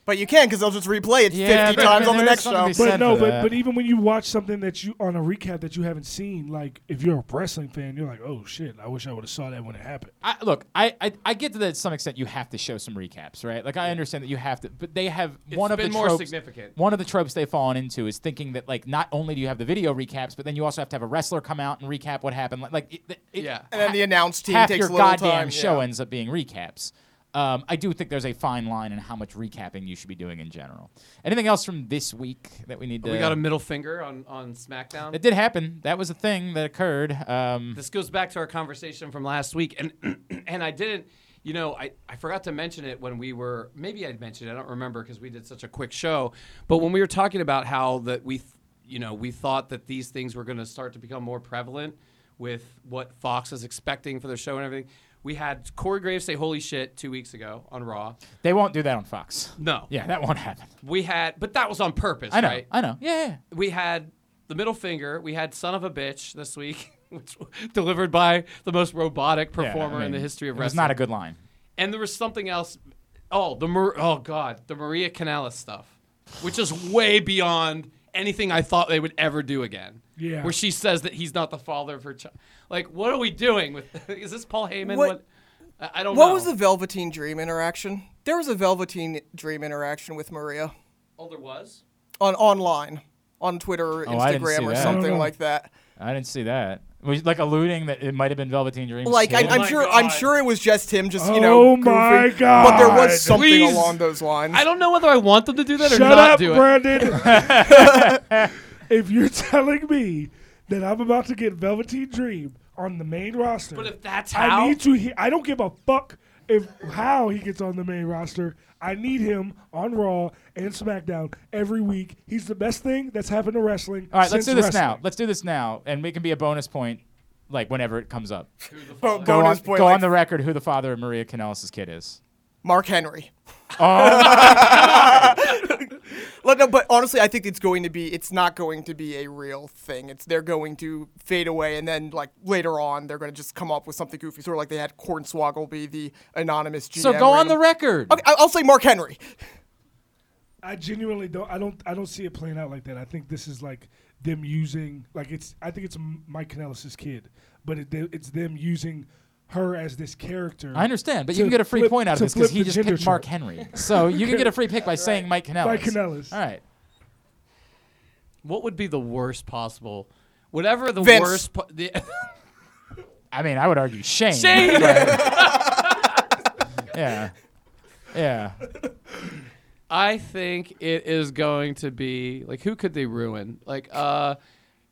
S5: But you can because they'll just replay it
S1: Yeah,
S5: 50
S1: but-
S5: times
S1: but
S5: on the
S1: there is
S5: next
S1: something
S5: show.
S1: to be
S2: But
S1: said
S2: no,
S1: for
S2: but
S1: that.
S2: but even when you watch something that you on a recap that you haven't seen, like if you're a wrestling fan, you're like, oh shit, I wish I would have saw that when it happened.
S1: I, look, I, I I get to that to some extent. You have to show some recaps, right? Like I understand that you have to, but they have
S3: It's
S1: one of
S3: been
S1: the
S3: more
S1: tropes,
S3: significant.
S1: One of the tropes they've fallen into is thinking that like not only do you have the video recaps, but then you also have to have a wrestler come out and recap what happened. Like, like it, it,
S3: Yeah.
S5: And then the announce team
S1: half
S5: takes
S1: your
S5: a little
S1: goddamn
S5: time.
S1: show
S5: yeah.
S1: ends up being recaps. Um, I do think there's a fine line in how much recapping you should be doing in general. Anything else from this week that we need to?
S3: We got a middle finger on, on SmackDown.
S1: It did happen. That was a thing that occurred. Um,
S3: this goes back to our conversation from last week, and and I didn't, you know, I, I forgot to mention it when we were maybe I mentioned it. I don't remember because we did such a quick show, but when we were talking about how that we, th- you know, we thought that these things were going to start to become more prevalent with what Fox is expecting for their show and everything. We had Corey Graves say "Holy shit" two weeks ago on Raw.
S1: they won't do that on Fox.
S3: No,
S1: Yeah, that won't happen.
S3: we had, but that was on purpose.
S1: I know.
S3: right?
S1: I know. Yeah. yeah.
S3: we had the middle finger. We had son of a bitch this week, which delivered by the most robotic
S1: Yeah, I
S3: performer in
S1: mean,
S3: the history of
S1: it
S3: wrestling.
S1: was not a good line.
S3: And there was something else. Oh, the Mar- oh god, the Maria Canales stuff, which is way beyond anything I thought they would ever do again.
S2: Yeah.
S3: Where she says that he's not the father of her child. Like, what are we doing with? is this Paul Heyman?
S5: What-
S3: What? I I don't know.
S5: What was the Velveteen Dream interaction? There was a Velveteen Dream interaction with Maria
S3: Oh, there was.
S5: on online, on Twitter or
S1: Oh, I didn't see
S5: Instagram or
S1: that.
S2: No, no,
S5: something
S2: no.
S5: like that.
S1: I didn't see that. Was like alluding that it might have been Velveteen Dream.
S5: Like I,
S3: Oh
S5: I'm
S3: my
S5: sure, I'm
S3: God.
S5: sure it was just him, just you
S2: Oh
S5: know.
S2: my
S5: goofing, But there
S2: God.
S5: was something
S3: Please.
S5: along those lines.
S3: I don't know whether I want them to do that or
S2: Shut
S3: not
S2: up,
S3: do it.
S2: Brandon. if you're telling me that I'm about to get Velveteen Dream on the main roster,
S3: But if that's
S2: I
S3: how-
S2: need to. He- I don't give a fuck if how he gets on the main roster. I need him on Raw and SmackDown every week. He's the best thing that's happened to wrestling.
S1: All right, let's
S2: since
S1: do this
S2: wrestling.
S1: now. Let's do this now, and it can be a bonus point, like whenever it comes up.
S5: Bo-
S1: Go, on,
S5: bonus point,
S1: go
S5: like,
S1: on the record who the father of Maria Canales' kid is.
S5: Mark Henry.
S1: Oh,
S5: Let- no, but honestly, I think it's going to be. It's not going to be a real thing. It's they're going to fade away, and then like later on, they're going to just come up with something goofy, sort of like they had Cornswoggle be the anonymous. GM
S1: so go on
S5: random-
S1: the record.
S5: Okay, I- I'll say Mark Henry.
S2: I genuinely don't. I don't. I don't see it playing out like that. I think this is like them using. Like it's. I think it's M- Mike Kanellis' kid, but it, it's them using her as this character.
S1: I understand, but you
S2: to
S1: can get a free
S2: flip-
S1: point out of
S2: to
S1: this because
S2: flip
S1: he
S2: the
S1: just
S2: gender
S1: picked Mark
S2: chart.
S1: Henry. So you can get a free pick by saying Mike Canales.
S2: Mike Kanellis.
S1: All right.
S3: What would be the worst possible? Whatever the
S5: Vince.
S3: worst. Po- the,
S1: I mean, I would argue Shane.
S3: Shane!
S1: but- yeah. Yeah.
S3: I think it is going to be like who could they ruin? Like uh,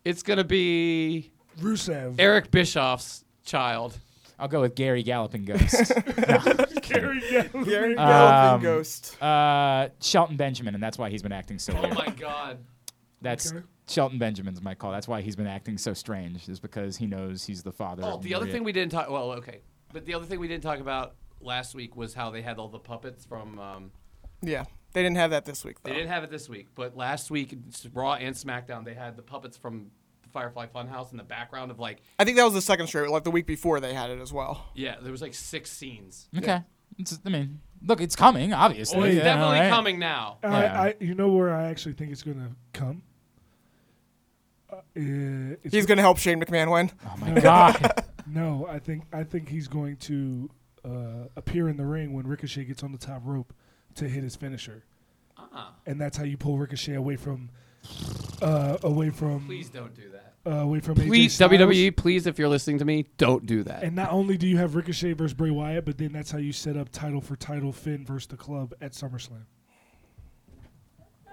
S3: it's gonna be
S2: Rusev.
S3: Eric Bischoff's child.
S1: I'll go with Gary Galloping Ghost.
S2: Gary Gallagher.
S1: Um,
S5: Galloping Ghost.
S1: Uh, Shelton Benjamin, and that's why he's been acting so
S3: Oh
S1: weird.
S3: my God.
S1: That's
S2: Okay.
S1: Shelton Benjamin's my call. That's why he's been acting so strange, is because he knows he's the father.
S3: Oh,
S1: of
S3: the other
S1: Maria.
S3: thing we didn't talk. Well, okay, but the other thing we didn't talk about last week was how they had all the puppets from. Um,
S5: Yeah, they didn't have that this week though.
S3: they didn't have it this week, but last week it's Raw and SmackDown they had the puppets from Firefly Funhouse in the background of like
S5: I think that was the second straight. Like the week before, they had it as well.
S3: yeah there was like six scenes.
S1: Okay. It's, I mean, look, it's coming, obviously.
S3: Oh, it's
S1: you know,
S3: definitely
S1: right?
S3: coming now.
S2: I,
S1: Yeah.
S2: I, you know where I actually think it's gonna come. Uh, eh, it's
S5: He's going to help Shane McMahon win.
S1: Oh my god.
S2: No, I think I think he's going to uh, appear in the ring when Ricochet gets on the top rope to hit his finisher. And that's how you pull Ricochet away from uh, away from
S3: Please don't do that.
S2: uh, away from AJ
S3: Please, E.
S2: Styles.
S3: WWE, please, if you're listening to me, don't do that.
S2: And not only do you have Ricochet versus Bray Wyatt, but then that's how you set up title for title Finn versus the club at SummerSlam.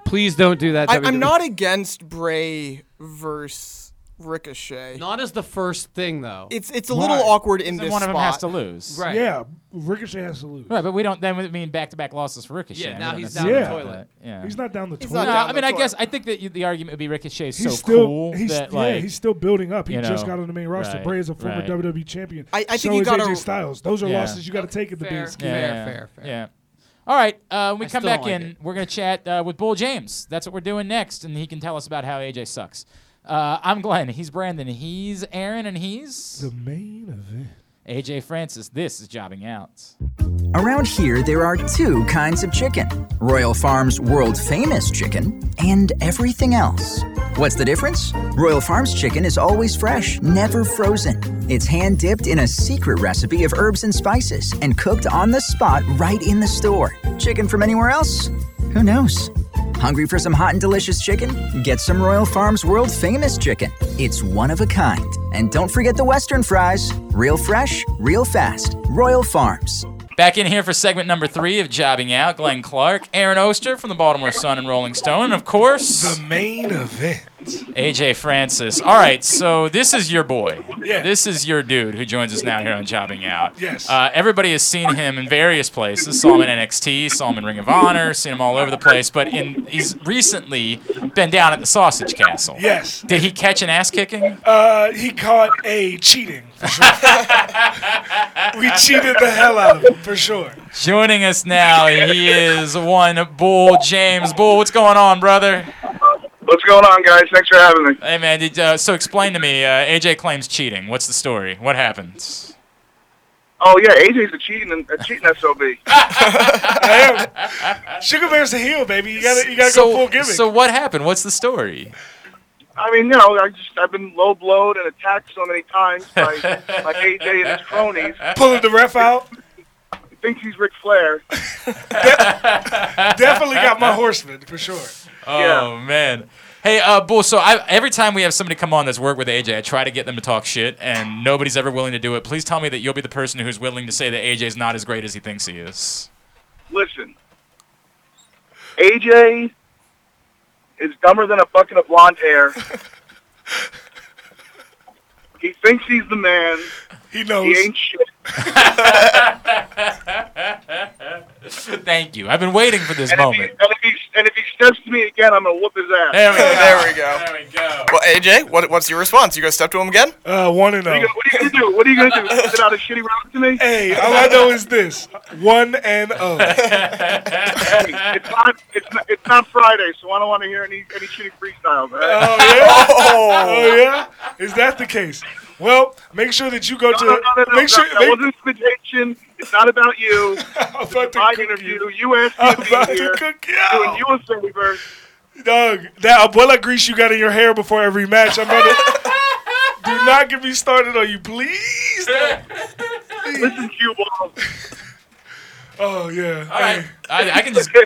S3: Please don't do that. E.
S5: I,
S3: WWE.
S5: I'm not against Bray versus Ricochet.
S3: Not as the first thing though.
S5: It's it's a
S1: Why?
S5: little awkward in
S1: Then
S5: this
S1: one of
S5: spot.
S1: them has to lose.
S3: right.
S2: Yeah, Ricochet has to lose.
S1: Right, but we don't. Then we mean back-to-back losses for Ricochet.
S3: Yeah,
S1: We
S3: now
S1: don't
S3: he's
S2: down the
S1: necessarily
S3: toilet.
S1: want that. Yeah.
S2: He's not down the
S5: He's
S2: toilet.
S5: not
S1: No,
S5: down
S1: I
S5: the
S1: mean, I
S5: toilet.
S1: guess I think that you, the argument would be Ricochet's
S2: He's
S1: so
S2: still
S1: cool
S2: he's,
S1: that
S2: yeah,
S1: like
S2: he's still building up. He
S1: you
S2: just
S1: know,
S2: got on the main roster.
S1: right,
S2: Bray is a former
S1: right.
S2: WWE champion.
S5: I- I
S2: so
S5: think you
S2: is
S5: gotta-
S2: AJ Styles. Those are
S1: Yeah.
S2: losses you got to take at the
S3: Fair.
S2: biggest.
S3: Yeah. fair, fair.
S1: Yeah. All right. Uh, when we
S3: I
S1: come
S3: still
S1: back
S3: don't like
S1: in,
S3: it.
S1: we're going to chat uh, with Bull James. That's what we're doing next, and he can tell us about how AJ sucks. Uh, I'm Glenn. He's Brandon. He's Aaron, and he's
S2: The main event.
S1: AJ Francis. This is jobbing out.
S7: Around here, there are two kinds of chicken Royal Farms world famous chicken and everything else. What's the difference? Royal Farms chicken is always fresh, never frozen. It's hand dipped in a secret recipe of herbs and spices and cooked on the spot right in the store. Chicken from anywhere else? Who knows? Hungry for some hot and delicious chicken? Get some Royal Farms world famous chicken. It's one of a kind. And don't forget the Western fries. Real fresh, real fast. Royal Farms.
S1: Back in here for segment number three of Jobbing Out. Glenn Clark, Aaron Oster from the Baltimore Sun and Rolling Stone, and of course,
S2: main event.
S1: AJ Francis. All right, so this is your boy.
S2: Yeah.
S1: This is your dude who joins us now here on Jobbing Out.
S2: Yes.
S1: Uh, everybody has seen him in various places. Saw him in NXT, saw him in Ring of Honor, seen him all over the place. But in he's recently been down at the Sausage Castle.
S2: Yes.
S1: Did he catch an ass kicking?
S2: Uh, he caught a cheating. For sure. we cheated the hell out of him for sure.
S1: Joining us now, he is one Bull James. Bull, what's going on, brother?
S8: What's going on, guys? Thanks for having me.
S1: Hey man, did, uh, so explain to me. Uh, AJ claims cheating. What's the story? What happened?
S8: Oh yeah, AJ's a cheating a cheating sob.
S2: Sugar Bear's the heel, baby. You gotta you gotta
S1: so,
S2: go full gimmick.
S1: so what happened? What's the story?
S8: I mean, you know, I just I've been low blowed and attacked so many times by by AJ and his cronies.
S2: pulling the ref out.
S8: He thinks he's Ric Flair.
S2: Definitely got my horseman for sure.
S1: Oh man. Hey, uh, Bull. So I, every time we have somebody come on that's worked with AJ, I try to get them to talk shit, and nobody's ever willing to do it. Please tell me that you'll be the person who's willing to say that AJ's not as great as he thinks he is.
S8: Listen, AJ is dumber than a bucket of blonde hair. He thinks he's the man.
S2: He
S8: He
S2: knows.
S8: ain't shit.
S1: Thank you. I've been waiting for this
S8: And if, he,
S1: moment.
S8: and, if he, and if he steps to me again, I'm gonna whoop his ass.
S1: There we go.
S5: There we go.
S1: There we go.
S5: Well, AJ, what, what's your response? You gonna step to him again?
S2: Uh, one and
S8: What are you
S2: zero.
S8: gonna- what are you gonna do? What are you gonna do? Sit out a shitty route to me?
S2: Hey, all I know is this: one and oh. zero.
S8: it's not it's not, it's not Friday, so I don't want to hear any any shitty freestyles. All right?
S2: Oh yeah. Oh yeah. Is that the case? Well, make sure that you go to.
S8: no, no, no, no, no,
S2: make sure.
S8: that
S2: make,
S8: wasn't invitation. It's not about you.
S2: I'm about
S8: My
S2: to cook
S8: interview.
S2: you.
S8: You asked me
S2: I'm
S8: to
S2: about
S8: be here.
S2: to cook
S8: Doing
S2: you.
S8: you a favor.
S2: Doug, that abuela grease you got in your hair before every match. I'm about to. Do not get me started on you, please. Doug.
S8: Listen, cue balls.
S2: Oh yeah.
S1: All right. I, I can just.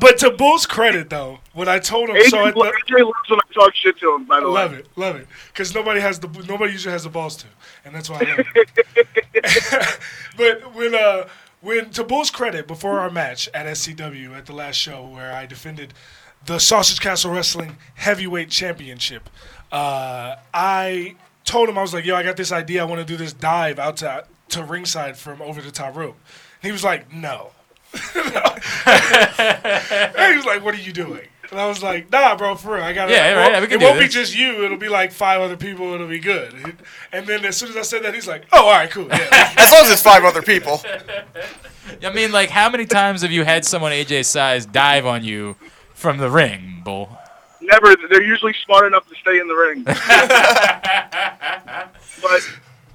S2: But to Bull's credit, though, when I told him so,
S8: AJ,
S2: at
S8: lo-
S2: the,
S8: AJ loves when I talk shit to him. By the way,
S2: love it, love it, because nobody has the nobody usually has the balls to, and that's why I love it. but when uh when to Bull's credit, before our match at SCW at the last show where I defended the Sausage Castle Wrestling Heavyweight Championship, uh, I told him I was like, "Yo, I got this idea. I want to do this dive out to to ringside from over the top rope." And he was like, "No." And he was like, "What are you doing?" And I was like, "Nah, bro, for real, I got
S1: Yeah,
S2: it.
S1: right,
S2: won't-
S1: we can
S2: it
S1: do
S2: won't be
S1: this."
S2: just you. It'll be like five other people. It'll be good." And then as soon as I said that, he's like, "Oh, all right, cool." Yeah,
S5: As long as it's five other people.
S1: I mean, like, how many times have you had someone AJ's size dive on you from the ring, Bull?
S8: never. They're usually smart enough to stay in the ring. but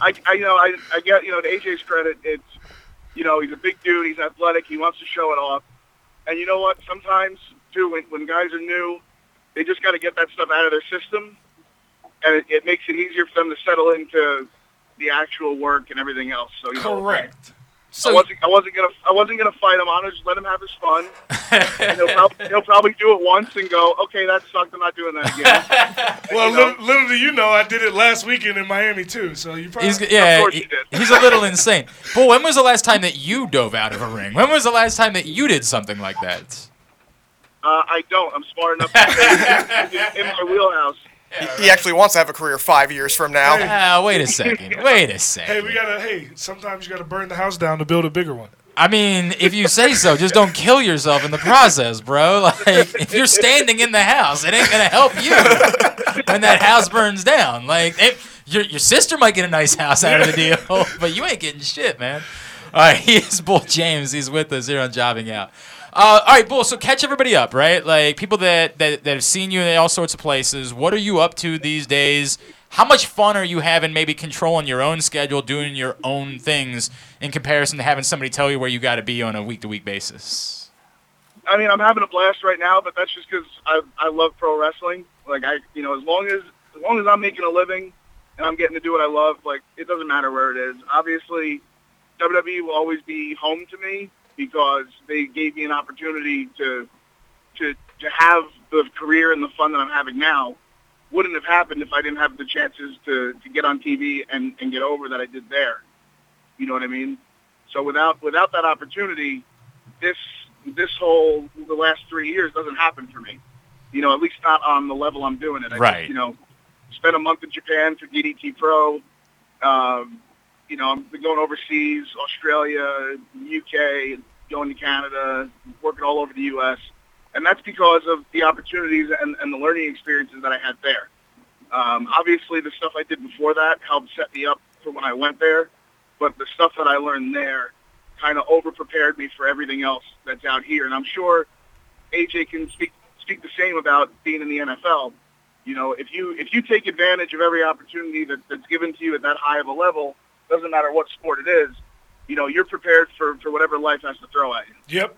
S8: I, I, you know, I, I get, you know, to AJ's credit, it's, you know, he's a big dude. He's athletic. He wants to show it off. And you know what? Sometimes too, when, when guys are new, they just got to get that stuff out of their system, and it, it makes it easier for them to settle into the actual work and everything else. So you know,
S2: Correct.
S8: I wasn't, I wasn't gonna, I wasn't gonna fight him on it. Just let him have his fun. And he'll, prob- he'll probably do it once and go, okay, that sucked. I'm not doing that again.
S2: Well,
S8: You know?
S2: little, little do you know, I did it last weekend in Miami too. So you probably
S1: He's, yeah,
S8: course
S1: he-
S8: you did.
S1: he's a little insane. Bull, when was the last time that you dove out of a ring? When was the last time that you did something like that?
S8: Uh, I don't. I'm smart enough to stay in my wheelhouse.
S5: He, he actually wants to have a career five years from now.
S1: Ah, wait a second. Wait a
S2: hey,
S1: second.
S2: we gotta. Hey, sometimes you gotta burn the house down to build a bigger one.
S1: I mean, if you say so, just don't kill yourself in the process, bro. Like, if you're standing in the house, it ain't gonna help you when that house burns down. Like, if, your your sister might get a nice house out of the deal, but you ain't getting shit, man. All right, he is Bull James. He's with us here on Jobbing Out. Uh, all right, Bull. So catch everybody up, right? Like people that, that that have seen you in all sorts of places. What are you up to these days? How much fun are you having? Maybe controlling your own schedule, doing your own things, in comparison to having somebody tell you where you got to be on a week to week basis.
S8: I mean, I'm having a blast right now, but that's just because I I love pro wrestling. Like I, you know, as long as as long as I'm making a living and I'm getting to do what I love, like it doesn't matter where it is. Obviously, WWE E will always be home to me because they gave me an opportunity to to to have the career and the fun that I'm having now. Wouldn't have happened if I didn't have the chances to to get on TV and and get over that I did there. You know what I mean? So without without that opportunity, this this whole the last three years doesn't happen for me. You know, at least not on the level I'm doing it. I just,
S1: Right.
S8: you know, spent a month in Japan for DDT Pro. Um, you know, I'm going overseas, Australia, UK, going to Canada, working all over the U.S. And that's because of the opportunities and, and the learning experiences that I had there. Um, obviously, the stuff I did before that helped set me up for when I went there, but the stuff that I learned there kind of over prepared me for everything else that's out here. And I'm sure AJ can speak speak the same about being in the NFL. You know, if you if you take advantage of every opportunity that, that's given to you at that high of a level, doesn't matter what sport it is, you know, you're prepared for, for whatever life has to throw at you.
S2: Yep.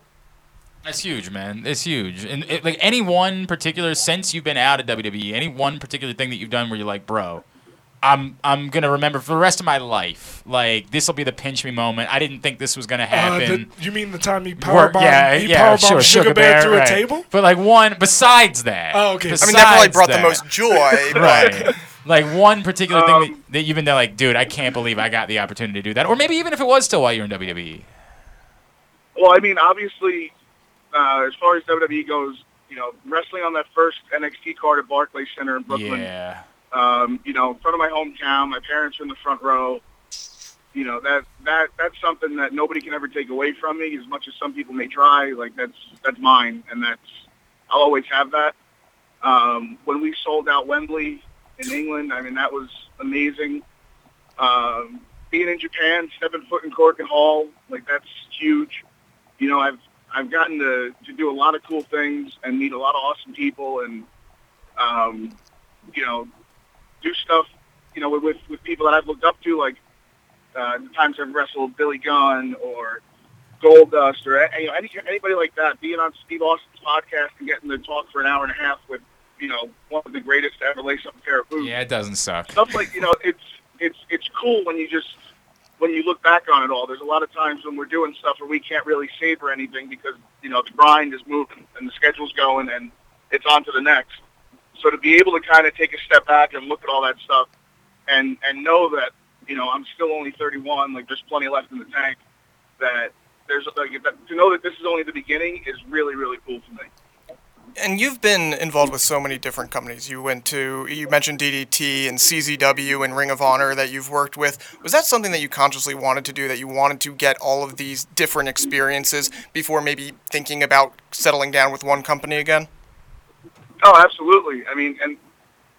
S1: That's huge, man. It's huge. And it, like any one particular since you've been out of WWE, any one particular thing that you've done where you're like, bro, I'm I'm gonna remember for the rest of my life. Like this will be the pinch me moment. I didn't think this was gonna
S2: Uh, the-
S1: happen.
S2: you mean the time he
S1: Work-
S2: powerbombed? he powerbombed Sugar, Bear, through
S1: right.
S2: a table?
S1: But like one besides that.
S2: Oh, okay. I mean,
S5: I mean, that probably
S1: besides
S5: brought
S1: that.
S5: the most joy. but-
S1: right. Like one particular thing
S8: Um,
S1: that, that you've been like, dude, I can't believe I got the opportunity to do that. Or maybe even if it was still while you're in E. WWE.
S8: Well, I mean, obviously, uh, as far as WWE goes, you know, wrestling on that first NXT card at Barclays Center in Brooklyn,
S1: Yeah.
S8: um, you know, in front of my hometown, my parents were in the front row. You know, that that that's something that nobody can ever take away from me, as much as some people may try. Like that's that's mine, and that's I'll always have that. Um, when we sold out Wembley in England, I mean that was amazing. Um, being in Japan, stepping foot in Cork and Hall, like that's huge. You know, I've I've gotten to, to do a lot of cool things and meet a lot of awesome people, and um, you know, do stuff, you know, with- with with people that I've looked up to, like uh, the times I've wrestled Billy Gunn or Goldust or a- you know, any, anybody like that. Being on Steve Austin's podcast and getting to talk for an hour and a half with you know one of the greatest to ever lace up a pair of boots
S1: Yeah, it doesn't suck.
S8: stuff like you know it's it's it's cool when you just when you look back on it all there's a lot of times when we're doing stuff where we can't really savor anything because you know the grind is moving and the schedule's going and it's on to the next so to be able to kind of take a step back and look at all that stuff and and know that you know i'm still only 31 like there's plenty left in the tank that there's like that, to know that this is only the beginning is really really cool for me
S5: And you've been involved with so many different companies. You went to, you mentioned DDT and CZW and Ring of Honor that you've worked with. Was that something that you consciously wanted to do, that you wanted to get all of these different experiences before maybe thinking about settling down with one company again?
S8: Oh, absolutely. I mean, and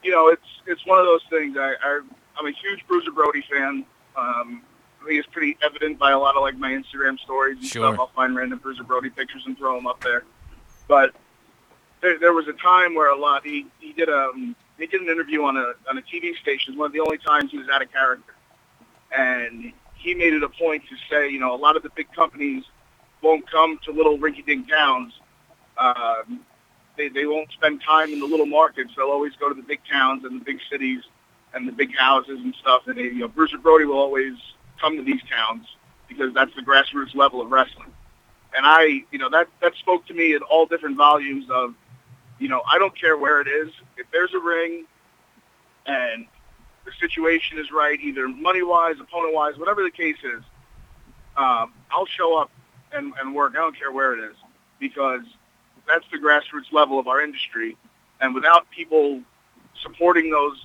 S8: you know, it's it's one of those things. I, I I'm a huge Bruiser Brody fan. Um, I think it's pretty evident by a lot of like my Instagram stories and
S1: Sure.
S8: stuff. I'll find random Bruiser Brody pictures and throw them up there. But there, there was a time where a lot he he did um he did an interview on a on a TV station. One of the only times he was out of character, and he made it a point to say, you know, a lot of the big companies won't come to little rinky-dink towns. Um, they, they won't spend time in the little markets. They'll always go to the big towns and the big cities and the big houses and stuff. And they, you know, Bruce Brody will always come to these towns because that's the grassroots level of wrestling. And I, you know, that that spoke to me in all different volumes of, you know, I don't care where it is. If there's a ring, and the situation is right, either money wise, opponent wise, whatever the case is, um, I'll show up and, and work. I don't care where it is because that's the grassroots level of our industry. And without people supporting those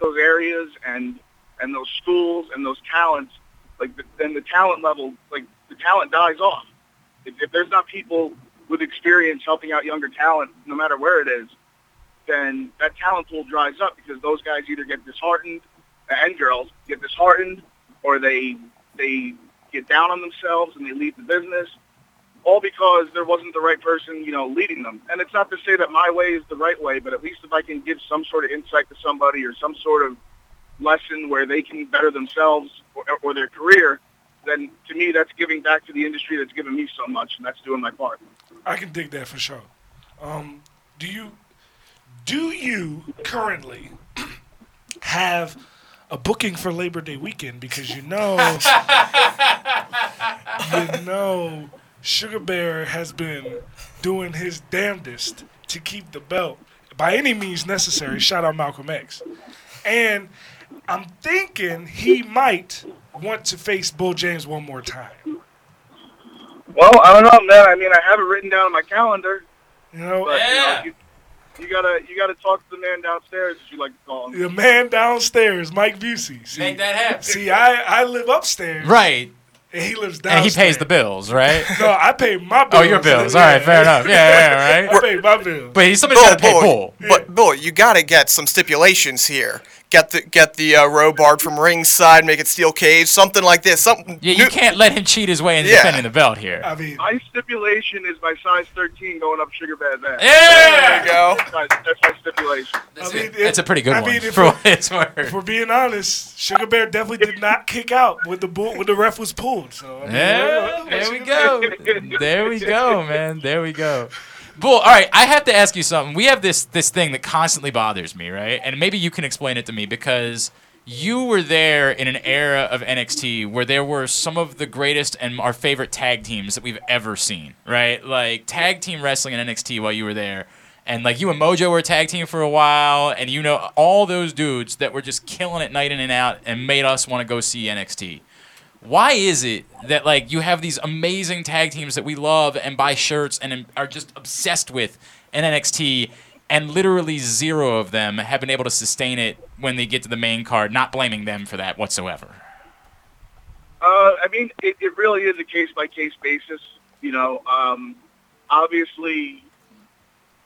S8: those areas and and those schools and those talents, like the, then the talent level, like the talent dies off. If, if there's not people with experience helping out younger talent, no matter where it is, then that talent pool dries up because those guys either get disheartened and girls get disheartened or they they get down on themselves and they leave the business all because there wasn't the right person, you know, leading them. And it's not to say that my way is the right way, but at least if I can give some sort of insight to somebody or some sort of lesson where they can better themselves or, or their career, then to me that's giving back to the industry that's given me so much and that's doing my part.
S2: I can dig that for sure. Um, do you do you currently have a booking for Labor Day weekend? Because you know, you know, Sugar Bear has been doing his damnedest to keep the belt by any means necessary. Shout out Malcolm X, and I'm thinking he might want to face Bull James one more time.
S8: Well, I don't know, man. I mean, I have it written down on my calendar.
S2: You know,
S8: but, you know, you- you gotta you gotta talk to the man downstairs, as you like to call him.
S2: the man downstairs, Mike Busey. See,
S1: Make that happen.
S2: See, I, I live upstairs,
S1: Right.
S2: and he lives downstairs.
S1: And he pays the bills, right?
S2: No, I pay my bills.
S1: oh, your bills. All right, fair enough. Yeah, yeah,
S2: I
S1: right.
S2: pay my bills.
S1: But he's somebody's
S5: Bull,
S1: got to pay
S5: Bull,
S1: Bull.
S5: Oh, but Bull, you got to get some stipulations here. Get the get the uh, row barred from ringside, make it steel cage, something like this. Something.
S1: Yeah, you
S5: new-
S1: can't let him cheat his way into
S5: Yeah.
S1: defending the belt here.
S2: I mean,
S8: My stipulation is my size 13 going up Sugar Bad's ass.
S5: There
S1: Yeah,
S5: you go.
S8: That's my, that's my stipulation.
S2: I mean,
S1: that's a pretty good
S2: I
S1: one
S2: mean, if
S1: for
S2: we-
S1: what it's worth.
S2: if we're being honest, Sugar Bear definitely did not kick out when the bull, when the ref was pulled. So I mean,
S1: Yeah, there we go. There we go, man. There we go. Bull, all right, I have to ask you something. We have this this thing that constantly bothers me, right? And maybe you can explain it to me because you were there in an era of NXT where there were some of the greatest and our favorite tag teams that we've ever seen, right? Like tag team wrestling in NXT while you were there. And like you and Mojo were a tag team for a while, and you know all those dudes that were just killing it night in and out and made us want to go see NXT why is it that like you have these amazing tag teams that we love and buy shirts and am- are just obsessed with in NXT and literally zero of them have been able to sustain it when they get to the main card, not blaming them for that whatsoever.
S8: Uh, I mean, it, it really is a case by case basis. You know, um, obviously,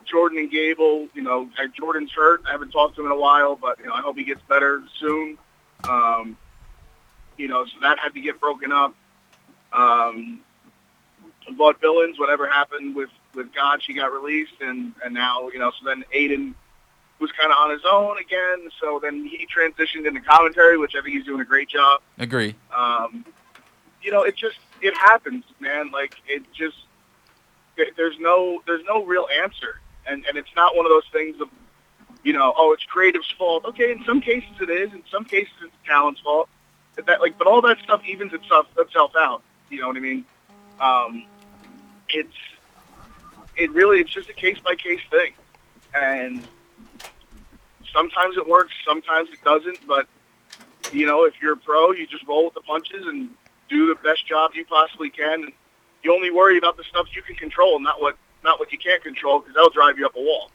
S8: Jordan and Gable. You know, uh, Jordan's hurt. I haven't talked to him in a while, but you know, I hope he gets better soon. Um, you know, so that had to get broken up. Um, but Billings, whatever happened with with God, she got released, and and now you know, so then Aiden was kind of on his own again. So then he transitioned into commentary, which I think he's doing a great job
S1: Agree.
S8: um, you know, it just it happens, man. Like it just there- there's no there's no real answer, and and it's not one of those things of you know, oh, it's creative's fault. Okay, in some cases it is, in some cases it's talent's fault. But That like, but all that stuff evens itself itself out. You know what I mean? Um, it's it really it's just a case by case thing, and sometimes it works, sometimes it doesn't. But you know, if you're a pro, you just roll with the punches and do the best job you possibly can. And you only worry about the stuff you can control, not what not what you can't control, because that'll drive you up a wall.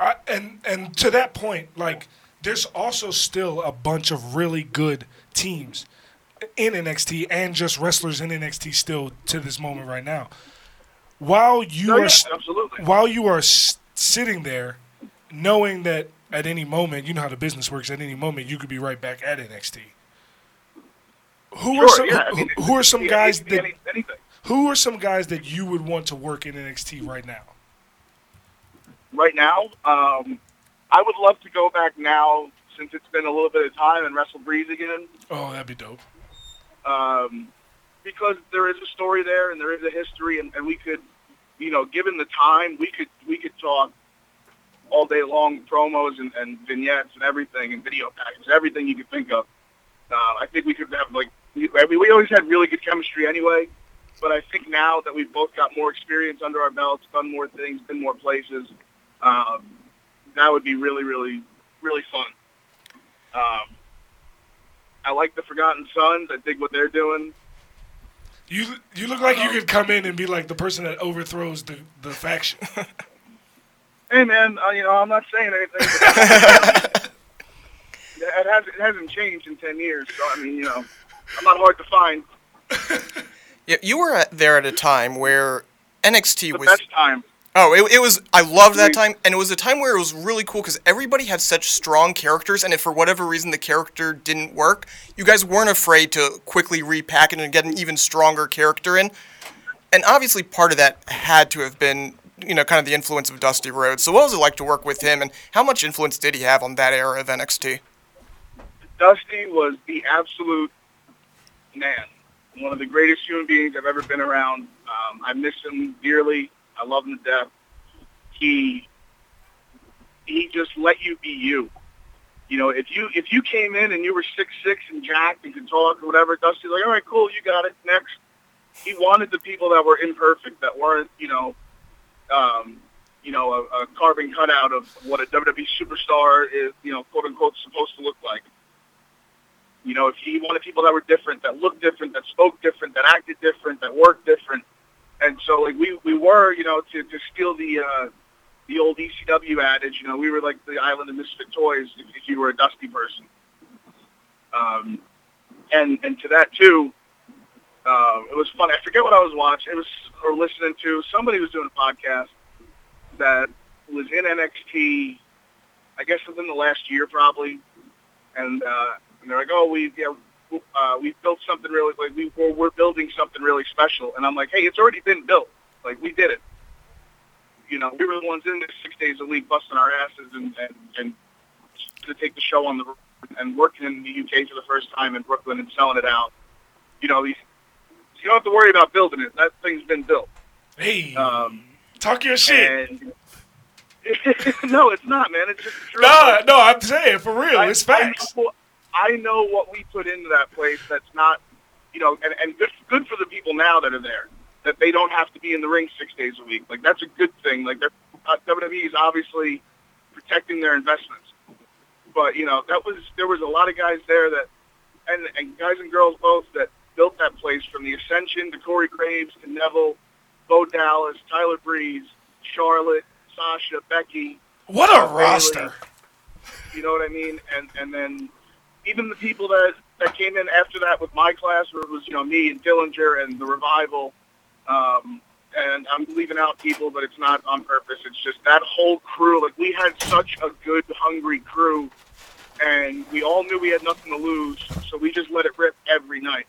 S2: I, and and to that point, like there's also still a bunch of really good teams in NXT and just wrestlers in NXT still to this moment right now. While you
S8: No,
S2: are
S8: Oh, yeah,
S2: st-
S8: absolutely.
S2: while you are s- sitting there, knowing that at any moment, you know how the business works. At any moment, you could be right back at NXT. Who are
S8: Sure,
S2: some
S8: yeah. I
S2: who-
S8: mean,
S2: who are some
S8: yeah,
S2: guys
S8: it could be
S2: that
S8: any- anything.
S2: who are some guys that you would want to work in NXT right now?
S8: right now. Um, I would love to go back now since it's been a little bit of time and wrestle Breeze again.
S2: Oh, that'd be dope.
S8: um, because there is a story there and there is a history, and, and we could, you know, given the time, we could we could talk all day long promos and,
S2: Um,
S8: and vignettes and everything and video packages, everything you could think of. Uh, I think we could have like
S2: We, I mean, we always had really good chemistry anyway, but I think now that we've both got more experience under our belts, done more things, been more places, um, that would be really, really, really fun. Um, I like the Forgotten Sons. I dig what they're doing.
S8: You you look like you could come in and be like the person that overthrows the, the faction.
S2: Hey, man, uh, you know, I'm not saying anything. but- it, has, it hasn't changed in 10 years, so, I mean, you know, I'm not hard to find.
S5: Yeah, you were at, there at a time where NXT
S2: The
S5: was
S2: best time.
S5: Oh, it, it was. I loved that time, and it was a time where it was really cool because everybody had such strong characters, and if for whatever reason the character didn't work, you guys weren't afraid to quickly repackage and get an even stronger character in. And obviously, part of that had to have been, you know, kind of the influence of Dusty Rhodes. So, what was it like to work with him, and how much influence did he have on that era of NXT?
S2: Dusty was the absolute man, one of the greatest human beings I've ever been around. Um, I miss him dearly. I love him to death. He he just let you be you. You know, if you if you came in and you were six six and jacked and could talk or whatever, Dusty's like, all right, cool, you got it. Next, he wanted the people that were imperfect, that weren't, you know, um, you know, a, a carbon cutout of what a WWE superstar is, you know, quote unquote, supposed to look like. You know, if he wanted people that were different, that looked different, that spoke different, that acted different, that worked different. And so, like, we, we were, you know, to, to steal the uh, the old ECW adage, you know, we were like the island of misfit toys if, if you were a dusty person. Um, and, and to that, too, uh, it was fun. I forget what I was watching. It was or listening to. Somebody was doing a podcast that was in NXT. I guess within the last year, probably. And, uh, and they're like, "Oh, we yeah, w- uh, we built something really like we we're, we're building something really special." And I'm like, "Hey, it's already been built. Like we did it. You know, we were the ones in this six days a week, busting our asses and and, and to take the show on the road and working in the UK for the first time in Brooklyn and selling it out. You know, these so you don't have to worry about building it. That thing's been built.
S8: hey,
S2: Um,
S8: talk your shit.
S2: and no, it's not, man. It's just true.
S8: Nah, no, I'm saying for real,
S2: I-
S8: it's facts.
S2: I know, I know what we put into that place. That's not, you know, and, and good, good for the people now that are there. That they don't have to be in the ring six days a week. Like that's a good thing. Like they're, uh, WWE is obviously protecting their investments. But you know, that was there was a lot of guys there that, and and guys and girls both that built that place from the Ascension to Corey Graves to Neville, Bo Dallas, Tyler Breeze, Charlotte, Sasha, Becky.
S8: What a roster!
S2: You know what I mean? And and then even the people that that came in after that with my class, where it was you know me and Dillinger and the revival. Um, and I'm leaving out people, but it's not on purpose. It's just that whole crew. Like we had such a good, hungry crew, and we all knew we had nothing to lose, so we just let it rip every night.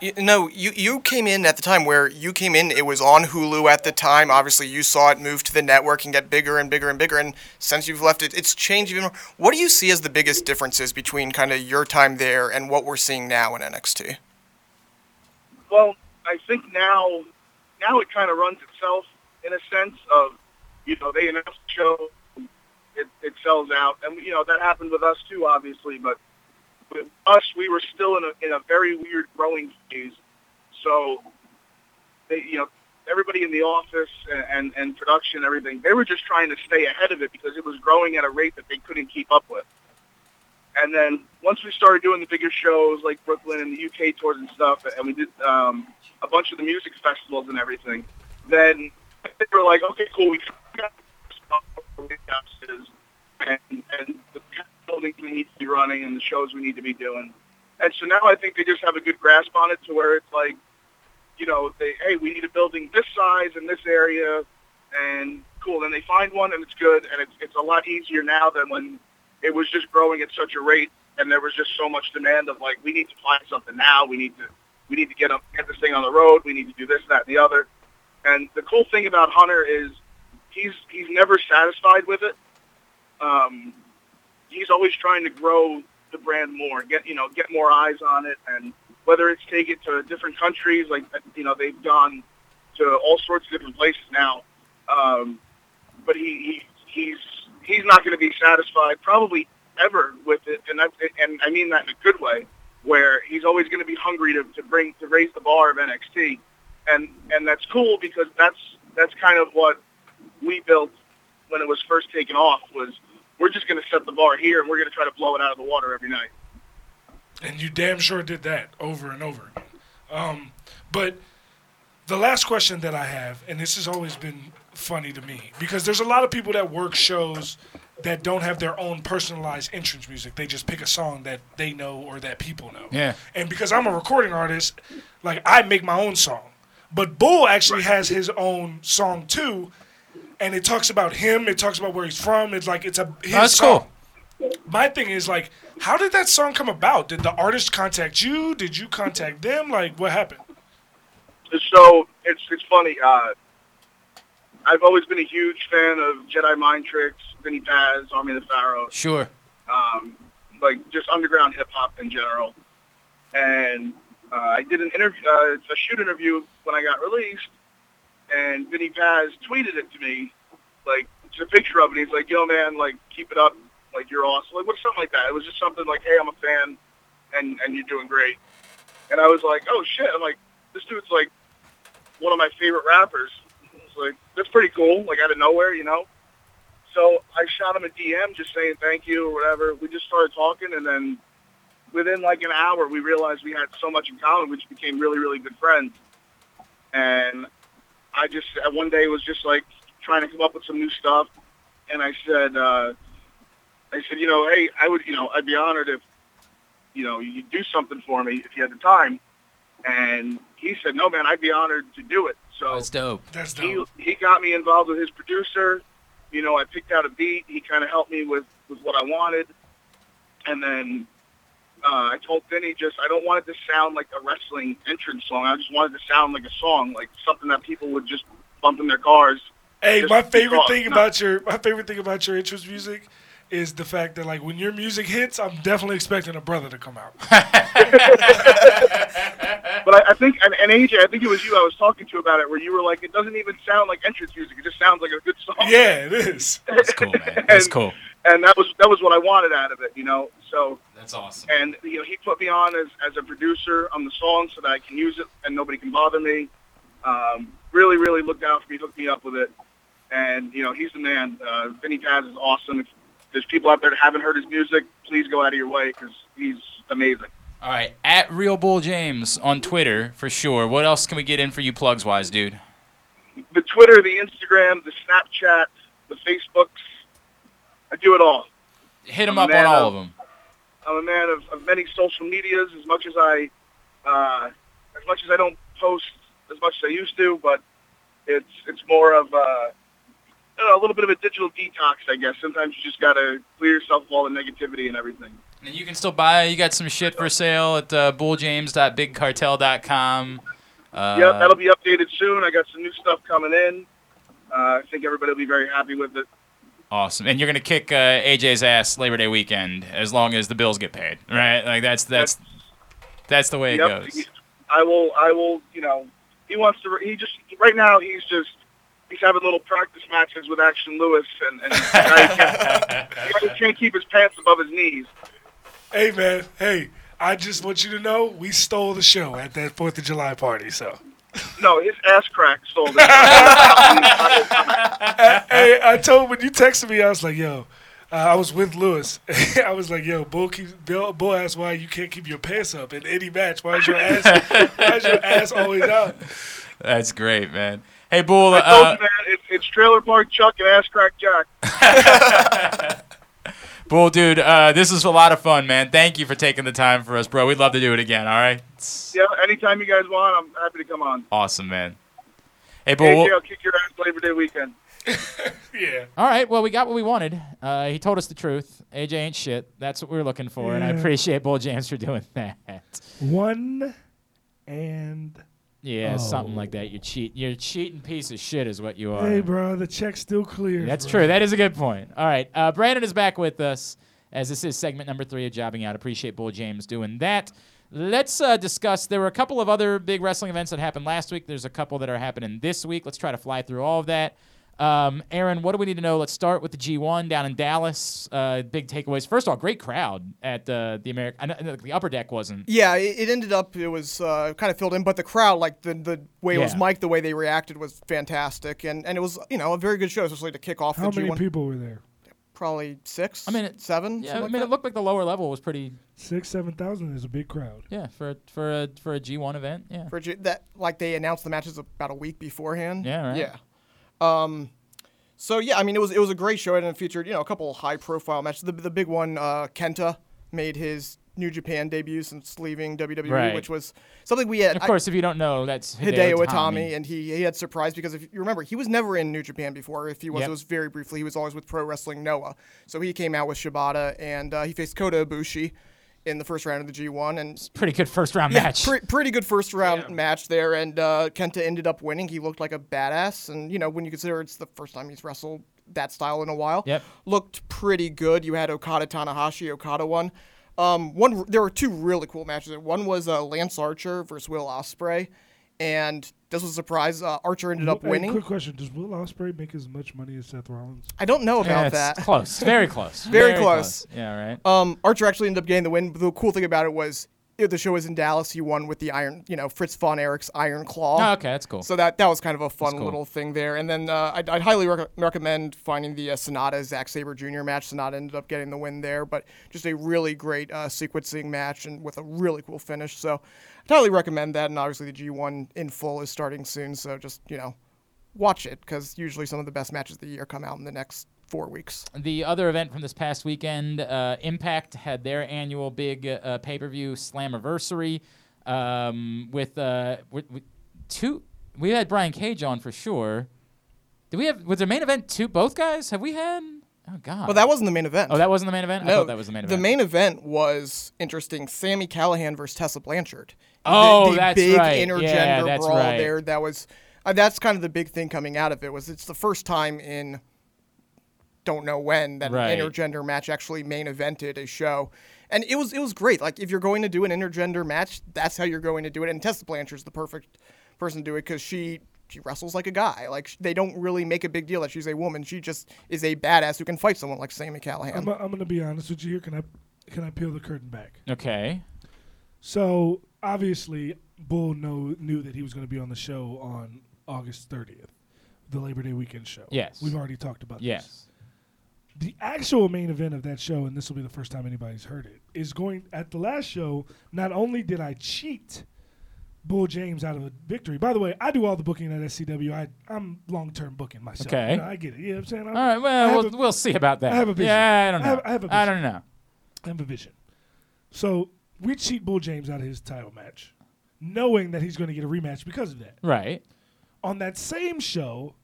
S5: You, no, you you came in at the time where you came in. It was on Hulu at the time. Obviously, you saw it move to the network and get bigger and bigger and bigger. And since you've left it, it's changed even more. What do you see as the biggest differences between kind of your time there and what we're seeing now in NXT?
S2: Well, I think now, now it kind of runs itself in a sense of, you know, they announce the show, it, it sells out, and you know that happened with us too, obviously. But with us, we were still in a in a very weird growing phase, so they, you know, everybody in the office and and, and production, and everything, they were just trying to stay ahead of it because it was growing at a rate that they couldn't keep up with. And then once we started doing the bigger shows like Brooklyn and the UK tours and stuff, and we did um, a bunch of the music festivals and everything, then they were like, okay, cool, we got workshops and, and the buildings we need to be running and the shows we need to be doing. And so now I think they just have a good grasp on it to where it's like, you know, they, hey, we need a building this size in this area, and cool. Then they find one and it's good, and it's, it's a lot easier now than when it was just growing at such a rate and there was just so much demand of like we need to find something now we need to we need to get up get this thing on the road we need to do this that and the other and the cool thing about hunter is he's he's never satisfied with it um, he's always trying to grow the brand more get you know get more eyes on it and whether it's take it to different countries like you know they've gone to all sorts of different places now um, but he, he he's he's not going to be satisfied probably ever with it, and I and I mean that in a good way.
S8: where he's always going to be hungry to, to bring to raise the bar of NXT, and and that's cool because that's that's kind of what we built when it was first taken off was we're just going to set the bar here and we're going to try to blow it out of the water every night.
S2: And you damn sure did that over and over. Um, but the last question that I have, and this has always been funny to me, because there's a lot of people that work shows that don't have their own personalized entrance music. They just pick a song that they know or that people know.
S1: Yeah.
S2: And because I'm a recording artist, like I make my own song. But Bull actually has his own song too, and it talks about him. It talks about where he's from. It's like it's a his
S1: Oh, That's
S2: song.
S1: cool.
S2: My thing is like, how did that song come about? Did the artist contact you? Did you contact them? Like, what happened?
S8: So it's it's funny. Uh, I've always been a huge fan of Jedi Mind Tricks, Vinny Paz, Army of the Pharaoh.
S3: Sure.
S8: um, like just underground hip hop in general. And uh, I did an interview, uh, a shoot interview when I got released, and Vinny Paz tweeted it to me, like just a picture of it. He's like, "Yo, man, like keep it up, like you're awesome." Like what something like that. It was just something like, "Hey, I'm a fan, and and you're doing great." And I was like, "Oh shit!" I'm like, "This dude's like one of my favorite rappers." I was like, "That's pretty cool." Like out of nowhere, you know. So I shot him a DM just saying thank you or whatever. We just started talking, and then within like an hour, we realized we had so much in common, which became really, really good friends. And I just uh, one day was just like trying to come up with some new stuff, and I said, uh, I said, you know, hey, I would, you know, I'd be honored if, you know, you do something for me if you had the time. And he said, no, man, I'd be honored to do it. So
S3: That's dope.
S2: That's
S8: he
S2: dope.
S8: he got me involved with his producer. You know, I picked out a beat. He kind of helped me with with what I wanted, and then uh, I told Vinny just I don't want it to sound like a wrestling entrance song. I just wanted it to sound like a song, like something that people would just bump in their cars.
S2: Hey,
S8: Just
S2: my favorite
S8: because-
S2: thing about your my favorite thing about your entrance music is the fact that like when your music hits, I'm definitely expecting a brother to come out.
S8: But I, I think and, and AJ, I think it was you I was talking to about it, where you were like, it doesn't even sound like entrance music. It just sounds like a good song.
S2: yeah, it is.
S1: That's cool, man. That's
S8: And-
S1: cool.
S8: and that was that was what I wanted out of it. You know, so
S3: That's awesome.
S8: and you know he put me on as, as a producer on the song so that I can use it and nobody can bother me. Um, really, really looked out for me, hooked me up with it, and you know he's the man. Uh, Vinny Paz is awesome. If there's people out there that haven't heard his music, please go out of your way because he's amazing.
S1: All right, at Real Bull James on Twitter for sure. What else can we get in for you plugs wise, dude?
S8: The Twitter, the Instagram, the Snapchat, the Facebooks, I do it all.
S1: Hit him up on
S8: Man
S1: all
S8: up.
S1: of them.
S8: I'm a man of, of many social medias. As much as I, uh, as much as I don't post as much as I used to, but it's it's more of uh, I don't know, a little bit of a digital detox, I guess. Sometimes you just gotta clear yourself of all the negativity and everything.
S1: And you can still buy. You got some shit for sale at uh, bulljames.bigcartel.com. Uh,
S8: yep, that'll be updated soon. I got some new stuff coming in. Uh, I think everybody will be very happy with it.
S1: awesome. And you're gonna kick uh, AJ's ass Labor Day weekend as long as the bills get paid, right? Like that's that's that's the way it
S8: Yep.
S1: goes.
S8: I will. I will. You know, he wants to. He just right now. He's just. He's having little practice matches with Action Lewis, and, and the guy can't, the guy can't keep his pants above his knees.
S2: Hey man, hey, I just want you to know we stole the show at that Fourth of July party. So
S8: No, his ass crack sold it.
S2: hey, I told when you texted me, I was like, yo. Uh, I was with Lewis. I was like, "Yo, Bull, keeps, Bill, Bull asked why you can't keep your pants up in any match. Why is your ass? why is your ass always out?"
S1: That's great, man. Hey, Bull.
S8: I told
S1: Uh,
S8: you, man, it's, it's Trailer Park Chuck and Ass Crack Jack.
S1: Bull, dude. Uh, this is a lot of fun, man. Thank you for taking the time for us, bro. We'd love to do it again. All right. It's
S8: Yeah, anytime you guys want, I'm happy to come on.
S1: awesome, man. Hey, Bull.
S8: AJ, I'll kick your ass Labor Day weekend.
S2: Yeah,
S1: All right. Well, we got what we wanted. Uh, he told us the truth. AJ ain't shit. That's what we were looking for, and I
S2: Yeah.
S1: appreciate Bull James for doing that.
S2: one and
S1: Yeah,
S2: Oh.
S1: something like that. You're cheat. You're a cheating piece of shit is what you are.
S2: hey, bro, the check's still clear.
S1: That's
S2: bro.
S1: true. That is a good point. All right. Uh, Brandon is back with us as this is segment number three of Jobbing Out. Appreciate Bull James doing that. Let's uh, discuss. There were a couple of other big wrestling events that happened last week. There's a couple that are happening this week. Let's try to fly through all of that. Um, Aaron, what do we need to know? Let's start with the G1 down in Dallas. Uh, big takeaways. First of all, great crowd at uh, the American. The upper deck wasn't.
S5: Yeah, it, it ended up it was uh, kind of filled in, but the crowd, like the the way it was
S1: Yeah.
S5: mic'd, the way they reacted was fantastic, and and it was you know a very good show, especially to kick off
S2: How
S5: the
S2: many
S5: G1.
S2: people were there?
S5: Probably six.
S1: I mean, it-
S5: seven.
S1: Yeah, I
S5: something
S1: mean,
S5: like
S1: it looked like the lower level was pretty.
S2: Six, seven thousand is a big crowd.
S1: Yeah, for a, for a for a G1 event. Yeah.
S5: that. For G- that like they announced the matches about a week beforehand.
S1: Yeah, right.
S5: Yeah. Um, so yeah, I mean it was it was a great show and it featured you know a couple high profile matches. The the big one, uh, Kenta made his New Japan debut since leaving WWE,
S1: Right.
S5: which was something we had.
S1: And of
S5: I-
S1: course, if you don't know, that's
S5: Hideo,
S1: Hideo,
S5: Itami, and he, he had surprised because if you remember, he was never in New Japan before. If he was,
S1: Yep.
S5: it was very briefly. He was always with Pro Wrestling Noah. So he came out with Shibata and uh, he faced Kota Ibushi in the first round of the G1 and
S1: Pretty good first round match.
S5: pre- pretty good first round match there. And uh, Kenta ended up winning. He looked like a badass, and you know when you consider it's the first time he's wrestled that style in a while,
S1: Yep.
S5: looked pretty good. You had Okada Tanahashi. Okada won. Um, one there were two really cool matches. One was uh, Lance Archer versus Will Ospreay, and this was a surprise. Uh, Archer ended up
S2: Hey,
S5: winning.
S2: Quick question: Does Will Ospreay make as much money as Seth Rollins?
S5: I don't know
S1: yeah,
S5: about
S1: it's
S5: that.
S1: Close. Very close.
S5: Very close.
S1: Yeah. Right.
S5: Um, Archer actually ended up getting the win. But the cool thing about it was if the show was in Dallas. He won with the Iron, you know, Fritz von Erich's Iron Claw.
S1: Oh, okay, that's cool.
S5: So that that was kind of a fun
S1: cool.
S5: little thing there. And then uh, I'd, I'd highly rec- recommend finding the uh, Sonata Zack Saber Jr. match. Sonata ended up getting the win there, but just a really great uh, sequencing match and with a really cool finish. So I'd highly recommend that. And obviously the G1 in full is starting soon, so just you know watch it because usually some of the best matches of the year come out in the next four weeks.
S1: The other event from this past weekend, uh, Impact had their annual big uh, pay per view Slammiversary um, with, uh, with, with two. We had Brian Cage on for sure. Did we have was their main event two both guys? Have we had? Oh God.
S5: Well, that wasn't the main event.
S1: oh that wasn't the main event. I
S5: No,
S1: thought that was the main
S5: The
S1: event.
S5: main event was interesting. Sammy Callahan versus Tessa Blanchard.
S1: Oh,
S5: the, the
S1: that's
S5: big
S1: right.
S5: Intergender
S1: Yeah, that's
S5: brawl
S1: right.
S5: there. That was. Uh, that's kind of the big thing coming out of it was it's the first time in don't know when that
S1: Right.
S5: an intergender match actually main evented a show. And it was it was great. Like if you're going to do an intergender match, that's how you're going to do it. And Tessa Blanchard's the perfect person to do it because she she wrestles like a guy. Like sh- they don't really make a big deal that she's a woman. She just is a badass who can fight someone like Sammy Callahan.
S2: I'm, I'm gonna be honest with you here. Can I can I peel the curtain back?
S1: okay.
S2: So obviously, Bull know, knew that he was going to be on the show on August 30th, the Labor Day weekend show.
S1: Yes.
S2: we've already talked about. this.
S1: Yes.
S2: the actual main event of that show, and this will be the first time anybody's heard it, is going at the last show. Not only did I cheat Bull James out of a victory. By the way, I do all the booking at SCW. I I'm long term booking myself.
S1: Okay.
S2: You know, I get it. You know what I'm saying? I'm,
S1: All right.
S2: I have
S1: Well,
S2: a-
S1: we'll, we'll see about that.
S2: I have a vision.
S1: Yeah, I don't
S2: I
S1: know.
S2: have- I have a
S1: I don't know.
S2: I have a vision. So we cheat Bull James out of his title match, knowing that he's going to get a rematch because of that.
S1: Right.
S2: on that same show,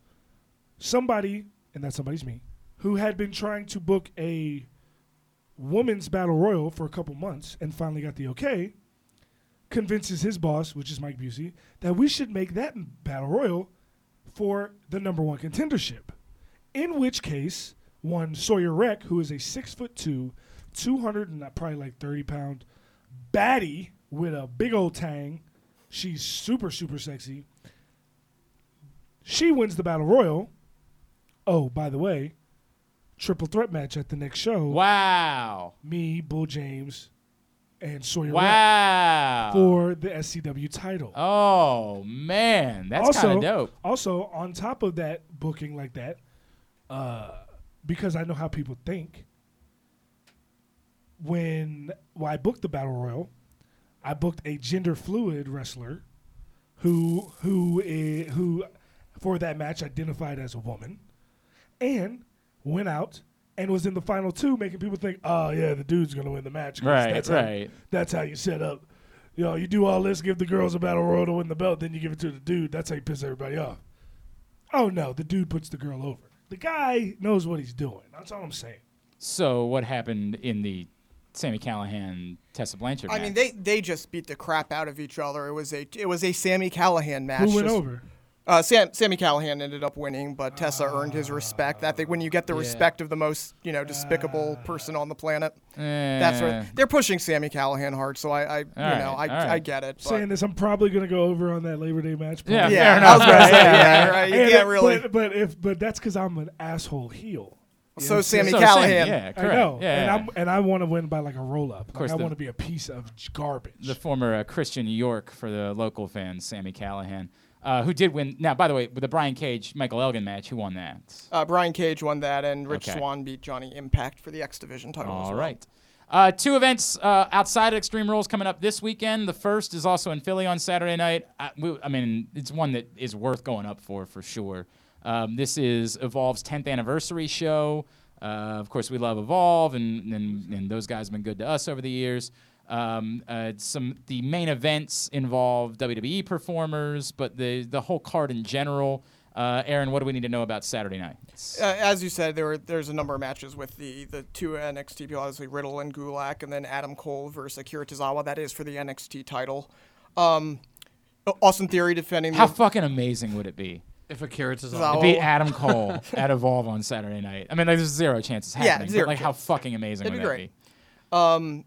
S2: somebody, and that somebody's me, who had been trying to book a women's battle royal for a couple months and finally got the okay, convinces his boss, which is Mike Busey, that we should make that battle royal for the number one contendership. In which case, one Sawyer Reck, who is a six foot two, two hundred and probably like thirty pound baddie with a big old tang, she's super super sexy. She wins the battle royal. Oh, by the way, triple threat match at the next show.
S1: Wow.
S2: Me, Bull James, and Sawyer Reck
S1: Wow.
S2: for the SCW title.
S1: Oh man, that's kind
S2: also,
S1: of dope.
S2: Also, on top of that booking like that, uh, because I know how people think. When when I booked the battle royal, I booked a gender fluid wrestler, who who i- who, for that match identified as a woman, and went out and was in the final two, making people think, oh yeah, the dude's gonna win the match. 'cause
S1: Right,
S2: that's
S1: right.
S2: How, that's how you set up. You know, you do all this, give the girls a battle royal to win the belt, then you give it to the dude. That's how you piss everybody off. Oh no, the dude puts the girl over. The guy knows what he's doing. That's all I'm saying.
S1: So what happened in the Sammy Callahan Tessa Blanchard?
S5: I
S1: match?
S5: mean, they they just beat the crap out of each other. It was a it was a Sammy Callahan match.
S2: Who went
S5: just-
S2: over?
S5: Uh, Sam, Sammy Callahan ended up winning, but Tessa earned his respect. I think when you get the respect of the most, you know, despicable person on the planet, that's
S1: Yeah.
S5: where they're pushing Sammy Callahan hard. So I, I you
S1: right,
S5: know, I,
S1: all right.
S5: I get it. but-
S2: Saying this, I'm probably going to go over on that Labor Day match. but-
S1: Yeah,
S5: yeah,
S1: fair
S5: I
S1: enough.
S5: was gonna say,
S1: Yeah,
S5: yeah,
S1: yeah.
S5: right. You
S2: and
S5: can't
S2: it-
S5: really.
S2: But, but if but that's because I'm an asshole heel. You know
S5: so
S2: what I'm saying?
S5: Sammy
S1: So Sammy,
S5: Callahan.
S1: yeah, correct.
S2: I know,
S1: Yeah,
S2: and
S1: yeah.
S2: I'm and I want to win by like a roll up.
S1: course
S2: Like, I
S1: the-
S2: want to be a piece of j- garbage.
S1: the former uh, Christian York for the local fans, Sammy Callahan, uh, who did win. Now, by the way, with the Brian Cage Michael Elgin match, who won that?
S5: Uh, Brian Cage won that, and Rich
S1: Okay.
S5: Swan beat Johnny Impact for the X Division title. as
S1: All
S5: well.
S1: right. Uh, two events uh, outside of Extreme Rules coming up this weekend. The first is also in Philly on Saturday night. I, we, I mean, it's one that is worth going up for for sure. Um, this is Evolve's 10th anniversary show. Uh, of course, we love Evolve, and, and, and those guys have been good to us over the years. Um, uh, some the main events involve WWE performers, but the the whole card in general. Uh, Aaron, what do we need to know about Saturday night?
S5: Uh, as you said, there were there's a number of matches with the the two NXT people, obviously Riddle and Gulak, and then Adam Cole versus Akira Tozawa. That is for the NXT title. Um, Austin Theory defending.
S1: How
S5: the,
S1: fucking amazing would it be?
S3: If a carrot's is
S5: Zawa.
S3: on,
S1: It'd be
S5: Oh.
S1: Adam Cole at Evolve on Saturday night. I mean, like, there's zero chances
S5: Yeah,
S1: happening. but,
S5: zero
S1: like, how fucking amazing
S5: It'd
S1: would
S5: be
S1: that
S5: great.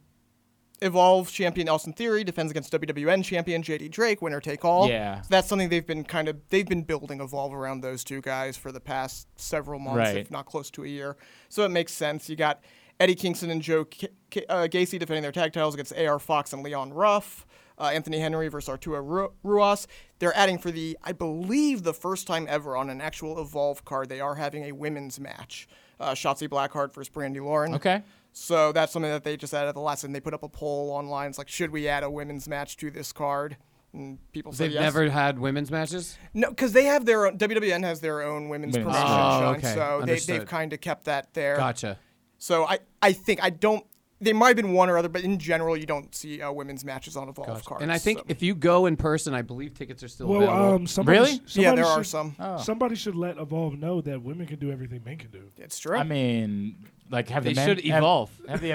S5: Evolve champion Austin Theory defends against WWN champion JD Drake, winner take all.
S1: Yeah.
S5: So that's something they've been kind of they've been building Evolve around those two guys for the past several months,
S1: Right.
S5: if not close to a year. So it makes sense. You got Eddie Kingston and Joe K- K- uh, Gacy defending their tag titles against AR Fox and Leon Ruff. Uh, Anthony Henry versus Arturo Ru- Ruas. They're adding for the, I believe, the first time ever on an actual Evolve card. They are having a women's match. Uh, Shotzi Blackheart versus Brandy Lauren.
S1: Okay.
S5: So that's something that they just added the last, and they put up a poll online. It's like, should we add a women's match to this card? And people said
S3: they've
S5: yes.
S3: never had women's matches.
S5: no, because they have their own. WWN has their own women's
S1: Women's.
S5: promotion,
S3: Oh,
S5: Sean,
S3: okay.
S5: so they,
S3: Understood.
S5: they've kind of kept that there.
S3: Gotcha.
S5: So I, I think I don't. There might have been one or other, but in general, you don't see uh, women's matches on Evolve cards.
S3: And I think
S5: so-
S3: if you go in person, I believe tickets are still
S2: well,
S3: available.
S2: um, somebody
S1: Really? Oh.
S2: sh-
S5: Yeah,
S2: somebody
S5: there are
S2: should-
S5: some.
S2: Somebody should let Evolve know that women can do everything men can do.
S5: it's true.
S1: I mean, like, have
S3: They
S1: the men
S3: should
S1: have-
S3: evolve.
S1: Have, the,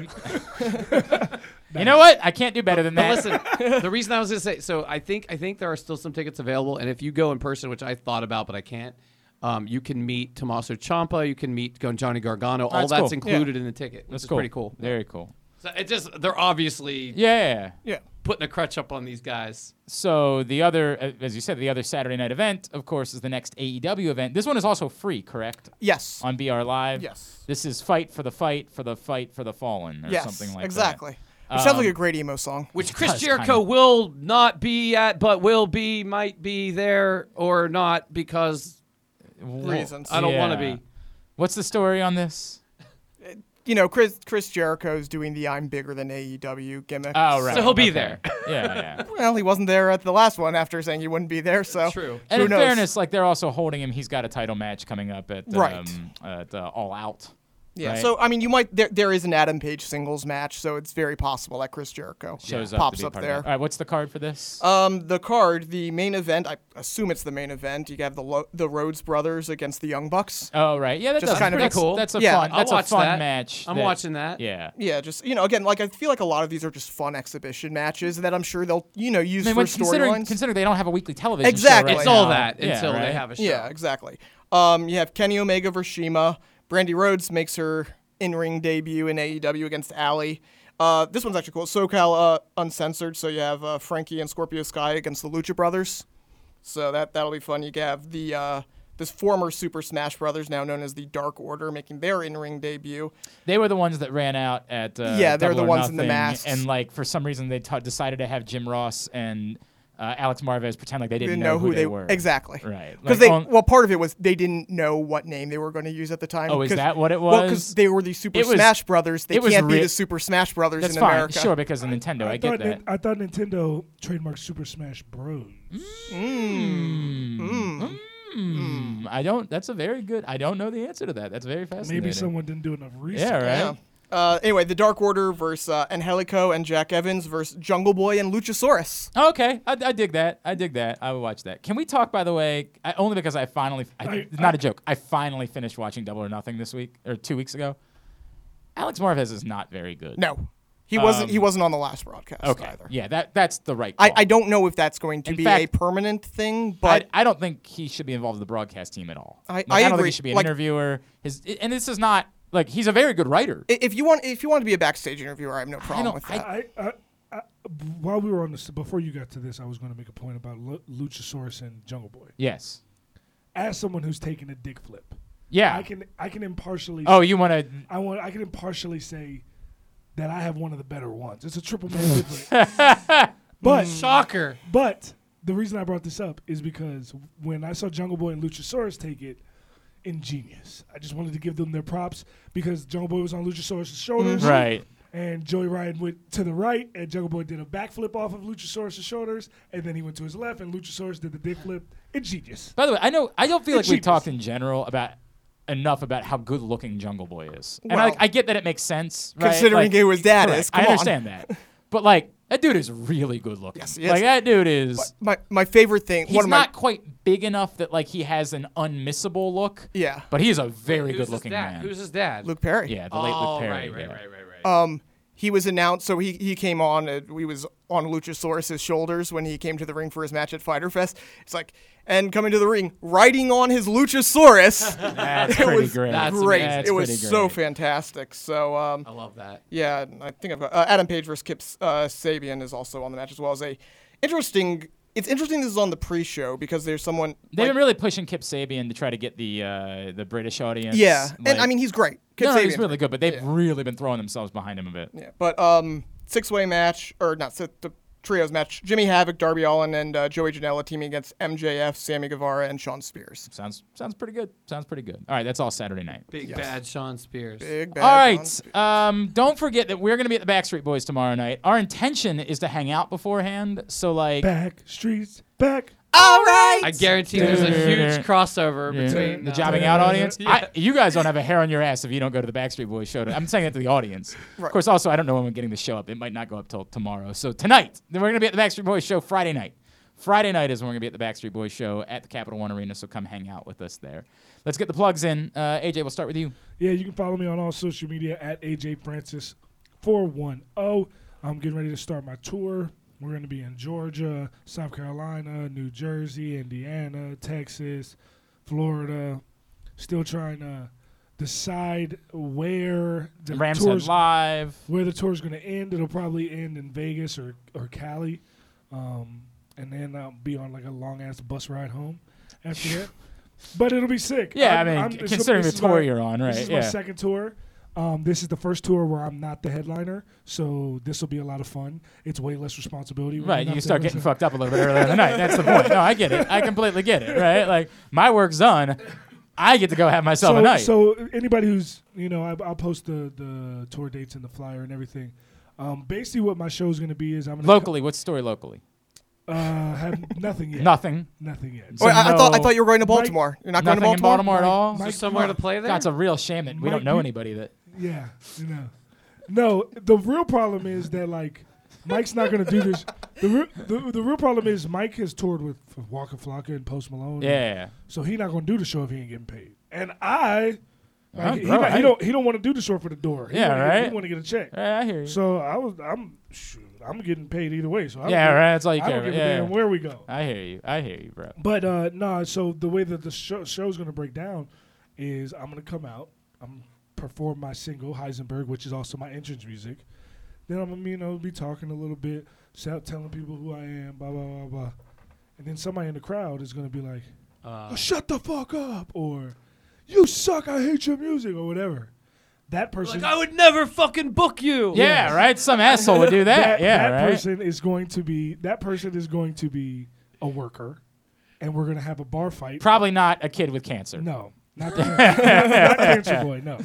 S1: you know what? I can't do better than that.
S3: But listen, the reason I was gonna say so I think I think there are still some tickets available, and if you go in person, which I thought about but I can't, um, you can meet Tommaso Ciampa, you can meet Gon- Johnny Gargano. All
S1: that's
S3: that's
S1: cool.
S3: included in the ticket, which
S1: That's
S3: is
S1: cool.
S3: pretty cool.
S1: Very cool.
S3: So it just they're obviously
S1: Yeah.
S5: yeah.
S3: putting a crutch up on these guys.
S1: So the other, uh, as you said, the other Saturday night event, of course, is the next AEW event. This one is also free, correct?
S5: Yes.
S1: On BR Live.
S5: Yes.
S1: This is fight for the fight for the fight for the fallen or
S5: yes.
S1: something like
S5: exactly.
S1: that. Um,
S5: Which sounds like a great emo song.
S3: Which Chris
S1: does,
S3: Jericho
S1: kinda.
S3: will not be at, but will be, might be there or not because
S5: Reasons.
S3: I don't want to
S1: Yeah.
S3: be.
S1: What's the story on this?
S5: You know, Chris Chris Jericho's doing the "I'm bigger than AEW" gimmick.
S1: Oh, right.
S3: So he'll be
S1: okay.
S3: there.
S1: Yeah, yeah.
S5: Well, he wasn't there at the last one after saying he wouldn't be there. So
S3: True.
S1: And
S5: who
S1: in
S5: knows?
S1: fairness, like they're also holding him. He's got a title match coming up at um,
S5: Right.
S1: at uh, All Out.
S5: yeah.
S1: right?
S5: So I mean, you might there, there is an Adam Page singles match, so it's very possible that Chris Jericho
S1: shows up, to
S5: pops
S1: be
S5: up
S1: part
S5: there.
S1: Of that. Uh, All right, what's the card for this?
S5: Um, the card, the main event. I assume it's the main event. You have the Lo- the Rhodes brothers against the Young Bucks.
S1: oh, right. Yeah, that
S5: just
S1: does-
S5: kind of-
S1: that's,
S3: Pretty cool.
S1: That's a
S5: Yeah,
S1: fun.
S3: I'll
S1: That's
S3: watch
S1: a fun
S3: that.
S1: match.
S3: I'm watching that.
S1: Yeah.
S5: Yeah, just you know, again, like I feel like a lot of these are just fun exhibition matches that I'm sure they'll you know use
S1: I mean,
S5: for
S1: when considering,
S5: storylines.
S1: considering they don't have a weekly television
S5: Exactly.
S1: show right
S3: It's
S5: Yeah.
S3: all
S1: now.
S3: that
S1: Yeah,
S3: until they
S1: right?
S3: have a show.
S5: Yeah, exactly. Um, you have Kenny Omega versus Shima. Brandy Rhodes makes her in-ring debut in AEW against Allie. Uh, this one's actually cool. SoCal uh, uncensored. So you have uh, Frankie and Scorpio Sky against the Lucha Brothers. So that that'll be fun. You have the uh, this former Super Smash Brothers, now known as the Dark Order, making their in-ring debut.
S1: They were the ones that ran out at uh,
S5: Yeah, they're
S1: Double
S5: the
S1: or
S5: ones in the
S1: Nothing,
S5: masks.
S1: and like for some reason they t- decided to have Jim Ross and uh, Alex Marvez pretend like they didn't
S5: Didn't know, who, they,
S1: were.
S5: exactly.
S1: Right.
S5: Because they
S1: Like, on-
S5: well, part of it was they didn't know what name they were going to use at the time.
S1: Oh, is
S5: 'cause-
S1: that what it
S5: Well,
S1: was?
S5: because they were the Super
S1: It was-
S5: Smash Brothers. They
S1: it was
S5: can't be
S1: ri-
S5: the Super Smash Brothers
S1: That's
S5: in
S1: fine.
S5: America.
S1: Sure, because of Nintendo, I, get
S2: thought
S1: that.
S2: Nin- I thought Nintendo trademarked Super Smash Bros.
S1: Mm, I don't. That's a very good. I don't know the answer to that. That's very fascinating.
S2: Hmm. Maybe someone didn't do enough research.
S1: Yeah. Right.
S5: Yeah. Uh, anyway, the Dark Order versus uh, Angelico and Jack Evans versus Jungle Boy and Luchasaurus.
S1: Okay, I, I dig that. I dig that. I would watch that. Can we talk, by the way, I, only because I finally, I,
S2: I-
S1: not a joke, I finally finished watching Double or Nothing this week, or two weeks ago. Alex Marvez is not very good.
S5: No, He wasn't.
S1: Um,
S5: he wasn't on the last broadcast
S1: Okay.
S5: either.
S1: Yeah, that that's the right.
S5: I,
S1: call.
S5: I don't know if that's going to
S1: In
S5: be
S1: fact-
S5: a permanent thing, but
S1: I, I don't think he should be involved with the broadcast team at all.
S5: I-
S1: Like,
S5: I
S1: don't think
S5: agree.
S1: he should be an
S5: Like-
S1: interviewer. His and this is not like he's a very good writer.
S5: i- if you want, if you want to be a backstage interviewer, I have no problem
S1: don't-
S5: with that.
S2: I, I, I, while we were on this, before you got to this, I was going to make a point about Lu- Luchasaurus and Jungle Boy.
S1: Yes.
S2: As someone who's taken a dick flip,
S1: Yeah.
S2: I can I can impartially.
S1: oh, you want to?
S2: I want I can impartially say that I have one of the better ones. It's a triple man dick flip.
S1: Mm.
S2: but
S3: Shocker.
S2: But the reason I brought this up is because when I saw Jungle Boy and Luchasaurus take it, ingenious. I just wanted to give them their props because Jungle Boy was on Luchasaurus' shoulders.
S1: Mm-hmm. Right.
S2: And Joey Ryan went to the right, and Jungle Boy did a backflip off of Luchasaurus' shoulders, and then he went to his left, and Luchasaurus did the dick flip. Ingenius.
S1: By the way, I know I don't feel like we
S2: Genius.
S1: talked in general about enough about how good looking Jungle Boy is, and
S5: Well,
S1: I, I get that it makes sense right?
S5: considering
S1: Like,
S5: who his dad
S1: correct.
S5: is, come
S1: I
S5: on.
S1: understand that, but like that dude is really good looking.
S5: Yes, yes.
S1: Like that dude is.
S5: My my favorite thing.
S1: He's
S5: one of
S1: not
S5: my,
S1: quite big enough that like he has an unmissable look.
S5: Yeah.
S1: But he is a very
S3: Who's
S1: good looking
S3: his dad?
S1: man.
S3: Who's his dad?
S5: Luke Perry.
S1: yeah, the late Luke
S3: oh,
S1: Perry.
S3: right, right,
S1: yeah.
S3: right, right, right.
S5: Um, he was announced, so he, he came on. Uh, he was on Luchasaurus' shoulders when he came to the ring for his match at Fighter Fest. It's like, and coming to the ring, riding on his Luchasaurus.
S1: That's
S5: it
S1: pretty
S5: was
S1: great.
S3: That's
S5: great.
S3: amazing.
S5: it was
S1: pretty great.
S5: so fantastic. So, um,
S3: I love that.
S5: yeah, and I think I've got uh, Adam Page versus Kip uh, Sabian is also on the match as well as a interesting. It's interesting this is on the pre-show because there's someone.
S1: They've
S5: like-
S1: been really pushing Kip Sabian to try to get the uh, the British audience.
S5: yeah,
S1: like-
S5: and I mean he's great. Kip
S1: no, he's
S5: Sabian's
S1: really
S5: great.
S1: good, but they've really been throwing themselves behind him a bit.
S5: Yeah, but um, six-way match or not si- the trios match: Jimmy Havoc, Darby Allin, and uh, Joey Janela teaming against MJF, Sammy Guevara, and Sean Spears.
S1: Sounds sounds pretty good. Sounds pretty good. All right, that's all Saturday night.
S3: Big bad Sean Spears.
S5: Big bad.
S1: All
S5: John Spears.
S1: right. Um, don't forget that we're going to be at the Backstreet Boys tomorrow night. Our intention is to hang out beforehand. So, like,
S2: Back, streets, back.
S3: I guarantee there's a huge crossover between
S1: the
S3: uh,
S1: jobbing out audience. I, you guys don't have a hair on your ass if you don't go to the Backstreet Boys show. I'm saying that to the audience. Of course, also I don't know when we're getting the show up. It might not go up till tomorrow. So tonight, then we're gonna be at the Backstreet Boys show Friday night. Friday night is when we're gonna be at the Backstreet Boys show at the Capital One Arena. So come hang out with us there. Let's get the plugs in. Uh, AJ, we'll start with you.
S2: Yeah, you can follow me on all social media at AJ Francis four one zero. I'm getting ready to start my tour. We're going to be in Georgia, South Carolina, New Jersey, Indiana, Texas, Florida. Still trying to decide where the
S1: Rams
S2: tour's
S1: live.
S2: where the tour's going to end. It'll probably end in Vegas or or Cali, um, and then I'll be on like a long ass bus ride home after that. But it'll be sick.
S1: Yeah,
S2: I'm-
S1: i mean,
S2: I'm-
S1: c-
S2: this is-
S1: considering the
S2: this is my-
S1: tour you're on, right?
S2: This is
S1: yeah.
S2: my second tour. Um, this is the first tour where I'm not the headliner, so this will be a lot of fun. It's way less responsibility. when
S1: Right,
S2: you're
S1: you
S2: Mm-hmm. not
S1: can
S2: the
S1: start getting
S2: headliner.
S1: fucked up a little bit earlier in the night. That's the point. No, I get it. I completely get it. Right, like my work's done. I get to go have myself
S2: So,
S1: a night.
S2: so anybody who's you know, I, I'll post the the tour dates in the flyer and everything. Um, basically, what my show's going to be is I'm gonna
S1: Locally, what's the story locally?
S2: co- uh, have nothing yet.
S1: Nothing.
S2: Nothing yet.
S5: Wait, Oh, I, I thought I
S1: no-
S5: thought you were going to Baltimore. You're not going to
S1: Nothing in
S5: Baltimore.
S1: Baltimore at all.
S2: Mike-
S3: Is there somewhere to play there?
S1: That's a real shame that we
S2: Mike,
S1: don't know
S2: you-
S1: anybody that.
S2: Yeah, you know. No, the real problem is that like Mike's not gonna do this. The, re- the the real problem is Mike has toured with Walker Flocka and Post Malone.
S1: Yeah.
S2: So he not gonna do the show if he ain't getting paid. And I, like,
S1: Oh,
S2: he,
S1: bro,
S2: not- he
S1: I-
S2: don't he don't want to do the show for the door. He
S1: Yeah,
S2: wanna Get,
S1: right?
S2: he want to get a check.
S1: Yeah, I hear you.
S2: So I was I'm shoot, I'm getting paid either way. So I don't
S1: Yeah,
S2: give-
S1: right, that's all you
S2: I
S1: care
S2: don't give
S1: about,
S2: a
S1: yeah.
S2: damn where we go.
S1: I hear you. I hear you, bro.
S2: But uh no, so the way that the show, show's gonna break down is I'm gonna come out, I'm perform my single Heisenberg, which is also my entrance music. Then I'm gonna you know be talking a little bit, shout, telling people who I am, blah blah blah blah, and then somebody in the crowd is gonna be like, "Oh, "Shut the fuck up," or "You suck, I hate your music," or whatever. That person,
S3: like I would never fucking book you.
S1: Yeah, right. Some asshole would do that.
S2: that,
S1: yeah,
S2: that
S1: right.
S2: person is going to be that person is going to be a worker, and we're gonna have a bar fight.
S1: Probably not a kid with cancer.
S2: No, not, the, not Cancer Boy. No,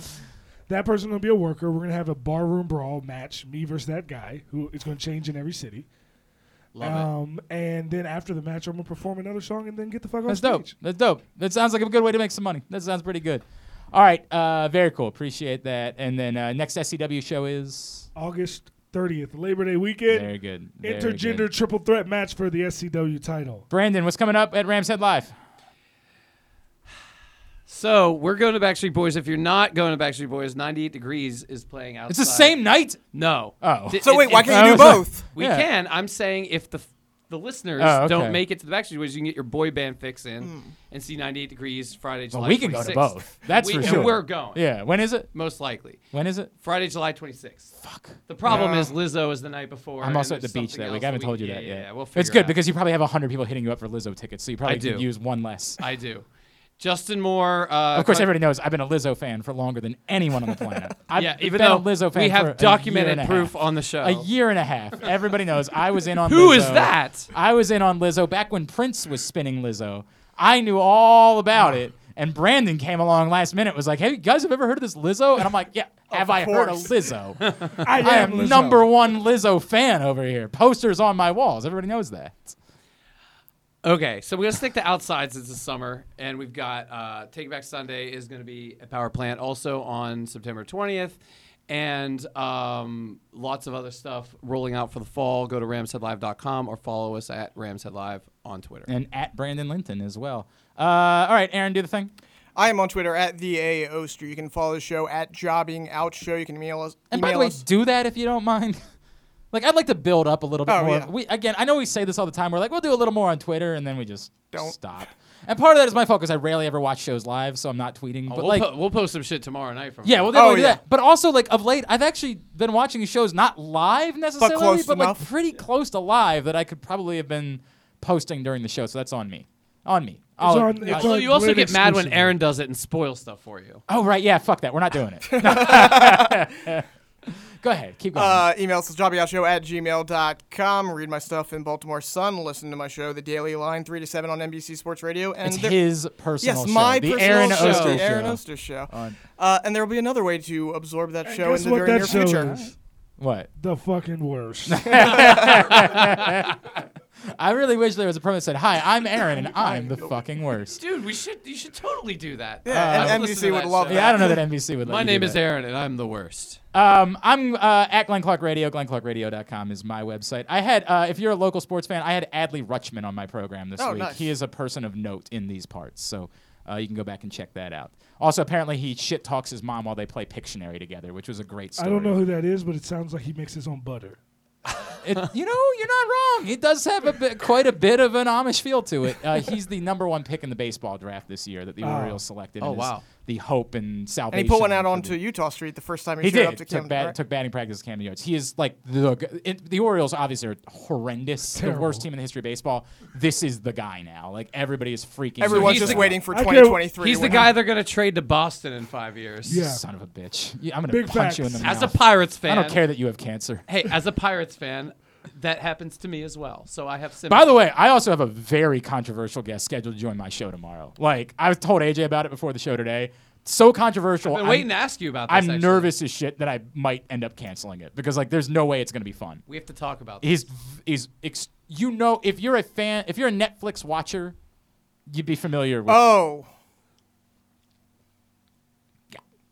S2: that person gonna be a worker. We're gonna have a barroom brawl match, me versus that guy, who is gonna change in every city.
S3: Love
S2: um, and then after the match, I'm gonna perform another song and then get the fuck
S1: That's
S2: off
S1: dope.
S2: stage.
S1: That's dope. That sounds like a good way to make some money. That sounds pretty good. All right. Uh, very cool. Appreciate that. And then uh, next SCW show is
S2: August 30th, Labor Day
S1: very
S2: weekend,
S1: good. Very good.
S2: intergender triple threat match for the SCW title.
S1: Brandon, what's coming up at Rams Head Live?
S3: it. So we're going to Backstreet Boys. If you're not going to Backstreet Boys, 98 Degrees is playing outside.
S1: It's the same night.
S3: No.
S1: Oh.
S3: D-
S5: So
S3: it-
S5: wait, why
S3: it-
S5: can't you do both?
S3: We
S1: Yeah.
S3: can. I'm saying if the the listeners
S1: Oh, okay.
S3: don't make it to the Backstreet Boys, you can get your boy band fix in
S5: Hmm.
S3: and see 98 Degrees Friday, July.
S1: Well, we can go to
S3: 26th.
S1: both. That's
S3: We-
S1: for
S3: and
S1: sure.
S3: We're going.
S1: Yeah. When is it?
S3: Most likely
S1: When is it?
S3: Friday, July 26th. Fuck. The problem is Lizzo is the night before.
S1: I'm
S3: and
S1: also at the
S3: there's
S1: beach
S3: something
S1: that
S3: else
S1: week. I haven't told you
S3: yeah,
S1: that
S3: yeah,
S1: yet.
S3: Yeah, we'll figure
S1: it's good
S3: out.
S1: because you probably have 100 people hitting you up for Lizzo tickets, so you probably
S3: I
S1: could
S3: do.
S1: use one less.
S3: I do. Justin Moore. Uh,
S1: Of course,
S3: con-
S1: everybody knows I've been a Lizzo fan for longer than anyone on the planet. I've
S3: Yeah, even
S1: been
S3: though
S1: a Lizzo fan
S3: we
S1: for a
S3: have
S1: year
S3: documented
S1: and a
S3: proof
S1: half.
S3: on the show.
S1: A year and a half. Everybody knows I was in on
S3: Who
S1: Lizzo.
S3: is that?
S1: I was in on Lizzo back when Prince was spinning Lizzo. I knew all about it. And Brandon came along last minute was like, "Hey, you guys have ever heard of this Lizzo?" And I'm like, "Yeah, have I heard of
S5: course.
S1: Lizzo?
S2: I,
S1: I am
S2: Lizzo.
S1: number one Lizzo fan over here. Posters on my walls. Everybody knows that."
S3: Okay, so we're gonna stick to outside since it's summer, and we've got uh, Take Back Sunday is gonna be at Power Plant also on September twentieth, and um, lots of other stuff rolling out for the fall. Go to ramsheadlive.com or follow us at ramsheadlive on Twitter.
S1: And at Brandon Linton as well. Uh, all right, Aaron, do the thing.
S5: I am on Twitter at the AOster. You can follow the show at Jobbing Out Show. You can email us.
S1: And by the
S5: email
S1: way,
S5: us.
S1: do that if you don't mind. like I'd like to build up a little bit
S5: Oh,
S1: more.
S5: yeah.
S1: We again, I know we say this all the time. We're like, we'll do a little more on Twitter, and then we just
S5: Don't.
S1: stop. And part of that is my fault because I rarely ever watch shows live, so I'm not tweeting.
S3: Oh,
S1: But
S3: we'll,
S1: like,
S3: po- we'll post some shit tomorrow night from
S1: yeah, we'll
S5: Oh,
S1: definitely do
S5: yeah.
S1: that. But also, like of late, I've actually been watching shows not live necessarily, but,
S5: close
S1: like
S5: enough.
S1: pretty close to live that I could probably have been posting during the show. So that's on me. On me. I'll-
S2: on-
S1: I'll-
S2: it's
S3: Also,
S2: on
S3: Oh, you also
S2: Twitter
S3: get mad when
S2: exclusively.
S3: Aaron does it and spoils stuff for you.
S1: oh right, yeah. Fuck that. We're not doing it. Go ahead. Keep going.
S5: Uh, email us at jobbingoutshow at gmail.com. Read my stuff in Baltimore Sun. Listen to my show, The Daily Line, 3 to 7 on NBC Sports Radio. And
S1: it's
S5: there-
S1: his personal
S5: Yes,
S1: show.
S5: my
S1: the
S5: personal
S1: Aaron
S5: show.
S1: Oster
S5: The Aaron
S1: show.
S5: Oster show. Uh, and there will be another way to absorb that show in
S2: Guess
S5: the
S2: what
S5: very near
S2: that show
S5: future.
S2: is?
S1: What?
S2: The fucking worst.
S1: I really wish there was a promo that said, "Hi, I'm Aaron, and I'm the fucking worst."
S3: Dude, we should you should totally do that. Uh,
S5: Yeah,
S3: I
S5: and
S3: listen to
S5: NBC would
S3: that
S5: love
S3: show.
S5: that.
S1: Yeah, I don't know that NBC would. Let
S3: My
S1: you
S3: name
S1: do
S3: is
S1: that.
S3: Aaron, and I'm the worst.
S1: Um, I'm uh, at Glenn Clark Radio. GlennClarkRadio.com is my website. I had, uh, if you're a local sports fan, I had Adley Rutschman on my program this
S5: Oh,
S1: week.
S5: nice.
S1: He is a person of note in these parts, so uh, you can go back and check that out. Also, apparently, he shit talks his mom while they play Pictionary together, which was a great
S2: I
S1: story.
S2: don't know who that is, but it sounds like he makes his own butter.
S1: It, you know, you're not wrong. It does have a bit, quite a bit of an Amish feel to it. Uh, he's the number one pick in the baseball draft this year that the Orioles selected.
S3: Oh,
S1: as
S3: wow.
S1: The hope and salvation.
S5: And he put one out
S1: for
S5: onto
S1: the-
S5: Utah Street the first time he,
S1: He
S5: showed up
S1: did.
S5: to
S1: Took,
S5: Camden,
S1: bat,
S5: right?
S1: took batting practice cameo yards. He is like the g- it, the Orioles obviously are horrendous, the worst team in the history of baseball. This is the guy now. Like everybody is freaking.
S5: Everyone's
S3: he's
S5: just
S3: the-
S5: waiting for
S2: I get-
S5: 2023.
S3: He's the
S5: when-
S3: guy they're gonna trade to Boston in five years.
S2: Yeah.
S1: Son of a bitch. Yeah, I'm gonna
S2: Big
S1: punch you in the
S3: As
S1: mouth.
S3: a Pirates fan,
S1: I don't care that you have cancer.
S3: Hey, as a Pirates fan, that happens to me as well. So I have sympathy.
S1: By the way, I also have a very controversial guest scheduled to join my show tomorrow. Like I was told AJ about it before the show today. So controversial.
S3: I've been
S1: I'm-
S3: waiting to ask you about this.
S1: I'm
S3: actually.
S1: nervous as shit that I might end up canceling it because like there's no way it's gonna be fun.
S3: We have to talk about this.
S1: He's is ex- you know if you're a fan if you're a Netflix watcher, you'd be familiar with.
S5: Oh.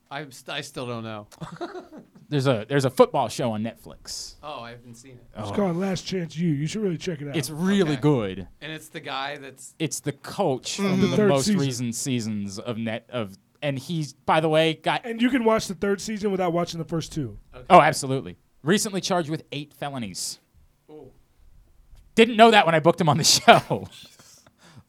S3: I'm st- I still don't know.
S1: There's a there's a football show on Netflix.
S3: Oh, I haven't seen it.
S2: It's called Last Chance You. You should really check it out.
S1: It's really
S3: Oh, Okay.
S1: good.
S3: And it's the guy that's
S1: It's the coach of the,
S2: Mm. Third
S1: most
S2: season.
S1: recent seasons of net of and he's by the way got
S2: and you can watch the third season without watching the first two.
S1: oh absolutely recently charged with eight felonies. Didn't know that when I booked him on the show.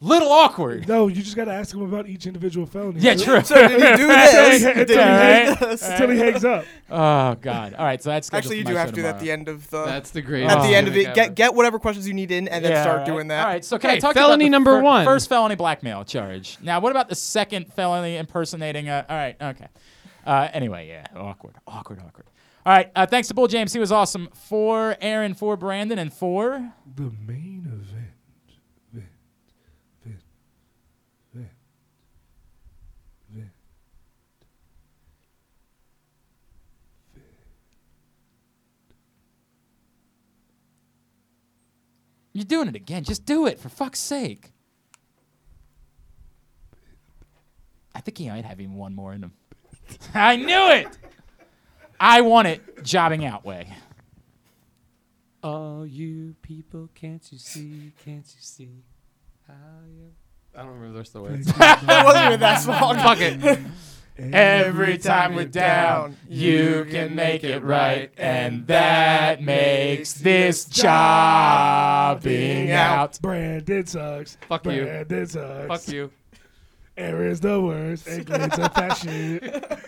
S1: Little awkward.
S2: No, you just got to ask him about each individual felony.
S1: Yeah, true.
S5: So did he do this?
S2: Until he-
S5: Did he-
S2: until he hangs-
S1: All right.
S2: until he hangs up.
S1: Oh God! All right, so that's scheduled
S5: Actually, you
S1: for
S5: do
S1: my
S5: have
S1: show
S5: to do that at
S1: tomorrow.
S5: the end of the.
S3: that's the great.
S5: at the end of
S3: gimmick
S5: it, get
S3: ever.
S5: get whatever questions you need in, and then
S1: Yeah,
S5: start
S1: all right.
S5: doing that.
S1: All right. So can I
S3: Okay,
S1: talk about
S3: felony
S1: the
S3: number one.
S1: First felony blackmail charge. Now, what about the second felony impersonating? A, all right. Okay. Uh, anyway, yeah. Awkward. Awkward. Awkward. All right. Uh, thanks to Bull James. He was awesome. For Aaron, for Brandon, and for
S2: The main event.
S1: you're doing it again. Just do it for fuck's sake. I think he might have even one more in him. I knew it. I want it jobbing out way.
S3: All you people, can't you see? Can't you see? How you I don't remember the rest of the words.
S2: Thank you,
S5: It
S2: Lord.
S5: wasn't even that song.
S3: Fuck it.
S1: Every time we're down, you can make it right, and that makes this jobbing out.
S2: Brandon sucks.
S3: Fuck you.
S2: Brandon sucks.
S3: Fuck you.
S2: Air is the worst. England's a fashion.